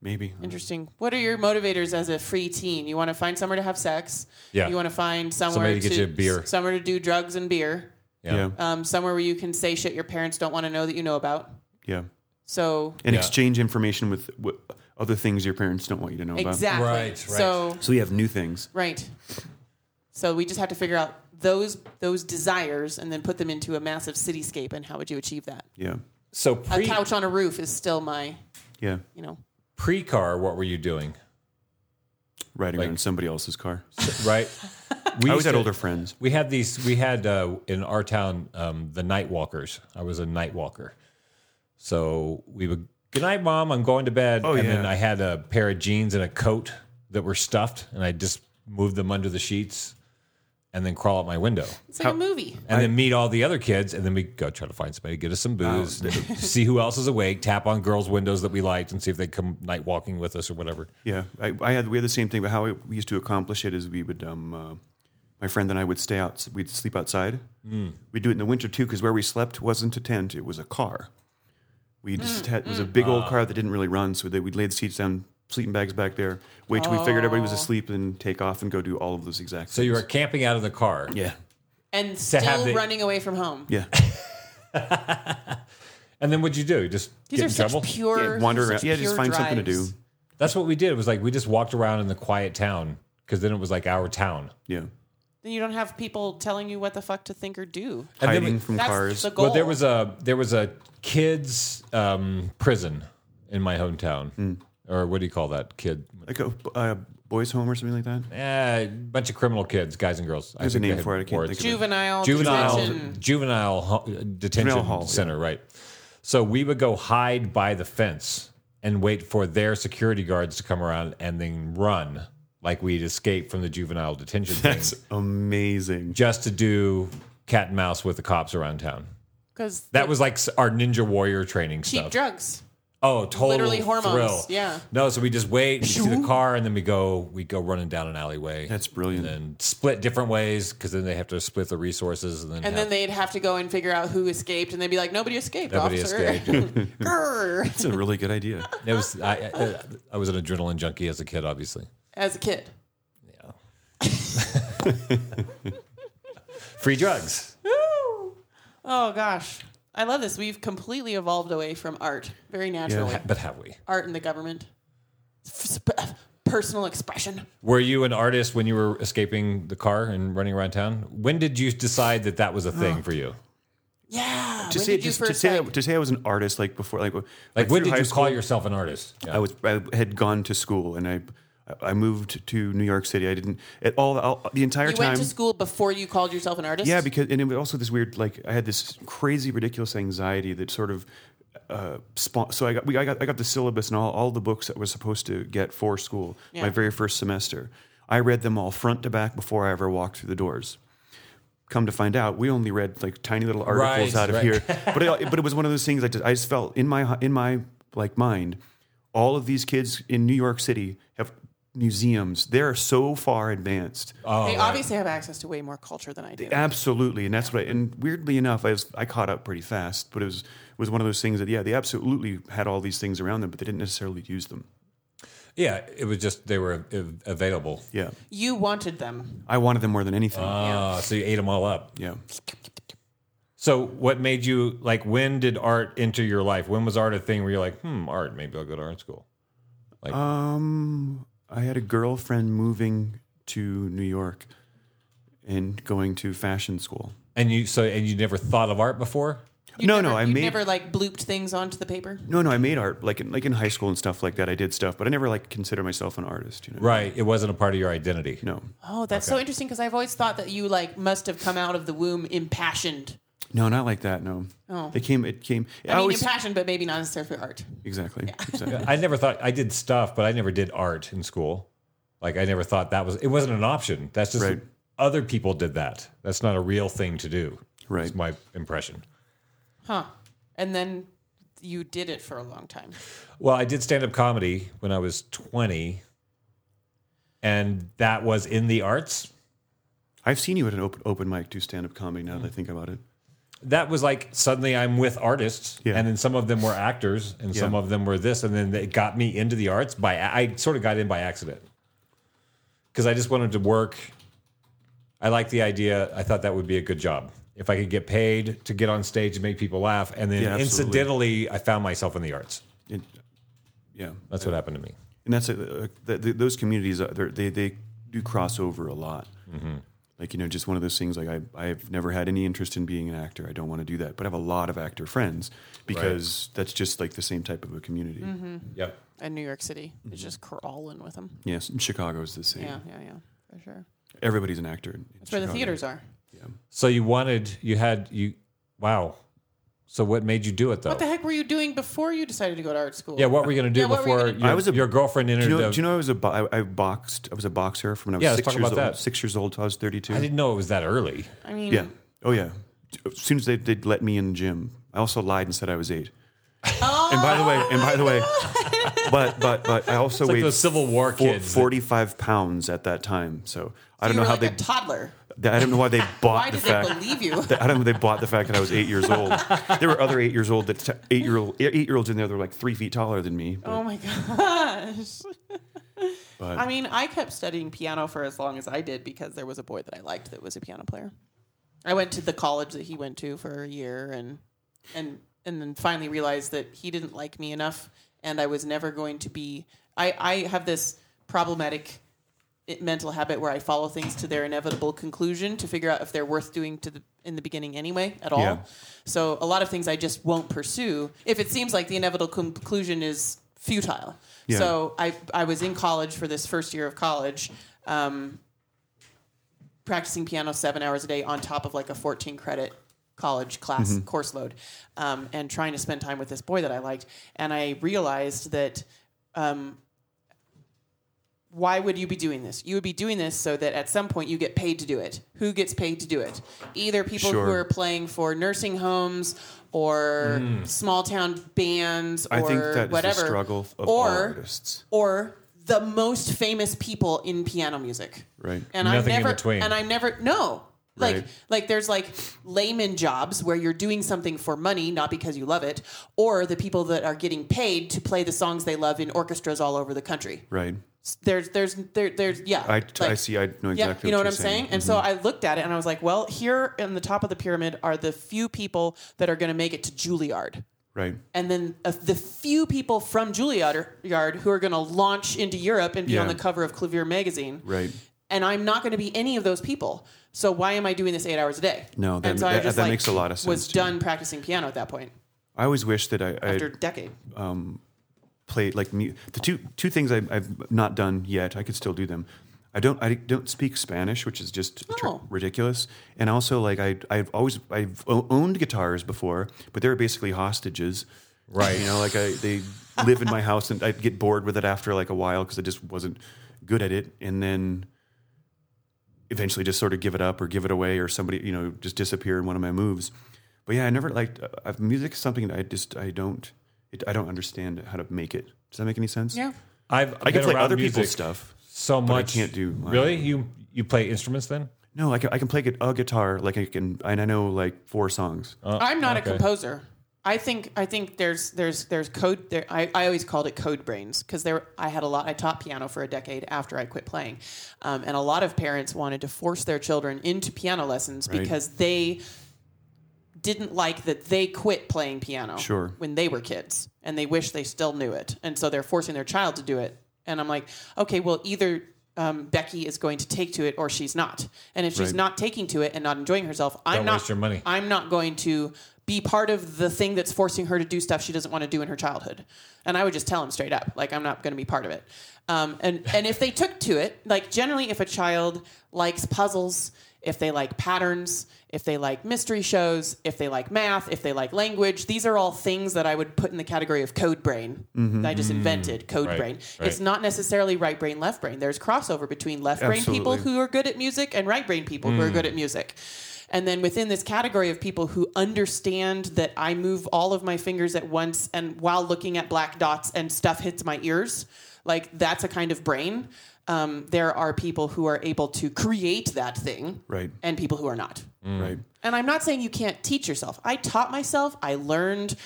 [SPEAKER 7] maybe.
[SPEAKER 11] Interesting. What are your motivators as a free teen? You want to find somewhere to have sex.
[SPEAKER 12] Yeah.
[SPEAKER 11] You want to find somewhere
[SPEAKER 12] Somebody to get you a beer.
[SPEAKER 11] s- Somewhere to do drugs and beer.
[SPEAKER 12] Yeah.
[SPEAKER 7] yeah.
[SPEAKER 11] Um, somewhere where you can say shit your parents don't want to know that you know about.
[SPEAKER 7] Yeah.
[SPEAKER 11] So
[SPEAKER 7] And
[SPEAKER 12] Yeah.
[SPEAKER 7] exchange information with, with other things your parents don't want you to know about.
[SPEAKER 11] exactly.
[SPEAKER 12] Right, right.
[SPEAKER 11] So
[SPEAKER 7] So you have new things.
[SPEAKER 11] right. So we just have to figure out those those desires and then put them into a massive cityscape. And how would you achieve that?
[SPEAKER 7] Yeah.
[SPEAKER 12] So
[SPEAKER 11] A
[SPEAKER 12] pre
[SPEAKER 11] couch on a roof is still my
[SPEAKER 7] Yeah.
[SPEAKER 11] you know.
[SPEAKER 12] pre car, what were you doing?
[SPEAKER 7] Riding
[SPEAKER 12] Like-
[SPEAKER 7] around in somebody else's car.
[SPEAKER 12] Right. We used
[SPEAKER 7] I always had
[SPEAKER 12] to-
[SPEAKER 7] older friends.
[SPEAKER 12] We had these. We had uh, in our town um, the night walkers. I was a night walker, so we would. Good night, mom. I'm going to bed.
[SPEAKER 7] Oh,
[SPEAKER 12] and
[SPEAKER 7] yeah.
[SPEAKER 12] then I had a pair of jeans and a coat that were stuffed, and I just moved them under the sheets, and then crawl out my window,
[SPEAKER 11] It's like a movie.
[SPEAKER 12] and then meet all the other kids, and then we go try to find somebody, get us some booze, see who else is awake, tap on girls' windows that we liked, and see if they come night walking with us or whatever.
[SPEAKER 7] Yeah, I, I had we had the same thing, but how we used to accomplish it is we would, um, uh, my friend and I would stay out, we'd sleep outside. We'd do it in the winter too, because where we slept wasn't a tent; it was a car. We just had it was a big old car that didn't really run, so that we'd lay the seats down, sleeping bags back there, wait till we figured everybody was asleep, and take off and go do all of those exact.
[SPEAKER 12] So you were
[SPEAKER 7] things.
[SPEAKER 12] camping out of the car.
[SPEAKER 7] yeah,
[SPEAKER 11] And
[SPEAKER 12] To have
[SPEAKER 11] still
[SPEAKER 12] the-
[SPEAKER 11] running away from home.
[SPEAKER 7] yeah,
[SPEAKER 12] And then what'd you do? You just
[SPEAKER 11] These
[SPEAKER 12] get
[SPEAKER 11] are
[SPEAKER 12] in
[SPEAKER 11] such
[SPEAKER 12] trouble?
[SPEAKER 11] pure
[SPEAKER 7] Yeah, wander
[SPEAKER 11] such
[SPEAKER 7] around. Yeah, just
[SPEAKER 11] pure
[SPEAKER 7] find something to
[SPEAKER 11] drives.
[SPEAKER 7] do.
[SPEAKER 12] That's what we did. It was like we just walked around in the quiet town because then it was like our town.
[SPEAKER 7] yeah,
[SPEAKER 11] Then you don't have people telling you what the fuck to think or do.
[SPEAKER 12] And then
[SPEAKER 7] hiding
[SPEAKER 12] we-
[SPEAKER 7] from
[SPEAKER 11] That's
[SPEAKER 7] cars.
[SPEAKER 11] the goal.
[SPEAKER 12] Well, there was a there was a kids um, prison in my hometown,
[SPEAKER 7] Hmm.
[SPEAKER 12] or what do you call that? Kid,
[SPEAKER 7] like a uh, boys' home or something like that.
[SPEAKER 12] eh, bunch of criminal kids, guys and girls.
[SPEAKER 7] There's a
[SPEAKER 12] think they
[SPEAKER 7] name
[SPEAKER 12] had
[SPEAKER 7] for it. I can't
[SPEAKER 12] words.
[SPEAKER 7] think of it.
[SPEAKER 11] juvenile,
[SPEAKER 12] juvenile
[SPEAKER 11] detention.
[SPEAKER 12] juvenile hu- detention
[SPEAKER 7] Juvenile hall,
[SPEAKER 12] center, right? So we would go hide by the fence and wait for their security guards to come around and then run like we'd escape from the juvenile detention
[SPEAKER 7] That's
[SPEAKER 12] thing
[SPEAKER 7] amazing.
[SPEAKER 12] just to do cat and mouse with the cops around town.
[SPEAKER 11] because
[SPEAKER 12] That was like s- our ninja warrior training
[SPEAKER 11] cheap
[SPEAKER 12] stuff.
[SPEAKER 11] drugs.
[SPEAKER 12] Oh, total
[SPEAKER 11] Literally hormones,
[SPEAKER 12] thrill.
[SPEAKER 11] yeah.
[SPEAKER 12] No, so we just wait. We see the car, and then we go. We go running down an alleyway.
[SPEAKER 7] That's brilliant.
[SPEAKER 12] And then split different ways because then they have to split the resources, and then have-
[SPEAKER 11] And then they'd have to go and figure out who escaped, and they'd be like, "Nobody escaped,
[SPEAKER 12] Nobody
[SPEAKER 11] officer."
[SPEAKER 12] escaped.
[SPEAKER 11] Grr.
[SPEAKER 7] That's a really good idea.
[SPEAKER 12] It was I, I, I was an adrenaline junkie as a kid, obviously.
[SPEAKER 11] As a kid,
[SPEAKER 12] Yeah. Free drugs.
[SPEAKER 11] Woo! oh gosh, I love this. We've completely evolved away from art, very naturally.
[SPEAKER 12] But have we?
[SPEAKER 11] Art and the government, F- sp- personal expression.
[SPEAKER 12] Were you an artist when you were escaping the car and running around town? When did you decide that that was a thing for you?
[SPEAKER 11] Yeah.
[SPEAKER 7] to
[SPEAKER 11] when
[SPEAKER 7] say
[SPEAKER 11] did you
[SPEAKER 7] just to
[SPEAKER 11] first
[SPEAKER 7] say
[SPEAKER 11] like-
[SPEAKER 7] that- to say I was an artist like before like
[SPEAKER 12] Like, when
[SPEAKER 7] through
[SPEAKER 12] did
[SPEAKER 7] high
[SPEAKER 12] you
[SPEAKER 7] school,
[SPEAKER 12] call yourself an artist?
[SPEAKER 7] I was I had gone to school and I I moved to New York City. I didn't at all, all the entire
[SPEAKER 11] you
[SPEAKER 7] time.
[SPEAKER 11] went to school before you called yourself an artist?
[SPEAKER 7] Yeah, because and it was also this weird like I had this crazy ridiculous anxiety that sort of uh, spo- so I got, we, I got I got the syllabus and all, all the books that was supposed to get for school my
[SPEAKER 11] Yeah.
[SPEAKER 7] very first semester. I read them all front to back before I ever walked through the doors. Come to find out, we only read like tiny little articles
[SPEAKER 12] Right,
[SPEAKER 7] out of
[SPEAKER 12] right.
[SPEAKER 7] here, but it, but it was one of those things. I just I just felt in my in my like mind, all of these kids in New York City have museums. They are so far advanced.
[SPEAKER 11] they
[SPEAKER 12] Oh,
[SPEAKER 11] obviously have access to way more culture than I do.
[SPEAKER 7] Absolutely, and that's what. I, and weirdly enough, I was I caught up pretty fast, but it was was one of those things that yeah, they absolutely had all these things around them, but they didn't necessarily use them.
[SPEAKER 12] Yeah, it was just they were av- available.
[SPEAKER 7] Yeah,
[SPEAKER 11] You wanted them.
[SPEAKER 7] I wanted them more than anything.
[SPEAKER 11] Uh.
[SPEAKER 12] Ah, so you ate them all up.
[SPEAKER 7] yeah,
[SPEAKER 12] So what made you like? When did art enter your life? When was art a thing where you're like, hmm, art? Maybe I'll go to art school.
[SPEAKER 7] um, I had a girlfriend moving to New York and going to fashion school.
[SPEAKER 12] And you so and you never thought of art before.
[SPEAKER 11] You
[SPEAKER 7] no,
[SPEAKER 11] never,
[SPEAKER 7] no, I
[SPEAKER 11] you
[SPEAKER 7] made
[SPEAKER 11] never like blooped things onto the paper.
[SPEAKER 7] no, no, I made art like in, like in high school and stuff like that. I did stuff, but I never like considered myself an artist. You know,
[SPEAKER 12] Right, it wasn't a part of your identity.
[SPEAKER 7] No,
[SPEAKER 11] Oh, that's so interesting because I've always thought that you like must have come out of the womb impassioned.
[SPEAKER 7] no, not like that. No,
[SPEAKER 11] Oh.
[SPEAKER 7] it came, it came.
[SPEAKER 11] I mean, impassioned, but maybe not necessarily for art.
[SPEAKER 7] exactly, exactly.
[SPEAKER 12] I never thought I did stuff, but I never did art in school. Like I never thought that was it wasn't an option. That's just
[SPEAKER 7] Right.
[SPEAKER 12] other people did that. That's not a real thing to do.
[SPEAKER 7] Right.
[SPEAKER 12] It's my impression.
[SPEAKER 11] Huh. And then you did it for a long time.
[SPEAKER 12] Well, I did stand up comedy when I was 20 and that was in the arts.
[SPEAKER 7] I've seen you at an open, open mic do stand up comedy now
[SPEAKER 12] Mm.
[SPEAKER 7] that I think about it.
[SPEAKER 12] That was like suddenly I'm with artists
[SPEAKER 7] Yeah.
[SPEAKER 12] and then some of them were actors and some
[SPEAKER 7] Yeah.
[SPEAKER 12] of them were this and then it got me into the arts by I sort of got in by accident. Cuz I just wanted to work I liked the idea. I thought that would be a good job. If I could get paid to get on stage and make people laugh and then
[SPEAKER 7] Yeah, absolutely.
[SPEAKER 12] incidentally I found myself in the arts.
[SPEAKER 7] It- yeah.
[SPEAKER 12] That's what happened to me.
[SPEAKER 7] And that's a, a, th th those communities, uh, they're- they, they do cross over a lot.
[SPEAKER 12] Mm-hmm.
[SPEAKER 7] Like, you know, just one of those things like I, I've never had any interest in being an actor. I don't want to do that. But I have a lot of actor friends because that's just like the same type of a community.
[SPEAKER 11] Mm-hmm.
[SPEAKER 12] Yep.
[SPEAKER 11] And New York City is
[SPEAKER 12] Mm-hmm.
[SPEAKER 11] just crawling with them.
[SPEAKER 7] Yes. And Chicago is the same.
[SPEAKER 11] Yeah, yeah, yeah, for sure.
[SPEAKER 7] Everybody's an actor. in- in
[SPEAKER 11] That's where the
[SPEAKER 7] Chicago.
[SPEAKER 11] theaters are.
[SPEAKER 12] Oh. So you wanted, you had, you, wow. So what made you do it though?
[SPEAKER 11] What the heck were you doing before you decided to go to art school?
[SPEAKER 12] Yeah, what were you going to do
[SPEAKER 11] Yeah, what were you
[SPEAKER 12] before
[SPEAKER 11] gonna do?
[SPEAKER 12] Your,
[SPEAKER 7] I was a-
[SPEAKER 12] your girlfriend
[SPEAKER 7] Do
[SPEAKER 12] entered
[SPEAKER 7] you, know,
[SPEAKER 12] the.
[SPEAKER 7] do you know I was a bo- I, I boxed I was a boxer from when I was
[SPEAKER 12] Yeah, let's
[SPEAKER 7] six
[SPEAKER 12] talk
[SPEAKER 7] years
[SPEAKER 12] about
[SPEAKER 7] old.
[SPEAKER 12] that.
[SPEAKER 7] Six years old till I was thirty two.
[SPEAKER 12] I didn't know it was that early.
[SPEAKER 11] I mean,
[SPEAKER 7] Yeah. Oh yeah. As soon as they did let me in the gym, I also lied and said I was eight.
[SPEAKER 11] Oh.
[SPEAKER 7] and by the way, and by the way, but but but I also
[SPEAKER 12] It's like
[SPEAKER 7] weighed
[SPEAKER 12] those Civil War
[SPEAKER 7] four-
[SPEAKER 12] kids.
[SPEAKER 7] 45 pounds at that time. So I
[SPEAKER 11] you
[SPEAKER 7] don't know
[SPEAKER 11] were
[SPEAKER 7] how
[SPEAKER 11] like
[SPEAKER 7] they.
[SPEAKER 11] a toddler.
[SPEAKER 7] they- I don't know why they bought
[SPEAKER 11] Why
[SPEAKER 7] the
[SPEAKER 11] did they
[SPEAKER 7] fact.
[SPEAKER 11] believe you?
[SPEAKER 7] that- I don't know. They bought the fact that I was eight years old. there were other eight years old that t- eight year old eight year olds in there. that were like three feet taller than me. but-
[SPEAKER 11] Oh my gosh.
[SPEAKER 7] But-
[SPEAKER 11] I mean, I kept studying piano for as long as I did because there was a boy that I liked that was a piano player. I went to the college that he went to for a year and and and then finally realized that he didn't like me enough and I was never going to be I, I have this problematic i- mental habit where I follow things to their inevitable conclusion to figure out if they're worth doing to the in the beginning anyway at all.
[SPEAKER 7] Yeah.
[SPEAKER 11] So a lot of things I just won't pursue if it seems like the inevitable conclusion is futile.
[SPEAKER 7] Yeah.
[SPEAKER 11] So I I was in college for this first year of college. Um, practicing piano seven hours a day on top of like a 14 credit college class course load um, and trying to spend time with this boy that I liked. And I realized that um, why would you be doing this? You would be doing this so that at some point you get paid to do it. Who gets paid to do it? Either people who
[SPEAKER 7] Sure.
[SPEAKER 11] are playing for nursing homes or small town bands or
[SPEAKER 7] Mm. I think that is
[SPEAKER 11] whatever.
[SPEAKER 7] the struggle of all
[SPEAKER 11] or
[SPEAKER 7] artists.
[SPEAKER 11] or the most famous people in piano music.
[SPEAKER 7] Right.
[SPEAKER 11] And
[SPEAKER 12] Nothing
[SPEAKER 11] I
[SPEAKER 12] in
[SPEAKER 11] never
[SPEAKER 12] between.
[SPEAKER 11] and I never no. Like
[SPEAKER 7] Right.
[SPEAKER 11] like there's like layman jobs where you're doing something for money, not because you love it, or the people that are getting paid to play the songs they love in orchestras all over the country.
[SPEAKER 7] Right.
[SPEAKER 11] There's there's there, there's yeah.
[SPEAKER 7] I- I see. I know exactly
[SPEAKER 11] Yeah,
[SPEAKER 7] what
[SPEAKER 11] you know what
[SPEAKER 7] you're
[SPEAKER 11] I'm saying.
[SPEAKER 7] saying. Mm-hmm.
[SPEAKER 11] And so I looked at it and I was like, well, here in the top of the pyramid are the few people that are going to make it to Juilliard
[SPEAKER 7] Right.
[SPEAKER 11] and then uh, the few people from Juilliard are- yard who are going to launch into Europe and be
[SPEAKER 7] Yeah.
[SPEAKER 11] on the cover of Clavier magazine.
[SPEAKER 7] Right.
[SPEAKER 11] And I'm not going to be any of those people. So why am I doing this eight hours a day?
[SPEAKER 7] No, that-
[SPEAKER 11] and so I
[SPEAKER 7] that- that makes a lot of
[SPEAKER 11] Was
[SPEAKER 7] sense to
[SPEAKER 11] done
[SPEAKER 7] me.
[SPEAKER 11] practicing piano at that point
[SPEAKER 7] I always wish that I, I
[SPEAKER 11] after a decade.
[SPEAKER 7] play like mu- the two two things I, I've not done yet. I could still do them. I don't I don't speak Spanish, which is just tr-
[SPEAKER 11] Oh.
[SPEAKER 7] ridiculous. And also, like I I've always I've o- owned guitars before, but they were basically hostages.
[SPEAKER 12] Right.
[SPEAKER 7] You know, like I they live in my house and I get bored with it after like a while because I just wasn't good at it, and then eventually just sort of give it up or give it away or somebody you know just disappear in one of my moves. But yeah, I never liked uh, music. Is something that I just I don't it, I don't understand how to make it. Does that make any sense?
[SPEAKER 11] Yeah.
[SPEAKER 12] I've
[SPEAKER 7] I
[SPEAKER 12] been
[SPEAKER 7] can play
[SPEAKER 12] around
[SPEAKER 7] other
[SPEAKER 12] music
[SPEAKER 7] people's stuff.
[SPEAKER 12] so
[SPEAKER 7] but I
[SPEAKER 12] much.
[SPEAKER 7] can't do my-
[SPEAKER 12] really. You you play instruments then?
[SPEAKER 7] No, I can, I can play gu- a guitar like I can, and I know like four songs.
[SPEAKER 12] Uh,
[SPEAKER 11] I'm not
[SPEAKER 12] okay.
[SPEAKER 11] a composer. I think I think there's there's there's code there. I, I always called it code brains because there I had a lot. I taught piano for a decade after I quit playing, um, and a lot of parents wanted to force their children into piano lessons
[SPEAKER 7] Right.
[SPEAKER 11] because they didn't like that they quit playing piano
[SPEAKER 7] Sure.
[SPEAKER 11] when they were kids and they wish they still knew it and so they're forcing their child to do it and i'm like okay well either um, becky is going to take to it or she's not and if she's
[SPEAKER 7] Right.
[SPEAKER 11] not taking to it and not enjoying herself i'm
[SPEAKER 12] Don't
[SPEAKER 11] not
[SPEAKER 12] waste your money.
[SPEAKER 11] i'm not going to be part of the thing that's forcing her to do stuff she doesn't want to do in her childhood and i would just tell him straight up like i'm not going to be part of it um, and and if they took to it like generally if a child likes puzzles if they like patterns, if they like mystery shows, if they like math, if they like language. These are all things that I would put in the category of code brain that I just invented, code
[SPEAKER 12] Right,
[SPEAKER 11] brain.
[SPEAKER 12] Mm-hmm. right.
[SPEAKER 11] It's not necessarily right brain, left brain. There's crossover between left brain people
[SPEAKER 7] Absolutely.
[SPEAKER 11] who are good at music and right brain people who are good at music. And then within this category of people who understand that I move all of my fingers at once and while looking at black dots and stuff hits my ears, like that's a kind of brain. Um, there are people who are able to create that thing
[SPEAKER 7] Right.
[SPEAKER 11] and people who are not.
[SPEAKER 7] Right.
[SPEAKER 11] And I'm not saying you can't teach yourself. I taught myself. I learned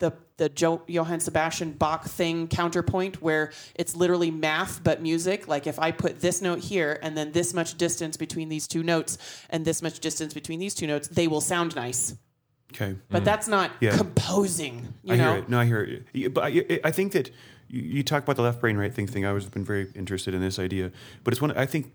[SPEAKER 11] the the jo- Johann Sebastian Bach thing counterpoint where it's literally math but music. Like if I put this note here and then this much distance between these two notes and this much distance between these two notes, they will sound nice.
[SPEAKER 7] Okay.
[SPEAKER 11] But that's not
[SPEAKER 7] Mm. Yeah.
[SPEAKER 11] composing. You
[SPEAKER 7] I
[SPEAKER 11] know?
[SPEAKER 7] hear it. No, I hear it. Yeah, But I, I think that you- you talk about the left brain, right thing thing. I always been very interested in this idea, but it's one I think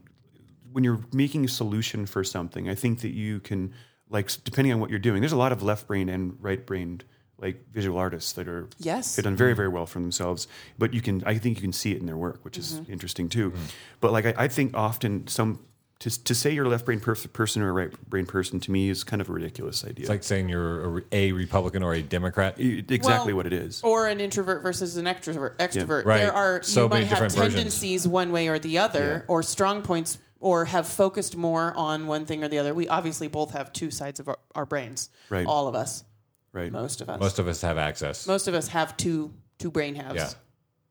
[SPEAKER 7] when you're making a solution for something, I think that you can like s- depending on what you're doing. There's a lot of left brain and right brained like visual artists that are
[SPEAKER 11] Yes.
[SPEAKER 7] have done very very well for themselves. But you can I think you can see it in their work, which is
[SPEAKER 11] Mm-hmm.
[SPEAKER 7] interesting
[SPEAKER 12] Mm.
[SPEAKER 7] too. But like I, I think often some. To, to say you're a left brain perf- person or a right brain person to me is kind of a ridiculous idea.
[SPEAKER 12] It's like saying you're a, re- a Republican or a Democrat.
[SPEAKER 7] It- exactly
[SPEAKER 11] Well,
[SPEAKER 7] what it is.
[SPEAKER 11] Or an introvert versus an extrovert. Extrovert.
[SPEAKER 12] Right.
[SPEAKER 11] There are
[SPEAKER 12] So
[SPEAKER 11] you
[SPEAKER 12] many
[SPEAKER 11] might have
[SPEAKER 12] different versions.
[SPEAKER 11] tendencies one way or the other, or strong points, or have focused more on one thing or the other. We obviously both have two sides of our, our brains.
[SPEAKER 7] Right.
[SPEAKER 11] All of us.
[SPEAKER 7] Right.
[SPEAKER 11] Most of us. Most,
[SPEAKER 12] Most of us have access.
[SPEAKER 11] of us have two two brain halves.
[SPEAKER 12] yeah,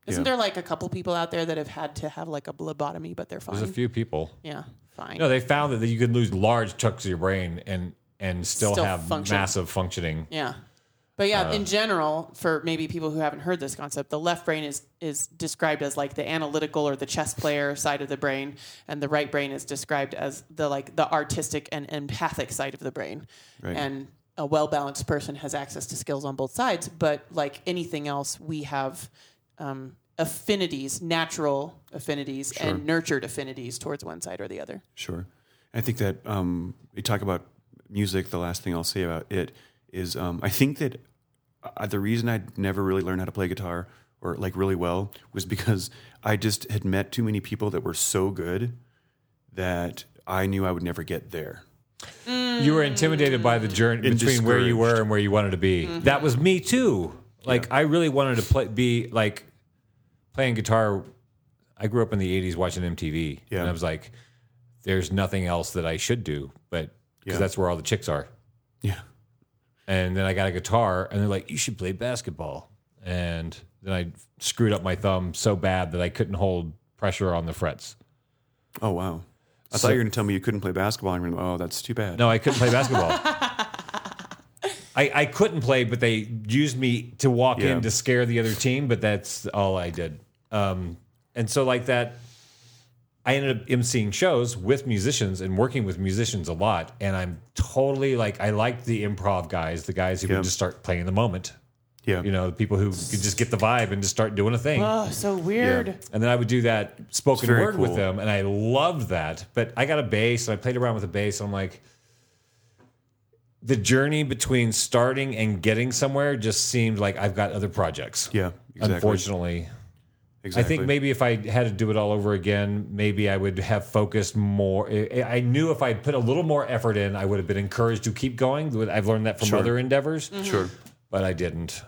[SPEAKER 11] Isn't
[SPEAKER 7] Yeah.
[SPEAKER 11] there like a couple people out there that have had to have like a lobotomy, but they're fine?
[SPEAKER 12] there's a few people.
[SPEAKER 11] Yeah, fine.
[SPEAKER 12] No, they found that you can lose large chunks of your brain and and still,
[SPEAKER 11] Still
[SPEAKER 12] have
[SPEAKER 11] function.
[SPEAKER 12] massive functioning.
[SPEAKER 11] Yeah. But yeah, in general, for maybe people who haven't heard this concept, the left brain is is described as like the analytical or the chess player side of the brain, and the right brain is described as the like the artistic and empathic side of the brain.
[SPEAKER 7] Right.
[SPEAKER 11] And a well balanced person has access to skills on both sides, but like anything else, we have um, affinities, natural affinities, and nurtured affinities towards one side or the other.
[SPEAKER 7] Sure. I think that um, you talk about music. The last thing I'll say about it is um, I think that uh, the reason I never really learned how to play guitar or like really well was because I just had met too many people that were so good that I knew I would never get there.
[SPEAKER 12] You were intimidated by the journey
[SPEAKER 7] And
[SPEAKER 12] between where you were
[SPEAKER 7] discouraged.
[SPEAKER 12] and where you wanted to be. That was me too. Like I really wanted to play, be like playing guitar. I grew up in the '80s watching MTV,
[SPEAKER 7] Yeah.
[SPEAKER 12] and I was like, "There's nothing else that I should do," but because
[SPEAKER 7] Yeah.
[SPEAKER 12] that's where all the chicks are.
[SPEAKER 7] Yeah.
[SPEAKER 12] And then I got a guitar, and they're like, "You should play basketball." And then I screwed up my thumb so bad that I couldn't hold pressure on the frets.
[SPEAKER 7] Oh wow. I
[SPEAKER 12] So-
[SPEAKER 7] thought you were going to tell me you couldn't play basketball. I'm going to, oh, that's too bad.
[SPEAKER 12] No, I couldn't play basketball. I, I couldn't play, but they used me to walk
[SPEAKER 7] Yeah.
[SPEAKER 12] in to scare the other team, but that's all I did. Um, and so, like that, I ended up emceeing shows with musicians and working with musicians a lot. And I'm totally like, I like the improv guys, the guys who
[SPEAKER 7] Yeah.
[SPEAKER 12] can just start playing the moment.
[SPEAKER 7] Yeah.
[SPEAKER 12] You know, the people who can just get the vibe and just start doing a thing.
[SPEAKER 11] Oh, so weird.
[SPEAKER 12] And then I would do that spoken
[SPEAKER 7] It's very
[SPEAKER 12] word with
[SPEAKER 7] cool.
[SPEAKER 12] them, and I loved that. But I got a bass, and I played around with a bass, and I'm like, the journey between starting and getting somewhere just seemed like I've got other projects.
[SPEAKER 7] Yeah. Exactly.
[SPEAKER 12] Unfortunately, I
[SPEAKER 7] Exactly.
[SPEAKER 12] think maybe if I had to do it all over again, maybe I would have focused more. I I knew if I would put a little more effort in, I would have been encouraged to keep going. I've learned that from
[SPEAKER 7] Sure.
[SPEAKER 12] other endeavors,
[SPEAKER 7] Sure.
[SPEAKER 12] but I didn't.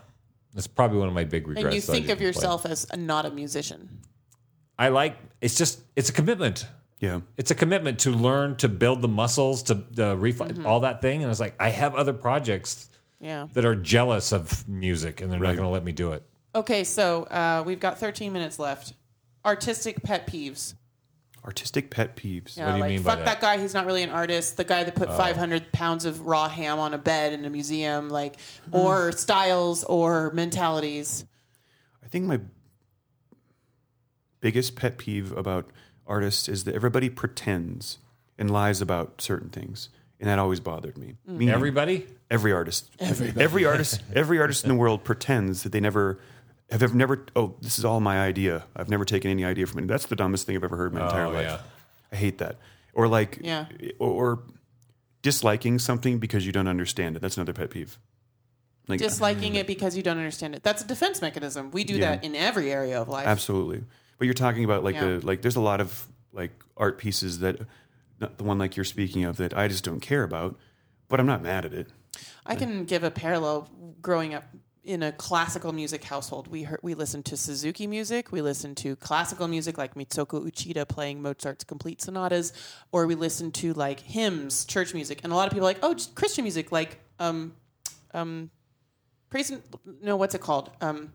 [SPEAKER 12] That's probably one of my big regrets.
[SPEAKER 11] Mm-hmm. and you
[SPEAKER 12] that I
[SPEAKER 11] think
[SPEAKER 12] didn't
[SPEAKER 11] of
[SPEAKER 12] play.
[SPEAKER 11] yourself as not a musician.
[SPEAKER 12] I like it's just it's a commitment.
[SPEAKER 7] Yeah.
[SPEAKER 12] It's a commitment to learn to build the muscles to the reflex,
[SPEAKER 11] Mm-hmm.
[SPEAKER 12] all that thing. And it's like I have other projects
[SPEAKER 11] Yeah.
[SPEAKER 12] that are jealous of music, and they're not going to let me do it.
[SPEAKER 11] Okay, so uh, we've got 13 minutes left. Artistic pet peeves.
[SPEAKER 7] Artistic pet peeves.
[SPEAKER 11] Yeah,
[SPEAKER 12] What do you
[SPEAKER 11] like,
[SPEAKER 12] mean by
[SPEAKER 11] fuck
[SPEAKER 12] that? Oh.
[SPEAKER 11] guy who's not really an artist. The guy that put 500 pounds of raw ham on a bed in a museum, like,
[SPEAKER 12] Hmm.
[SPEAKER 11] or styles or mentalities.
[SPEAKER 7] I think my biggest pet peeve about artists is that everybody pretends and lies about certain things, and that always bothered me. Meaning
[SPEAKER 12] Hmm. Everybody,
[SPEAKER 7] every artist, every artist, every artist in the world pretends that they never have ever never. Oh, this is all my idea. I've never taken any idea from it. That's the dumbest thing I've ever heard in my entire
[SPEAKER 12] Oh,
[SPEAKER 7] life.
[SPEAKER 12] yeah.
[SPEAKER 7] I hate that. Or like,
[SPEAKER 11] Yeah.
[SPEAKER 7] or, or disliking something because you don't understand it. That's another pet peeve. Like,
[SPEAKER 11] Disliking
[SPEAKER 12] hmm.
[SPEAKER 11] it because you don't understand it. That's a defense mechanism. We do
[SPEAKER 7] Yeah.
[SPEAKER 11] that in every area of life.
[SPEAKER 7] Absolutely. But you're talking about like
[SPEAKER 11] Yeah.
[SPEAKER 7] the like there's a lot of like art pieces that not the one like you're speaking of that I just don't care about, but I'm not mad at it.
[SPEAKER 11] I can give a parallel. Growing up in a classical music household, we heard, we listened to Suzuki music, we listened to classical music like Mitsuko Uchida playing Mozart's complete sonatas, or we listened to like hymns, church music, and a lot of people are like oh just Christian music like um um praise and, no what's it called um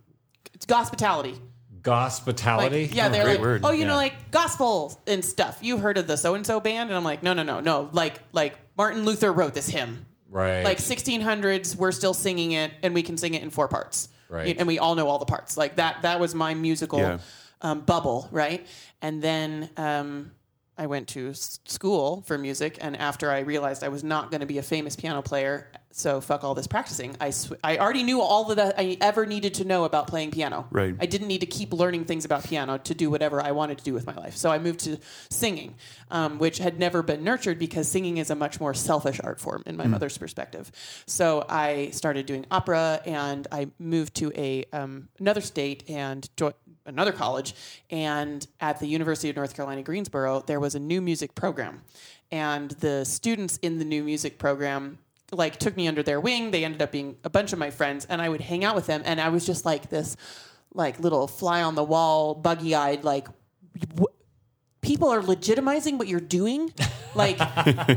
[SPEAKER 11] it's hospitality. Like,
[SPEAKER 12] hospitality.
[SPEAKER 11] yeah, they're
[SPEAKER 7] great
[SPEAKER 11] like,
[SPEAKER 7] word.
[SPEAKER 11] oh, you know,
[SPEAKER 12] Yeah.
[SPEAKER 11] like gospel and stuff. You heard of the so and so band, and I'm like, no, no, no, no. Like, like Martin Luther wrote this hymn
[SPEAKER 12] right.
[SPEAKER 11] like 1600s we're still singing it and we can sing it in four parts
[SPEAKER 12] Right.
[SPEAKER 11] and we all know all the parts like that that was my musical
[SPEAKER 7] Yeah.
[SPEAKER 11] um, bubble right and then um, i went to s- school for music and after i realized i was not going to be a famous piano player so fuck all this practicing i, sw- I already knew all that i ever needed to know about playing piano
[SPEAKER 7] Right.
[SPEAKER 11] i didn't need to keep learning things about piano to do whatever i wanted to do with my life so i moved to singing um, which had never been nurtured because singing is a much more selfish art form in my mother's perspective so i started doing opera and i moved to a um, another state and jo- another college and at the university of north carolina greensboro there was a new music program and the students in the new music program like took me under their wing they ended up being a bunch of my friends and i would hang out with them and i was just like this like little fly on the wall buggy eyed like w- people are legitimizing what you're doing like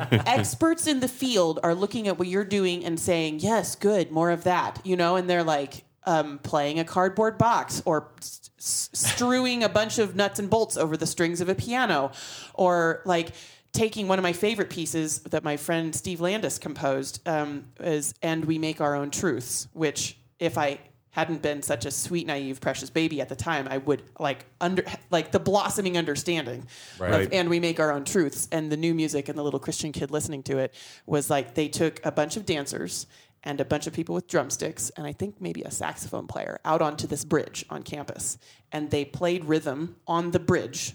[SPEAKER 11] experts in the field are looking at what you're doing and saying yes good more of that you know and they're like um, playing a cardboard box or s- s- strewing a bunch of nuts and bolts over the strings of a piano or like taking one of my favorite pieces that my friend steve landis composed um, is and we make our own truths which if i hadn't been such a sweet naive precious baby at the time i would like under like the blossoming understanding
[SPEAKER 12] Right.
[SPEAKER 11] of and we make our own truths. And the new music and the little Christian kid listening to it was like they took a bunch of dancers and a bunch of people with drumsticks and I think maybe a saxophone player out onto this bridge on campus. And they played rhythm on the bridge.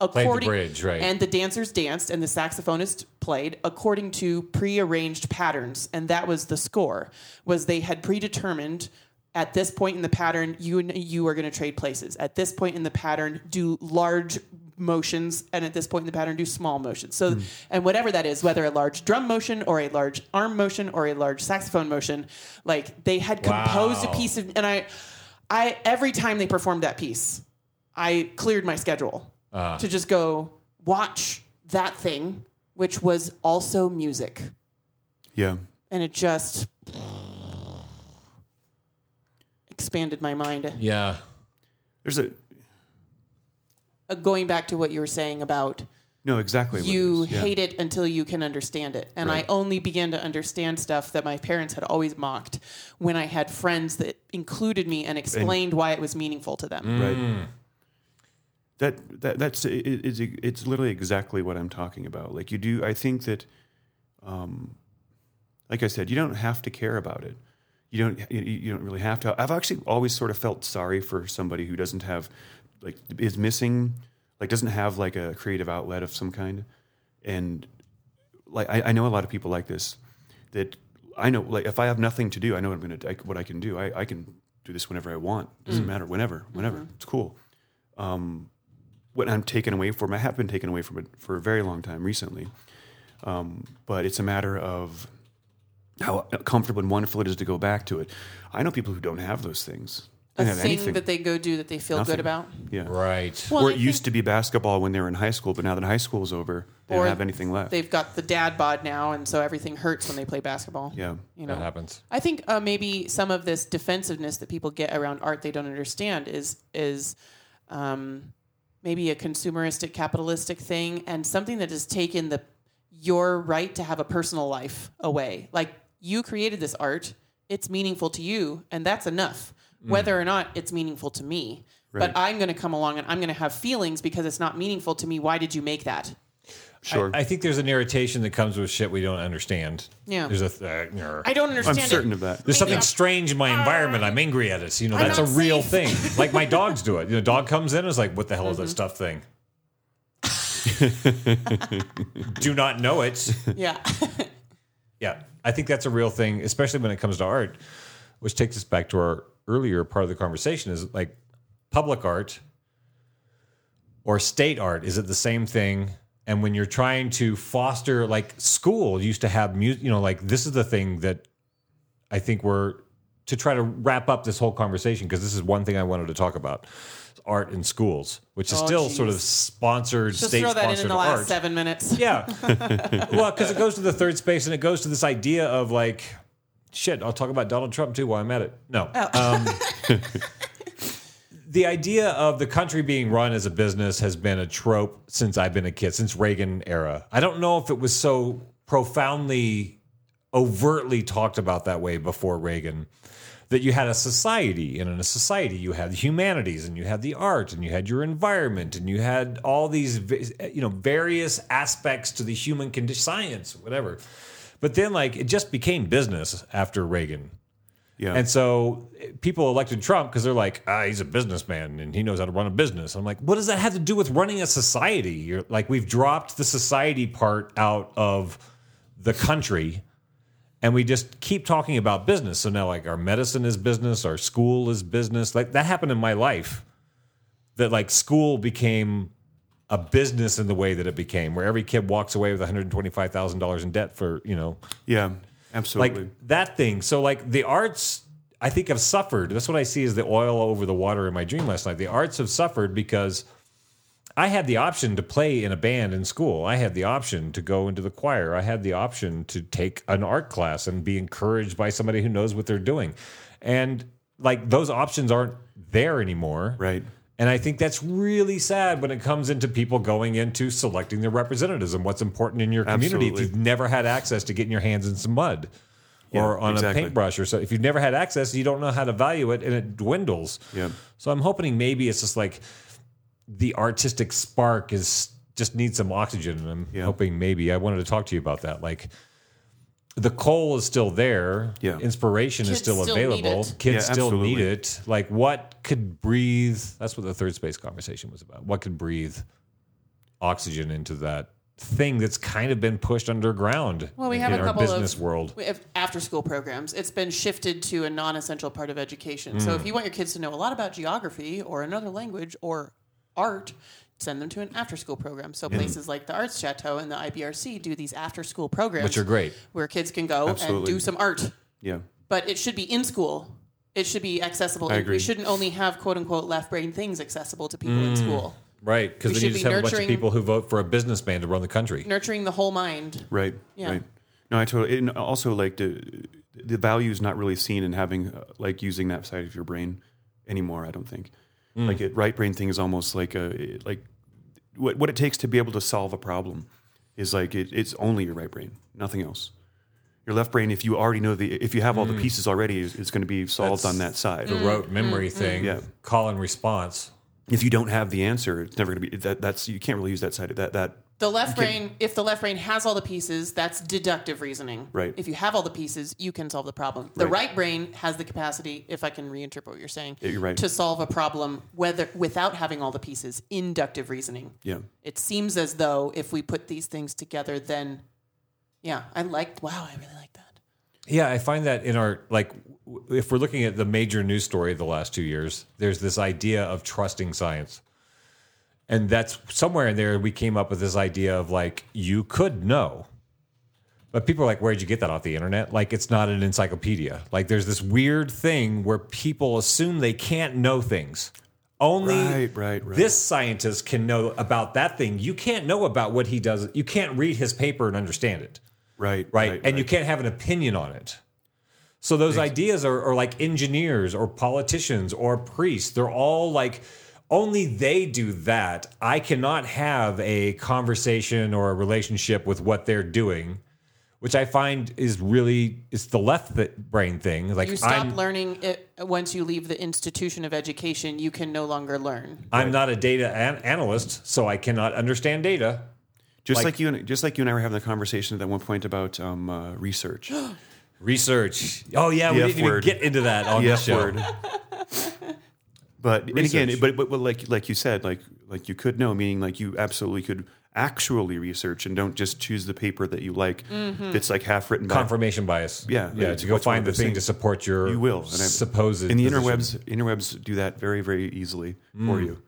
[SPEAKER 12] the
[SPEAKER 11] According,
[SPEAKER 12] bridge, right.
[SPEAKER 11] And the dancers danced and the saxophonist played according to prearranged patterns. And that was the score, was they had predetermined at this point in the pattern, you and you are going to trade places. At this point in the pattern, do large motions, and at this point in the pattern, do small motions. So, and whatever that is, whether a large drum motion or a large arm motion or a large saxophone motion, like they had composed
[SPEAKER 12] Wow.
[SPEAKER 11] a piece of, and I, I every time they performed that piece, I cleared my schedule
[SPEAKER 7] Uh.
[SPEAKER 11] to just go watch that thing, which was also music,
[SPEAKER 7] Yeah.
[SPEAKER 11] and it just expanded my mind.
[SPEAKER 12] yeah.
[SPEAKER 7] There's a
[SPEAKER 11] uh, going back to what you were saying about
[SPEAKER 7] no exactly. what it
[SPEAKER 11] you
[SPEAKER 7] is. Yeah.
[SPEAKER 11] hate it until you can understand it. And I only began to understand stuff that my parents had always mocked when I had friends that included me and explained why it was meaningful to
[SPEAKER 7] Mm.
[SPEAKER 11] them.
[SPEAKER 7] Right. That that that's it, it's it's literally exactly what I'm talking about. Like you do, I think that, um, like I said, you don't have to care about it. You don't you, you don't really have to. I've actually always sort of felt sorry for somebody who doesn't have, like, is missing, like doesn't have like a creative outlet of some kind, and like I, I know a lot of people like this that I know like if I have nothing to do, I know what I'm gonna I, what I can do. I, I can do this whenever I want.
[SPEAKER 11] Mm.
[SPEAKER 7] Doesn't matter whenever,
[SPEAKER 11] Mm-hmm.
[SPEAKER 7] whenever. It's cool. Um, what I'm taken away from, I have been taken away from it for a very long time recently. Um, but it's a matter of how comfortable and wonderful it is to go back to it. I know people who don't have those things. They
[SPEAKER 11] A
[SPEAKER 7] don't
[SPEAKER 11] thing
[SPEAKER 7] have anything.
[SPEAKER 11] that they go do that they feel
[SPEAKER 7] Nothing.
[SPEAKER 11] good about.
[SPEAKER 7] Yeah.
[SPEAKER 12] Right.
[SPEAKER 11] Well,
[SPEAKER 7] or
[SPEAKER 11] I
[SPEAKER 7] it used to be basketball when they were in high school, but now that high school's over, they
[SPEAKER 11] Or
[SPEAKER 7] don't have anything left.
[SPEAKER 11] They've got the dad bod now, and so everything hurts when they play basketball.
[SPEAKER 7] Yeah.
[SPEAKER 11] you know
[SPEAKER 12] That happens.
[SPEAKER 11] I think uh, maybe some of this defensiveness that people get around art they don't understand is is um, maybe a consumeristic capitalistic thing and something that has taken the your right to have a personal life away. Like you created this art, it's meaningful to you, and that's enough. Whether or not it's meaningful to me,
[SPEAKER 7] Mm. Right.
[SPEAKER 11] but I'm going to come along and I'm going to have feelings because it's not meaningful to me. Why did you make that?
[SPEAKER 7] sure.
[SPEAKER 12] I think there's an irritation that comes with shit we don't understand.
[SPEAKER 11] Yeah.
[SPEAKER 12] There's a. Th- uh,
[SPEAKER 11] I don't
[SPEAKER 7] I'm
[SPEAKER 11] understand. it.
[SPEAKER 7] certain of that.
[SPEAKER 12] There's something strange in my environment. I'm angry at it. You know, that's a
[SPEAKER 11] not
[SPEAKER 12] real thing. Like my dogs do it. You know, dog comes in and is like, what the hell is that stuff thing? do not know it.
[SPEAKER 11] Yeah.
[SPEAKER 12] Yeah. I think that's a real thing, especially when it comes to art, which takes us back to our earlier part of the conversation is like public art or state art. Is it the same thing? And when you're trying to foster, like school used to have music, you know, like this is the thing that I think we're to try to wrap up this whole conversation because this is one thing I wanted to talk about is art in schools, which is
[SPEAKER 11] Oh,
[SPEAKER 12] still
[SPEAKER 11] geez.
[SPEAKER 12] sort of sponsored,
[SPEAKER 11] Just
[SPEAKER 12] state
[SPEAKER 11] throw that in
[SPEAKER 12] sponsored
[SPEAKER 11] in the last
[SPEAKER 12] art.
[SPEAKER 11] seven minutes.
[SPEAKER 12] Yeah. well, because it goes to the third space and it goes to this idea of like, shit, I'll talk about Donald Trump too while I'm at it. No. Um, the idea of the country being run as a business has been a trope since I've been a kid, since Reagan era. I don't know if it was so profoundly, overtly talked about that way before Reagan. That you had a society, and in a society you had the humanities, and you had the art, and you had your environment, and you had all these, va- you know, various aspects to the human condition, science, whatever. But then, like, it just became business after Reagan.
[SPEAKER 7] Yeah.
[SPEAKER 12] And so eh, people elected Trump because they're like, ah, he's a businessman and he knows how to run a business. I'm like, what does that have to do with running a society? You're like, we've dropped the society part out of the country and we just keep talking about business. So now, like, our medicine is business, our school is business. Like, that happened in my life that, like, school became a business in the way that it became, where every kid walks away with $125,000 in debt for, you know,
[SPEAKER 7] yeah.
[SPEAKER 12] like
[SPEAKER 7] Absolutely.
[SPEAKER 12] that thing. So like the arts, I think have suffered. That's what I see is the oil over the water in my dream last night. The arts have suffered because I had the option to play in a band in school. I had the option to go into the choir. I had the option to take an art class and be encouraged by somebody who knows what they're doing. And like those options aren't there anymore.
[SPEAKER 7] right.
[SPEAKER 12] And I think that's really sad when it comes into people going into selecting their representatives and what's important in your community
[SPEAKER 7] Absolutely.
[SPEAKER 12] if you've never had access to getting your hands in some mud or
[SPEAKER 7] Yeah,
[SPEAKER 12] on
[SPEAKER 7] exactly.
[SPEAKER 12] a paintbrush or so. If you've never had access, you don't know how to value it and it dwindles.
[SPEAKER 7] Yeah.
[SPEAKER 12] So I'm hoping maybe it's just like the artistic spark is just needs some oxygen. And I'm
[SPEAKER 7] Yeah.
[SPEAKER 12] hoping maybe I wanted to talk to you about that. Like the coal is still there.
[SPEAKER 7] Yeah.
[SPEAKER 12] Inspiration is
[SPEAKER 11] Kids
[SPEAKER 12] still,
[SPEAKER 11] still need
[SPEAKER 12] available.
[SPEAKER 11] it.
[SPEAKER 12] Kids
[SPEAKER 7] Yeah,
[SPEAKER 12] still
[SPEAKER 7] absolutely.
[SPEAKER 12] need it. Like what could breathe? That's what the third space conversation was about. What could breathe oxygen into that thing that's kind of been pushed underground
[SPEAKER 11] Well, we
[SPEAKER 12] in
[SPEAKER 11] have a
[SPEAKER 12] our
[SPEAKER 11] couple
[SPEAKER 12] business
[SPEAKER 11] of
[SPEAKER 12] world.
[SPEAKER 11] We have after-school programs. It's been shifted to a non-essential part of education. So
[SPEAKER 12] Mm.
[SPEAKER 11] if you want your kids to know a lot about geography or another language or art, send them to an after-school program. So places like the Arts Chateau and the IBRC do these after-school programs,
[SPEAKER 12] Which are great.
[SPEAKER 11] where kids can go and
[SPEAKER 7] Absolutely.
[SPEAKER 11] do some art.
[SPEAKER 7] Yeah.
[SPEAKER 11] But it should be in school. It should be accessible.
[SPEAKER 7] I
[SPEAKER 11] We
[SPEAKER 7] agree.
[SPEAKER 11] shouldn't only have quote-unquote left-brain things accessible to people
[SPEAKER 12] Mm.
[SPEAKER 11] in school.
[SPEAKER 12] Right, because
[SPEAKER 11] We
[SPEAKER 12] then you
[SPEAKER 11] should
[SPEAKER 12] just
[SPEAKER 11] be
[SPEAKER 12] have a bunch of
[SPEAKER 11] nurturing-
[SPEAKER 12] people who vote for a businessman to run the country.
[SPEAKER 11] Nurturing the whole mind.
[SPEAKER 7] Right.
[SPEAKER 11] Yeah.
[SPEAKER 7] Right. No, I totally. And also, like the the value is not really seen in having uh, like using that side of your brain anymore. I don't think.
[SPEAKER 12] Mm.
[SPEAKER 7] Like it, right brain thing is almost like a like what what it takes to be able to solve a problem is like it, it's only your right brain, nothing else. Your left brain, if you already know the, if you have all the pieces already, is, is going to be solved on that side.
[SPEAKER 12] Mm.
[SPEAKER 11] Mm-hmm.
[SPEAKER 12] The rote memory thing,
[SPEAKER 7] Yeah.
[SPEAKER 12] call and response.
[SPEAKER 7] If you don't have the answer, it's never going to be that. That's you can't really use that side. of That that
[SPEAKER 11] The left brain, if the left brain has all the pieces, that's deductive reasoning.
[SPEAKER 7] Right.
[SPEAKER 11] If you have all the pieces, you can solve the problem. The
[SPEAKER 7] Right.
[SPEAKER 11] right brain has the capacity, if I can reinterpret what you're saying,
[SPEAKER 7] Yeah, you're right.
[SPEAKER 11] to solve a problem whether without having all the pieces. Inductive reasoning.
[SPEAKER 7] yeah.
[SPEAKER 11] It seems as though if we put these things together, then yeah, I liked. Wow, I really like that.
[SPEAKER 12] Yeah, I find that in our like, w- if we're looking at the major news story of the last two years, there's this idea of trusting science, and that's somewhere in there we came up with this idea of like you could know, But people are like, where'd you get that off the internet? Like, it's not an encyclopedia. Like, there's this weird thing where people assume they can't know things. Only
[SPEAKER 7] Right, right, right.
[SPEAKER 12] this scientist can know about that thing. You can't know about what he does. You can't read his paper and understand it,
[SPEAKER 7] Right,
[SPEAKER 12] right? and you can't have an opinion on it. So those ideas are, are like engineers or politicians or priests. They're all like only they do that. I cannot have a conversation or a relationship with what they're doing, which I find is really it's the left th- brain thing. Like
[SPEAKER 11] you stop
[SPEAKER 12] I'm,
[SPEAKER 11] learning it once you leave the institution of education. You can no longer learn.
[SPEAKER 12] I'm not a data an- analyst, so I cannot understand data.
[SPEAKER 7] Just
[SPEAKER 12] Like-
[SPEAKER 7] like, you and just like you and I were having the conversation at one point about um, uh, research.
[SPEAKER 12] Research. Oh yeah, we
[SPEAKER 7] The
[SPEAKER 12] didn't even
[SPEAKER 7] F-word.
[SPEAKER 12] get into that on
[SPEAKER 7] The
[SPEAKER 12] this
[SPEAKER 7] F
[SPEAKER 12] show.
[SPEAKER 7] word. But and again,
[SPEAKER 12] Research.
[SPEAKER 7] but, but but like like you said, like like you could know, meaning like you absolutely could actually research and don't just choose the paper that you like.
[SPEAKER 12] Mm-hmm.
[SPEAKER 7] That's like half written. by
[SPEAKER 12] Confirmation bias.
[SPEAKER 7] Yeah,
[SPEAKER 12] yeah.
[SPEAKER 7] it's-
[SPEAKER 12] To go
[SPEAKER 7] what's one
[SPEAKER 12] find the
[SPEAKER 7] of those
[SPEAKER 12] thing to
[SPEAKER 7] things?
[SPEAKER 12] support your
[SPEAKER 7] you will and I-
[SPEAKER 12] supposed
[SPEAKER 7] and the
[SPEAKER 12] position. Mm.
[SPEAKER 7] interwebs interwebs do that very very easily for you.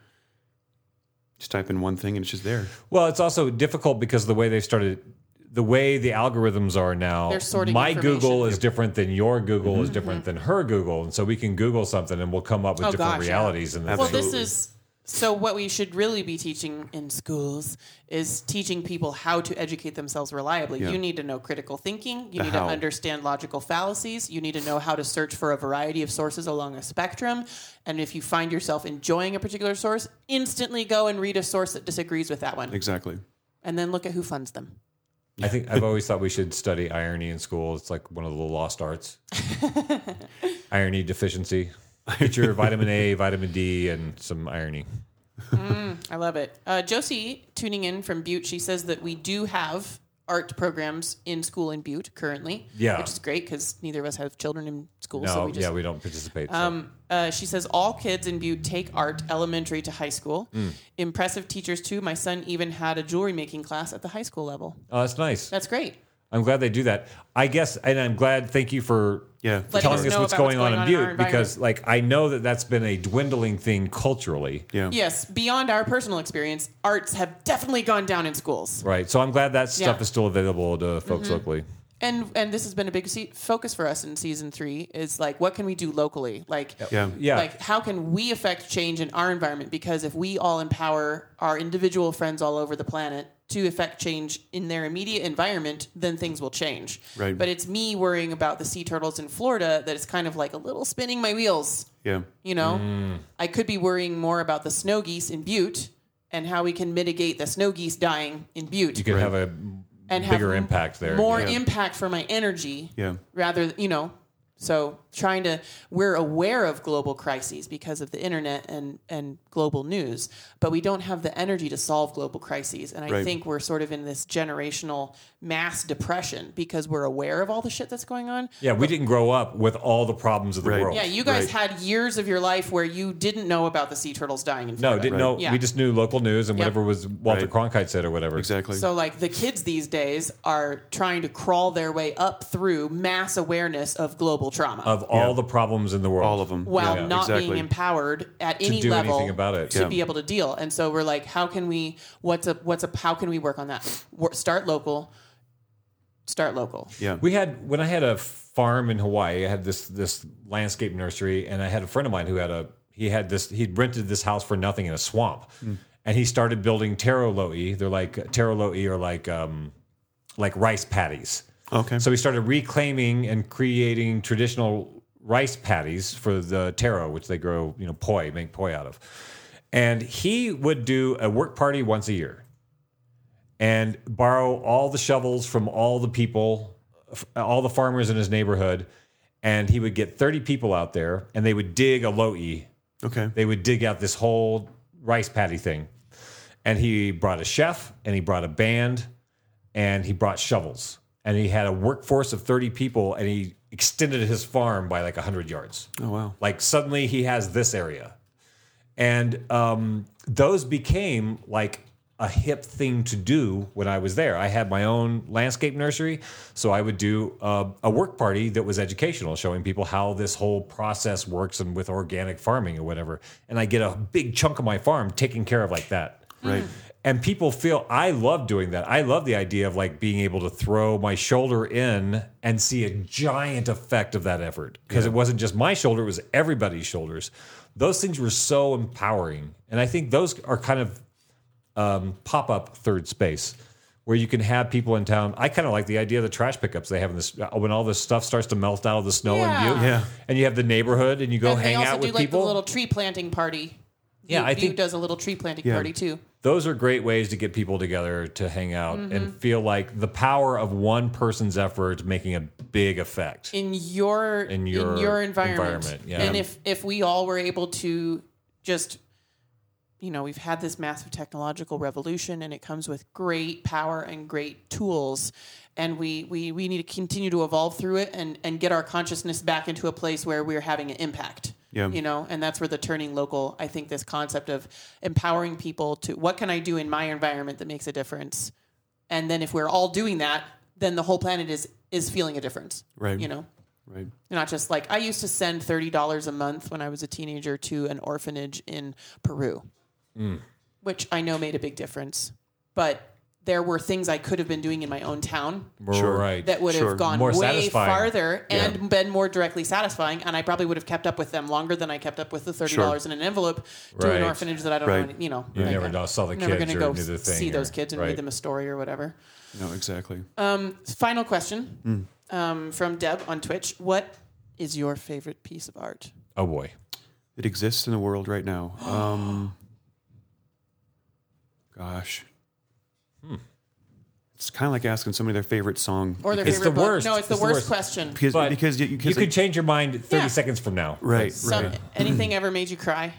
[SPEAKER 7] Just type in one thing and it's just there.
[SPEAKER 12] Well, it's also difficult because the way they started, the way the algorithms are now.
[SPEAKER 11] They're sorting
[SPEAKER 12] my
[SPEAKER 11] information. Mm-hmm.
[SPEAKER 12] Google is different than your Google is different than her Google, and so we can Google something and we'll come up with
[SPEAKER 11] Oh,
[SPEAKER 12] different
[SPEAKER 11] gosh, yeah.
[SPEAKER 12] realities. And
[SPEAKER 11] Well,
[SPEAKER 7] Absolutely.
[SPEAKER 11] this is so. What we should really be teaching in schools is teaching people how to educate themselves reliably. You need to know critical thinking. You
[SPEAKER 7] The
[SPEAKER 11] need
[SPEAKER 7] how.
[SPEAKER 11] to understand logical fallacies. You need to know how to search for a variety of sources along a spectrum. And if you find yourself enjoying a particular source, instantly go and read a source that disagrees with that one,
[SPEAKER 7] Exactly.
[SPEAKER 11] and then look at who funds them.
[SPEAKER 12] I think I've always thought we should study irony in school. It's like one of the lost arts. irony deficiency. Get your vitamin A, vitamin D, and some irony.
[SPEAKER 11] I love it. Uh, Josie, tuning in from Butte, she says that we do have art programs in school in Butte currently.
[SPEAKER 12] Yeah.
[SPEAKER 11] Which is great because neither of us have children in school.
[SPEAKER 12] No,
[SPEAKER 11] so we just,
[SPEAKER 12] yeah, we don't participate. so.
[SPEAKER 11] um, uh, she says all kids in Butte take art elementary to high school.
[SPEAKER 12] Mm.
[SPEAKER 11] Impressive teachers, too. My son even had a jewelry making class at the high school level.
[SPEAKER 12] oh, that's nice.
[SPEAKER 11] That's great.
[SPEAKER 12] I'm glad they do that. I guess, and I'm glad. Thank you for
[SPEAKER 7] Yeah.
[SPEAKER 12] for
[SPEAKER 11] Letting
[SPEAKER 12] telling
[SPEAKER 11] us
[SPEAKER 12] us
[SPEAKER 11] know
[SPEAKER 12] what's
[SPEAKER 11] about
[SPEAKER 12] going,
[SPEAKER 11] what's
[SPEAKER 12] on
[SPEAKER 11] going
[SPEAKER 12] in
[SPEAKER 11] on in our
[SPEAKER 12] Butte because, like, I know that that's been a dwindling thing culturally,
[SPEAKER 7] Yeah.
[SPEAKER 11] Yes, beyond our personal experience, arts have definitely gone down in schools.
[SPEAKER 12] right? So I'm glad that stuff
[SPEAKER 11] Yeah. Mm-hmm.
[SPEAKER 12] is still available to folks locally.
[SPEAKER 11] And and this has been a big se- focus for us in season three is like, what can we do locally? Like,
[SPEAKER 7] Yeah.
[SPEAKER 12] Yeah,
[SPEAKER 11] Like, how can we affect change in our environment? Because if we all empower our individual friends all over the planet to affect change in their immediate environment, then things will change.
[SPEAKER 7] Right.
[SPEAKER 11] But it's me worrying about the sea turtles in Florida that it's kind of like a little spinning my wheels.
[SPEAKER 7] Yeah.
[SPEAKER 11] You know,
[SPEAKER 12] Mm.
[SPEAKER 11] I could be worrying more about the snow geese in Butte and how we can mitigate the snow geese dying in Butte
[SPEAKER 12] you could have a
[SPEAKER 11] and have
[SPEAKER 12] bigger
[SPEAKER 11] m-
[SPEAKER 12] impact there.
[SPEAKER 11] More impact for my energy.
[SPEAKER 7] Yeah.
[SPEAKER 11] Rather, you know, so trying to we're aware of global crises because of the internet and and global news, but we don't have the energy to solve global crises. And I
[SPEAKER 7] Right.
[SPEAKER 11] think we're sort of in this generational mass depression because we're aware of all the shit that's going on.
[SPEAKER 12] yeah, we didn't grow up with all the problems of the
[SPEAKER 7] Right.
[SPEAKER 12] world.
[SPEAKER 11] Yeah, you guys had years of your life where you didn't know about the sea turtles dying in
[SPEAKER 12] no,
[SPEAKER 11] Florida.
[SPEAKER 12] didn't
[SPEAKER 7] Right.
[SPEAKER 12] know.
[SPEAKER 11] Yeah.
[SPEAKER 12] We just knew local news and
[SPEAKER 11] Yep.
[SPEAKER 12] whatever was Walter Cronkite said or whatever.
[SPEAKER 7] Exactly.
[SPEAKER 11] So like the kids these days are trying to crawl their way up through mass awareness of global trauma.
[SPEAKER 12] Of all the problems in the world,
[SPEAKER 7] All of them.
[SPEAKER 11] while
[SPEAKER 7] Yeah,
[SPEAKER 11] not
[SPEAKER 7] exactly.
[SPEAKER 11] being empowered at
[SPEAKER 12] To
[SPEAKER 11] any
[SPEAKER 12] do
[SPEAKER 11] level
[SPEAKER 12] anything about it.
[SPEAKER 11] to
[SPEAKER 12] Yeah.
[SPEAKER 11] be able to deal. And so we're like, how can we? What's a what's a how can we work on that? Wor- Start local. Start local.
[SPEAKER 7] Yeah.
[SPEAKER 12] We had when I had a farm in Hawaii, I had this this landscape nursery, and I had a friend of mine who had a he had this he'd rented this house for nothing in a swamp,
[SPEAKER 7] Hmm.
[SPEAKER 12] and he started building taro loe. They're like taro loe or like um like rice patties.
[SPEAKER 7] Okay.
[SPEAKER 12] So he started reclaiming and creating traditional rice patties for the taro, which they grow, you know, poi, make poi out of. And he would do a work party once a year and borrow all the shovels from all the people, f- all the farmers in his neighborhood. And he would get 30 people out there and they would dig a loe
[SPEAKER 7] okay.
[SPEAKER 12] they would dig out this whole rice paddy thing. And he brought a chef and he brought a band and he brought shovels. And he had a workforce of 30 people and he extended his farm by like 100 yards.
[SPEAKER 7] Oh wow.
[SPEAKER 12] Like suddenly he has this area. And um, those became like a hip thing to do when I was there. I had my own landscape nursery, so I would do uh, a work party that was educational, showing people how this whole process works and with organic farming or whatever. And I get a big chunk of my farm taken care of like that.
[SPEAKER 7] Right.
[SPEAKER 12] And people feel I love doing that. I love the idea of like being able to throw my shoulder in and see a giant effect of that effort because it wasn't just my shoulder, it was everybody's shoulders. Those things were so empowering. And I think those are kind of um, pop up third space where you can have people in town. I kind of like the idea of the trash pickups they have in this when all this stuff starts to melt out of the snow and
[SPEAKER 11] Yeah.
[SPEAKER 12] you
[SPEAKER 7] Yeah.
[SPEAKER 12] and you have the neighborhood and you go
[SPEAKER 11] and they
[SPEAKER 12] hang
[SPEAKER 11] also
[SPEAKER 12] out
[SPEAKER 11] do
[SPEAKER 12] with
[SPEAKER 11] like
[SPEAKER 12] people.
[SPEAKER 11] the little tree planting party.
[SPEAKER 12] Yeah,
[SPEAKER 11] View,
[SPEAKER 12] I
[SPEAKER 11] View
[SPEAKER 12] think-
[SPEAKER 11] does a little tree planting
[SPEAKER 7] Yeah.
[SPEAKER 11] party too.
[SPEAKER 12] Those are great ways to get people together to hang out
[SPEAKER 11] Mm-hmm.
[SPEAKER 12] and feel like the power of one person's effort making a big effect.
[SPEAKER 11] in your
[SPEAKER 12] In
[SPEAKER 11] in
[SPEAKER 12] your
[SPEAKER 11] your, environment.
[SPEAKER 12] environment, yeah.
[SPEAKER 11] And if if we all were able to just you know, we've had this massive technological revolution and it comes with great power and great tools and we we we need to continue to evolve through it and and get our consciousness back into a place where we're having an impact.
[SPEAKER 7] Yeah.
[SPEAKER 11] You know, and that's where the turning local, I think this concept of empowering people to what can I do in my environment that makes a difference? And then if we're all doing that, then the whole planet is is feeling a difference.
[SPEAKER 7] Right.
[SPEAKER 11] You know?
[SPEAKER 7] Right.
[SPEAKER 11] Not just like I used to send thirty dollars a month when I was a teenager to an orphanage in Peru,
[SPEAKER 12] Mm.
[SPEAKER 11] which I know made a big difference. But there were things I could have been doing in my own town
[SPEAKER 7] Sure.
[SPEAKER 12] Right.
[SPEAKER 11] that would
[SPEAKER 7] Sure.
[SPEAKER 11] have gone
[SPEAKER 12] More
[SPEAKER 11] way
[SPEAKER 12] satisfying.
[SPEAKER 11] farther and been more directly satisfying, and I probably would have kept up with them longer than I kept up with the thirty dollars in an envelope to
[SPEAKER 12] Right.
[SPEAKER 11] an orphanage that I don't
[SPEAKER 7] Right.
[SPEAKER 11] know. Any, you know,
[SPEAKER 12] You never know- saw the
[SPEAKER 11] never
[SPEAKER 12] kids
[SPEAKER 11] gonna
[SPEAKER 12] or
[SPEAKER 11] go
[SPEAKER 12] knew the thing
[SPEAKER 11] see
[SPEAKER 12] or-
[SPEAKER 11] those kids and
[SPEAKER 12] right.
[SPEAKER 11] read them a story or whatever.
[SPEAKER 7] No, exactly.
[SPEAKER 11] Um, Final question um, from Deb on Twitch. What is your favorite piece of art?
[SPEAKER 12] oh boy.
[SPEAKER 7] it exists in the world right now. Um, gosh. It's kind of like asking somebody their favorite song.
[SPEAKER 11] Or their
[SPEAKER 12] It's
[SPEAKER 11] favorite
[SPEAKER 12] the
[SPEAKER 11] book?
[SPEAKER 12] worst.
[SPEAKER 11] No, it's the,
[SPEAKER 12] It's the
[SPEAKER 11] worst,
[SPEAKER 12] worst.
[SPEAKER 11] question.
[SPEAKER 7] because,
[SPEAKER 12] But
[SPEAKER 7] because you,
[SPEAKER 12] You could change your mind 30
[SPEAKER 11] Yeah.
[SPEAKER 12] seconds from now.
[SPEAKER 7] Right,
[SPEAKER 11] Some,
[SPEAKER 7] right.
[SPEAKER 11] Anything ever made you cry?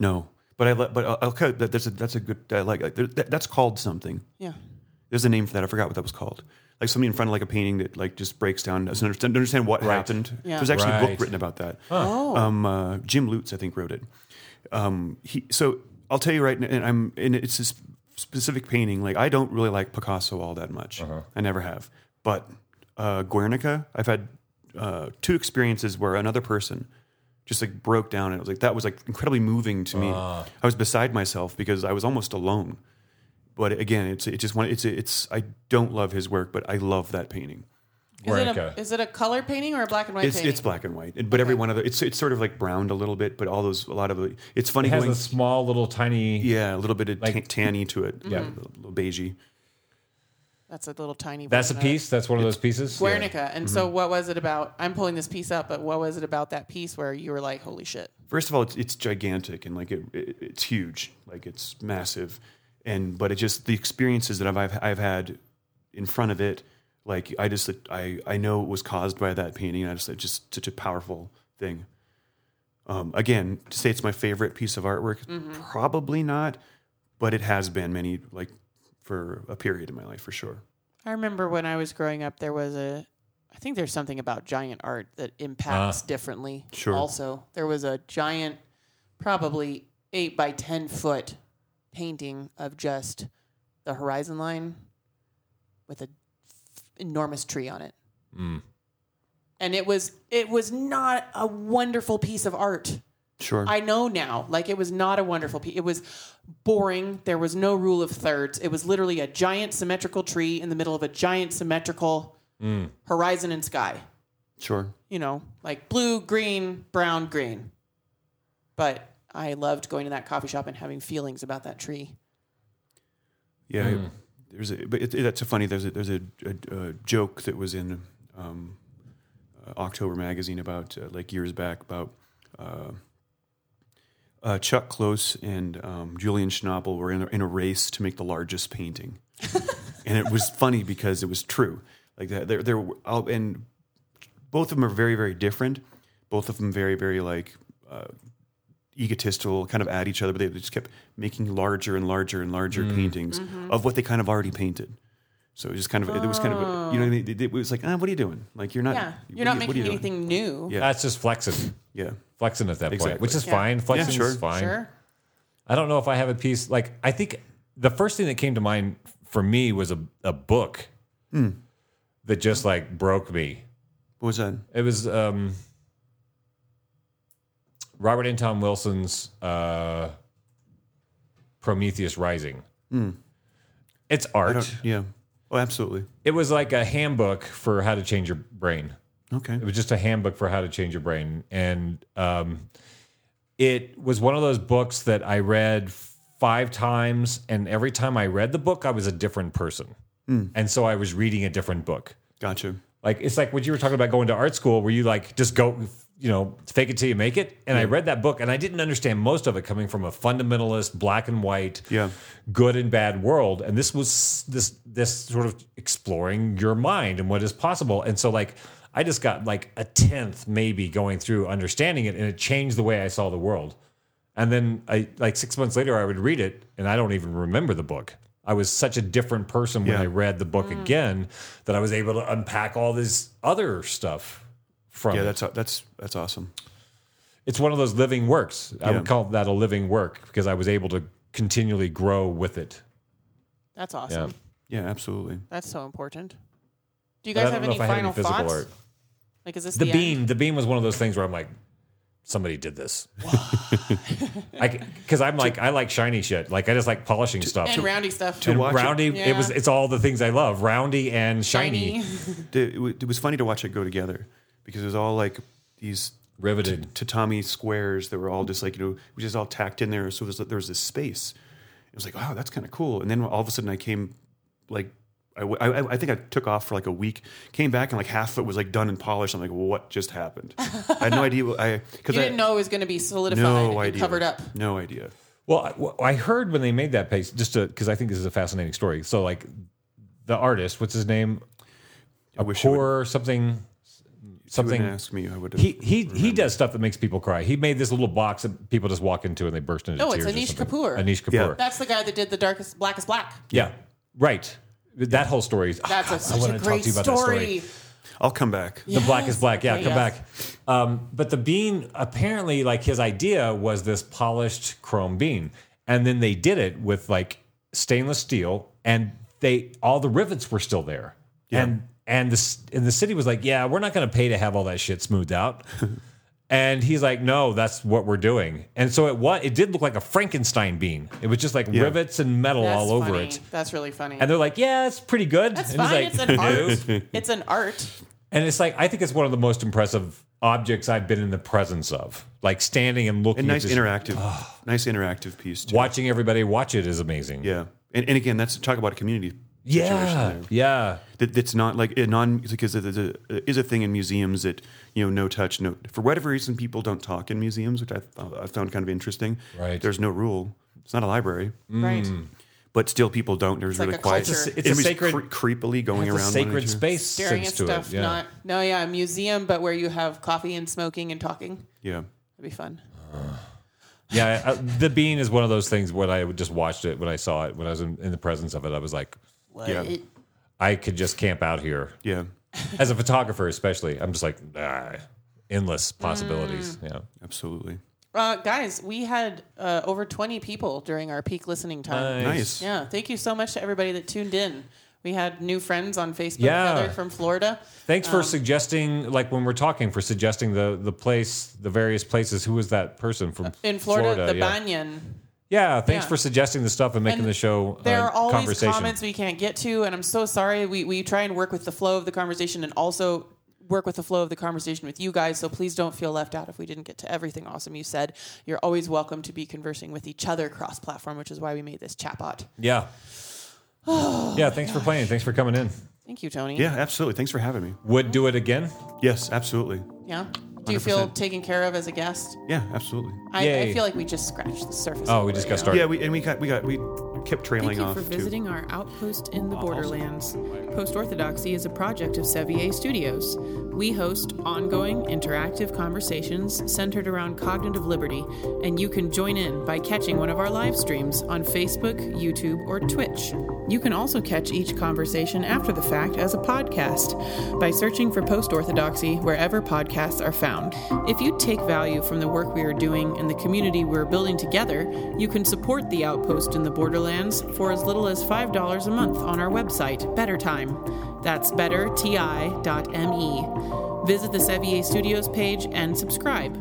[SPEAKER 7] No, but I le- but uh, okay, that, that's a that's a good I like like, there, that, that's called something.
[SPEAKER 11] Yeah.
[SPEAKER 7] There's a name for that. I forgot what that was called. Like somebody in front of like a painting that like just breaks down. Doesn't understand, doesn't understand what happened.
[SPEAKER 11] Yeah.
[SPEAKER 7] There's actually a book
[SPEAKER 12] Right.
[SPEAKER 7] written about that.
[SPEAKER 11] Oh.
[SPEAKER 7] Um, uh, Jim Lutz, I think, wrote it. Um, he, so I'll tell you right now, and I'm and it's this specific painting. Like I don't really like Picasso all that much. I never have. But uh, Guernica, I've had uh, two experiences where another person just like broke down, and it was like that was like incredibly moving to me. I was beside myself because I was almost alone. But again, it's it just one. It's it's I don't love his work, but I love that painting.
[SPEAKER 11] Is it,
[SPEAKER 12] Guernica.
[SPEAKER 11] a, is it a color painting or a black and white
[SPEAKER 7] It's
[SPEAKER 11] painting?
[SPEAKER 7] it's black and white, but every one of the it's it's sort of like browned a little bit, but all those a lot of the, it's funny
[SPEAKER 12] It has
[SPEAKER 7] going
[SPEAKER 12] a small little tiny.
[SPEAKER 7] yeah a little bit of
[SPEAKER 12] like-
[SPEAKER 7] tan- tanny to it yeah a little beigey
[SPEAKER 11] That's a little tiny.
[SPEAKER 12] That's a
[SPEAKER 11] version of it.
[SPEAKER 12] piece. Mm-hmm. That's one of those pieces.
[SPEAKER 11] Guernica. And so, what was it about? I'm pulling this piece up, but what was it about that piece where you were like, "Holy shit"?
[SPEAKER 7] first of all it's, it's gigantic and like it, it it's huge like it's massive and but it just the experiences that I've I've, I've had in front of it like I just I I know it was caused by that painting and I just it's just such a powerful thing. Um, again, to say it's my favorite piece of artwork, probably not, but it has been many like for a period in my life for sure.
[SPEAKER 11] I remember when I was growing up, there was a, I think there's something about giant art that impacts differently.
[SPEAKER 7] Sure.
[SPEAKER 11] Also, there was a giant, probably eight by 10 foot painting of just the horizon line with an enormous tree on it.
[SPEAKER 12] Mm.
[SPEAKER 11] And it was it was not a wonderful piece of art.
[SPEAKER 7] Sure.
[SPEAKER 11] I know now. Like it was not a wonderful piece. It was boring. There was no rule of thirds. It was literally a giant symmetrical tree in the middle of a giant symmetrical
[SPEAKER 12] Mm.
[SPEAKER 11] horizon and sky.
[SPEAKER 7] sure.
[SPEAKER 11] You know, like blue, green, brown, green. But I loved going to that coffee shop and having feelings about that tree.
[SPEAKER 7] Yeah, there's a, but it, it- that's a funny. There's a there's a, a, a joke that was in um, uh, October magazine about uh, like years back about uh, uh, Chuck Close and um, Julian Schnabel were in a, in a race to make the largest painting, and it was funny because it was true. Like that, they're they're all, and both of them are very very different. Both of them very very like uh, egotistical, kind of at each other, but they just kept making larger and larger and larger
[SPEAKER 11] Mm.
[SPEAKER 7] paintings
[SPEAKER 11] Mm-hmm.
[SPEAKER 7] of what they kind of already painted. So it was just kind of, it was kind of, you know what I mean? It, it was like, ah, what are you doing? Like, you're not,
[SPEAKER 11] Yeah. You're
[SPEAKER 7] what
[SPEAKER 11] not
[SPEAKER 7] are you- what are
[SPEAKER 11] making
[SPEAKER 7] you doing?"
[SPEAKER 11] anything new.
[SPEAKER 7] Yeah.
[SPEAKER 12] That's just flexing.
[SPEAKER 7] Yeah.
[SPEAKER 12] Flexing at that
[SPEAKER 7] Exactly.
[SPEAKER 12] point, which is
[SPEAKER 11] Yeah.
[SPEAKER 12] fine. Flexing
[SPEAKER 7] sure.
[SPEAKER 12] is fine.
[SPEAKER 11] Sure.
[SPEAKER 12] I don't know if I have a piece. Like, I think the first thing that came to mind for me was a, a book
[SPEAKER 7] Hmm.
[SPEAKER 12] that just like broke me.
[SPEAKER 7] What was that?
[SPEAKER 12] It was um, Robert Anton Wilson's uh, Prometheus Rising. It's
[SPEAKER 7] Hmm. I
[SPEAKER 12] art.
[SPEAKER 7] don't- yeah. Oh, absolutely.
[SPEAKER 12] It was like a handbook for how to change your brain.
[SPEAKER 7] Okay.
[SPEAKER 12] It was just a handbook for how to change your brain, and um, it was one of those books that I read five times, and every time I read the book, I was a different person,
[SPEAKER 7] Hmm.
[SPEAKER 12] and so I was reading a different book.
[SPEAKER 7] Gotcha.
[SPEAKER 12] Like it's like what you were talking about going to art school, where you like just go, you know, fake it till you make it. And I read that book, and I didn't understand most of it coming from a fundamentalist black and white,
[SPEAKER 7] Yeah.
[SPEAKER 12] good and bad world. And this was this this sort of exploring your mind and what is possible. And so like I just got like a tenth maybe going through understanding it, and it changed the way I saw the world. And then I like six months later, I would read it, and I don't even remember the book. I was such a different person when
[SPEAKER 7] Yeah.
[SPEAKER 12] I read the book again that I was able to unpack all this other stuff from.
[SPEAKER 7] Yeah,
[SPEAKER 12] it.
[SPEAKER 7] that's that's that's awesome.
[SPEAKER 12] it's one of those living works. I
[SPEAKER 7] Yeah.
[SPEAKER 12] would call that a living work because I was able to continually grow with it.
[SPEAKER 11] That's awesome.
[SPEAKER 12] Yeah.
[SPEAKER 7] Yeah, absolutely.
[SPEAKER 11] That's so important. Do you
[SPEAKER 12] But I
[SPEAKER 11] guys
[SPEAKER 12] don't
[SPEAKER 11] have
[SPEAKER 12] know
[SPEAKER 11] any
[SPEAKER 12] if I had
[SPEAKER 11] final
[SPEAKER 12] any physical
[SPEAKER 11] thoughts?
[SPEAKER 12] art.
[SPEAKER 11] Like, is this
[SPEAKER 12] The,
[SPEAKER 11] the,
[SPEAKER 12] bean,
[SPEAKER 11] end?
[SPEAKER 12] the bean was one of those things where I'm like, somebody did this. Because I'm like, I like shiny shit. Like I just like polishing stuff.
[SPEAKER 11] and roundy stuff?
[SPEAKER 7] to
[SPEAKER 12] And
[SPEAKER 7] watch it-
[SPEAKER 12] roundy, it,
[SPEAKER 11] Yeah.
[SPEAKER 12] was. It's all the things I love. Roundy and shiny.
[SPEAKER 11] shiny.
[SPEAKER 7] It, wa- it was funny to watch it go together because it was all like these
[SPEAKER 12] Riveted.
[SPEAKER 7] tatami squares that were all just like you know which is all tacked in there. So there's there was this space. It was like wow, that's kind of cool. And then all of a sudden I came like. I, w- I- I think I took off for like a week, came back and like half of it was like done and polished. I'm like, what just happened? I had no idea. What I because
[SPEAKER 11] You
[SPEAKER 7] I
[SPEAKER 11] didn't know it was going to be solidified
[SPEAKER 7] no
[SPEAKER 11] and
[SPEAKER 7] idea
[SPEAKER 11] covered up.
[SPEAKER 7] No idea.
[SPEAKER 12] Well, I, well, I heard when they made that piece, just because I think this is a fascinating story. So, like, the artist, what's his name?
[SPEAKER 7] I wish you would-
[SPEAKER 12] Poor something,
[SPEAKER 7] you wouldn't
[SPEAKER 12] something.
[SPEAKER 7] ask me. I would.
[SPEAKER 12] He he he does stuff that makes people cry. He made this little box that people just walk into and they burst into
[SPEAKER 11] No, Oh, it's
[SPEAKER 12] tears. or
[SPEAKER 11] Anish
[SPEAKER 12] something.
[SPEAKER 11] Kapoor.
[SPEAKER 12] Anish Kapoor.
[SPEAKER 7] Yeah.
[SPEAKER 11] That's the guy that did the darkest, blackest black.
[SPEAKER 12] yeah, right. That whole story is. oh,
[SPEAKER 11] That's a,
[SPEAKER 12] I
[SPEAKER 11] such
[SPEAKER 12] wanted to
[SPEAKER 11] a
[SPEAKER 12] talk
[SPEAKER 11] great
[SPEAKER 12] to you about that
[SPEAKER 11] story.
[SPEAKER 12] story.
[SPEAKER 7] I'll come back.
[SPEAKER 12] The black is black. Yeah,
[SPEAKER 11] Yeah,
[SPEAKER 12] come
[SPEAKER 11] yeah.
[SPEAKER 12] back. Um, but the bean, apparently, like his idea was this polished chrome bean, and then they did it with like stainless steel, and they all the rivets were still there, and and the c- and the city was like, yeah, we're not going to pay to have all that shit smoothed out. And he's like, no, that's what we're doing. And so it was, it did look like a Frankenstein bean. It was just like rivets and metal
[SPEAKER 11] That's
[SPEAKER 12] all over
[SPEAKER 11] funny.
[SPEAKER 12] it.
[SPEAKER 11] That's really funny.
[SPEAKER 12] And they're like, yeah, it's pretty good.
[SPEAKER 11] That's
[SPEAKER 12] and he's
[SPEAKER 11] fine.
[SPEAKER 12] like,
[SPEAKER 11] it's
[SPEAKER 12] "No."
[SPEAKER 11] an art. it's an art.
[SPEAKER 12] And it's like I think it's one of the most impressive objects I've been in the presence of. Like standing and looking,
[SPEAKER 7] And
[SPEAKER 12] at
[SPEAKER 7] nice
[SPEAKER 12] this-
[SPEAKER 7] interactive,
[SPEAKER 12] Ah.
[SPEAKER 7] nice interactive piece too.
[SPEAKER 12] watching everybody watch it is amazing.
[SPEAKER 7] Yeah, and, and again, that's talk about a community.
[SPEAKER 12] yeah, yeah.
[SPEAKER 7] That, that's not like a non because it is a, is a thing in museums that you know no touch no for whatever reason people don't talk in museums which I, I found kind of interesting
[SPEAKER 12] Right.
[SPEAKER 7] there's no rule it's not a library
[SPEAKER 12] Mm.
[SPEAKER 11] Right.
[SPEAKER 7] but still people don't there's
[SPEAKER 11] like
[SPEAKER 7] really
[SPEAKER 11] a
[SPEAKER 7] quiet
[SPEAKER 11] culture. It's a-
[SPEAKER 12] it's a
[SPEAKER 7] it was
[SPEAKER 12] sacred-
[SPEAKER 7] cre- creepily going
[SPEAKER 12] It's
[SPEAKER 7] around
[SPEAKER 12] a
[SPEAKER 7] one
[SPEAKER 12] sacred
[SPEAKER 7] or two.
[SPEAKER 12] space
[SPEAKER 11] Staring
[SPEAKER 12] sense
[SPEAKER 11] at
[SPEAKER 12] to
[SPEAKER 11] stuff.
[SPEAKER 12] it. Yeah.
[SPEAKER 11] Not no, yeah, a museum, but where you have coffee and smoking and talking.
[SPEAKER 7] yeah
[SPEAKER 11] That'd be fun.
[SPEAKER 12] yeah, I- the bean is one of those things when I just watched it when I saw it when I was in, in the presence of it. I was like,
[SPEAKER 7] yeah
[SPEAKER 12] I could just camp out here
[SPEAKER 7] yeah
[SPEAKER 12] as a photographer, especially. I'm just like, ah, endless possibilities.
[SPEAKER 11] Mm.
[SPEAKER 12] Yeah,
[SPEAKER 7] absolutely
[SPEAKER 11] Uh, guys, we had uh, over 20 people during our peak listening time.
[SPEAKER 7] nice
[SPEAKER 11] Yeah, thank you so much to everybody that tuned in. We had new friends on Facebook,
[SPEAKER 12] Yeah.
[SPEAKER 11] Heather from Florida.
[SPEAKER 12] Thanks
[SPEAKER 11] Um,
[SPEAKER 12] for suggesting, like when we're talking, for suggesting the the place, the various places. Who was that person from
[SPEAKER 11] Uh, In Florida, the
[SPEAKER 12] yeah.
[SPEAKER 11] Banyan.
[SPEAKER 12] Yeah, thanks
[SPEAKER 11] yeah.
[SPEAKER 12] for suggesting the stuff and making
[SPEAKER 11] And
[SPEAKER 12] the show.
[SPEAKER 11] There
[SPEAKER 12] uh,
[SPEAKER 11] are always
[SPEAKER 12] conversation.
[SPEAKER 11] comments we can't get to, and I'm so sorry. We, we try and work with the flow of the conversation and also work with the flow of the conversation with you guys. So please don't feel left out if we didn't get to everything awesome you said. You're always welcome to be conversing with each other cross platform, which is why we made this chatbot.
[SPEAKER 12] Yeah.
[SPEAKER 11] Oh,
[SPEAKER 12] yeah, thanks for playing. Thanks for coming in.
[SPEAKER 11] Thank you, Tony.
[SPEAKER 7] yeah absolutely thanks for having me
[SPEAKER 12] Would do it again.
[SPEAKER 7] yes absolutely
[SPEAKER 11] Yeah? Do you feel
[SPEAKER 7] 100%.
[SPEAKER 11] taken care of as a guest?
[SPEAKER 7] yeah absolutely
[SPEAKER 11] I, I
[SPEAKER 12] Yay.
[SPEAKER 11] feel like we just scratched the surface.
[SPEAKER 12] Oh,
[SPEAKER 11] of
[SPEAKER 12] we
[SPEAKER 11] where
[SPEAKER 12] just
[SPEAKER 11] you
[SPEAKER 12] got
[SPEAKER 11] are.
[SPEAKER 12] started.
[SPEAKER 7] yeah we and we got we got we kept trailing
[SPEAKER 3] Thank you
[SPEAKER 7] off
[SPEAKER 3] for
[SPEAKER 7] too.
[SPEAKER 3] visiting our outpost in the borderlands. Post Orthodoxy is a project of Sevier Studios. We host ongoing interactive conversations centered around cognitive liberty, and you can join in by catching one of our live streams on Facebook, YouTube, or Twitch. You can also catch each conversation after the fact as a podcast by searching for Post Orthodoxy wherever podcasts are found. If you take value from the work we are doing and the community we're building together, you can support The Outpost in the Borderlands for as little as $5 a month on our website, Better Time. That's E. betterti.me. Visit the Sevier Studios page and subscribe.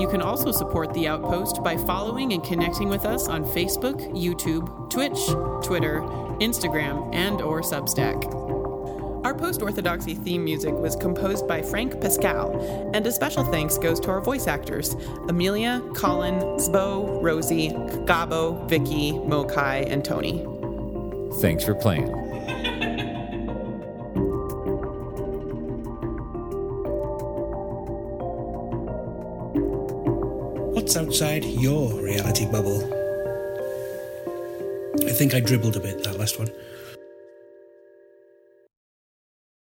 [SPEAKER 11] You can also support The Outpost by following and connecting with us on Facebook, YouTube, Twitch, Twitter, Instagram, and or Substack. Our post-orthodoxy theme music was composed by Frank Pascal, and a special thanks goes to our voice actors, Amelia, Colin, Zbo, Rosie, Gabo, Vicky, Mokai, and Tony.
[SPEAKER 12] Thanks for playing.
[SPEAKER 5] What's outside your reality bubble? I think I dribbled a bit that last one.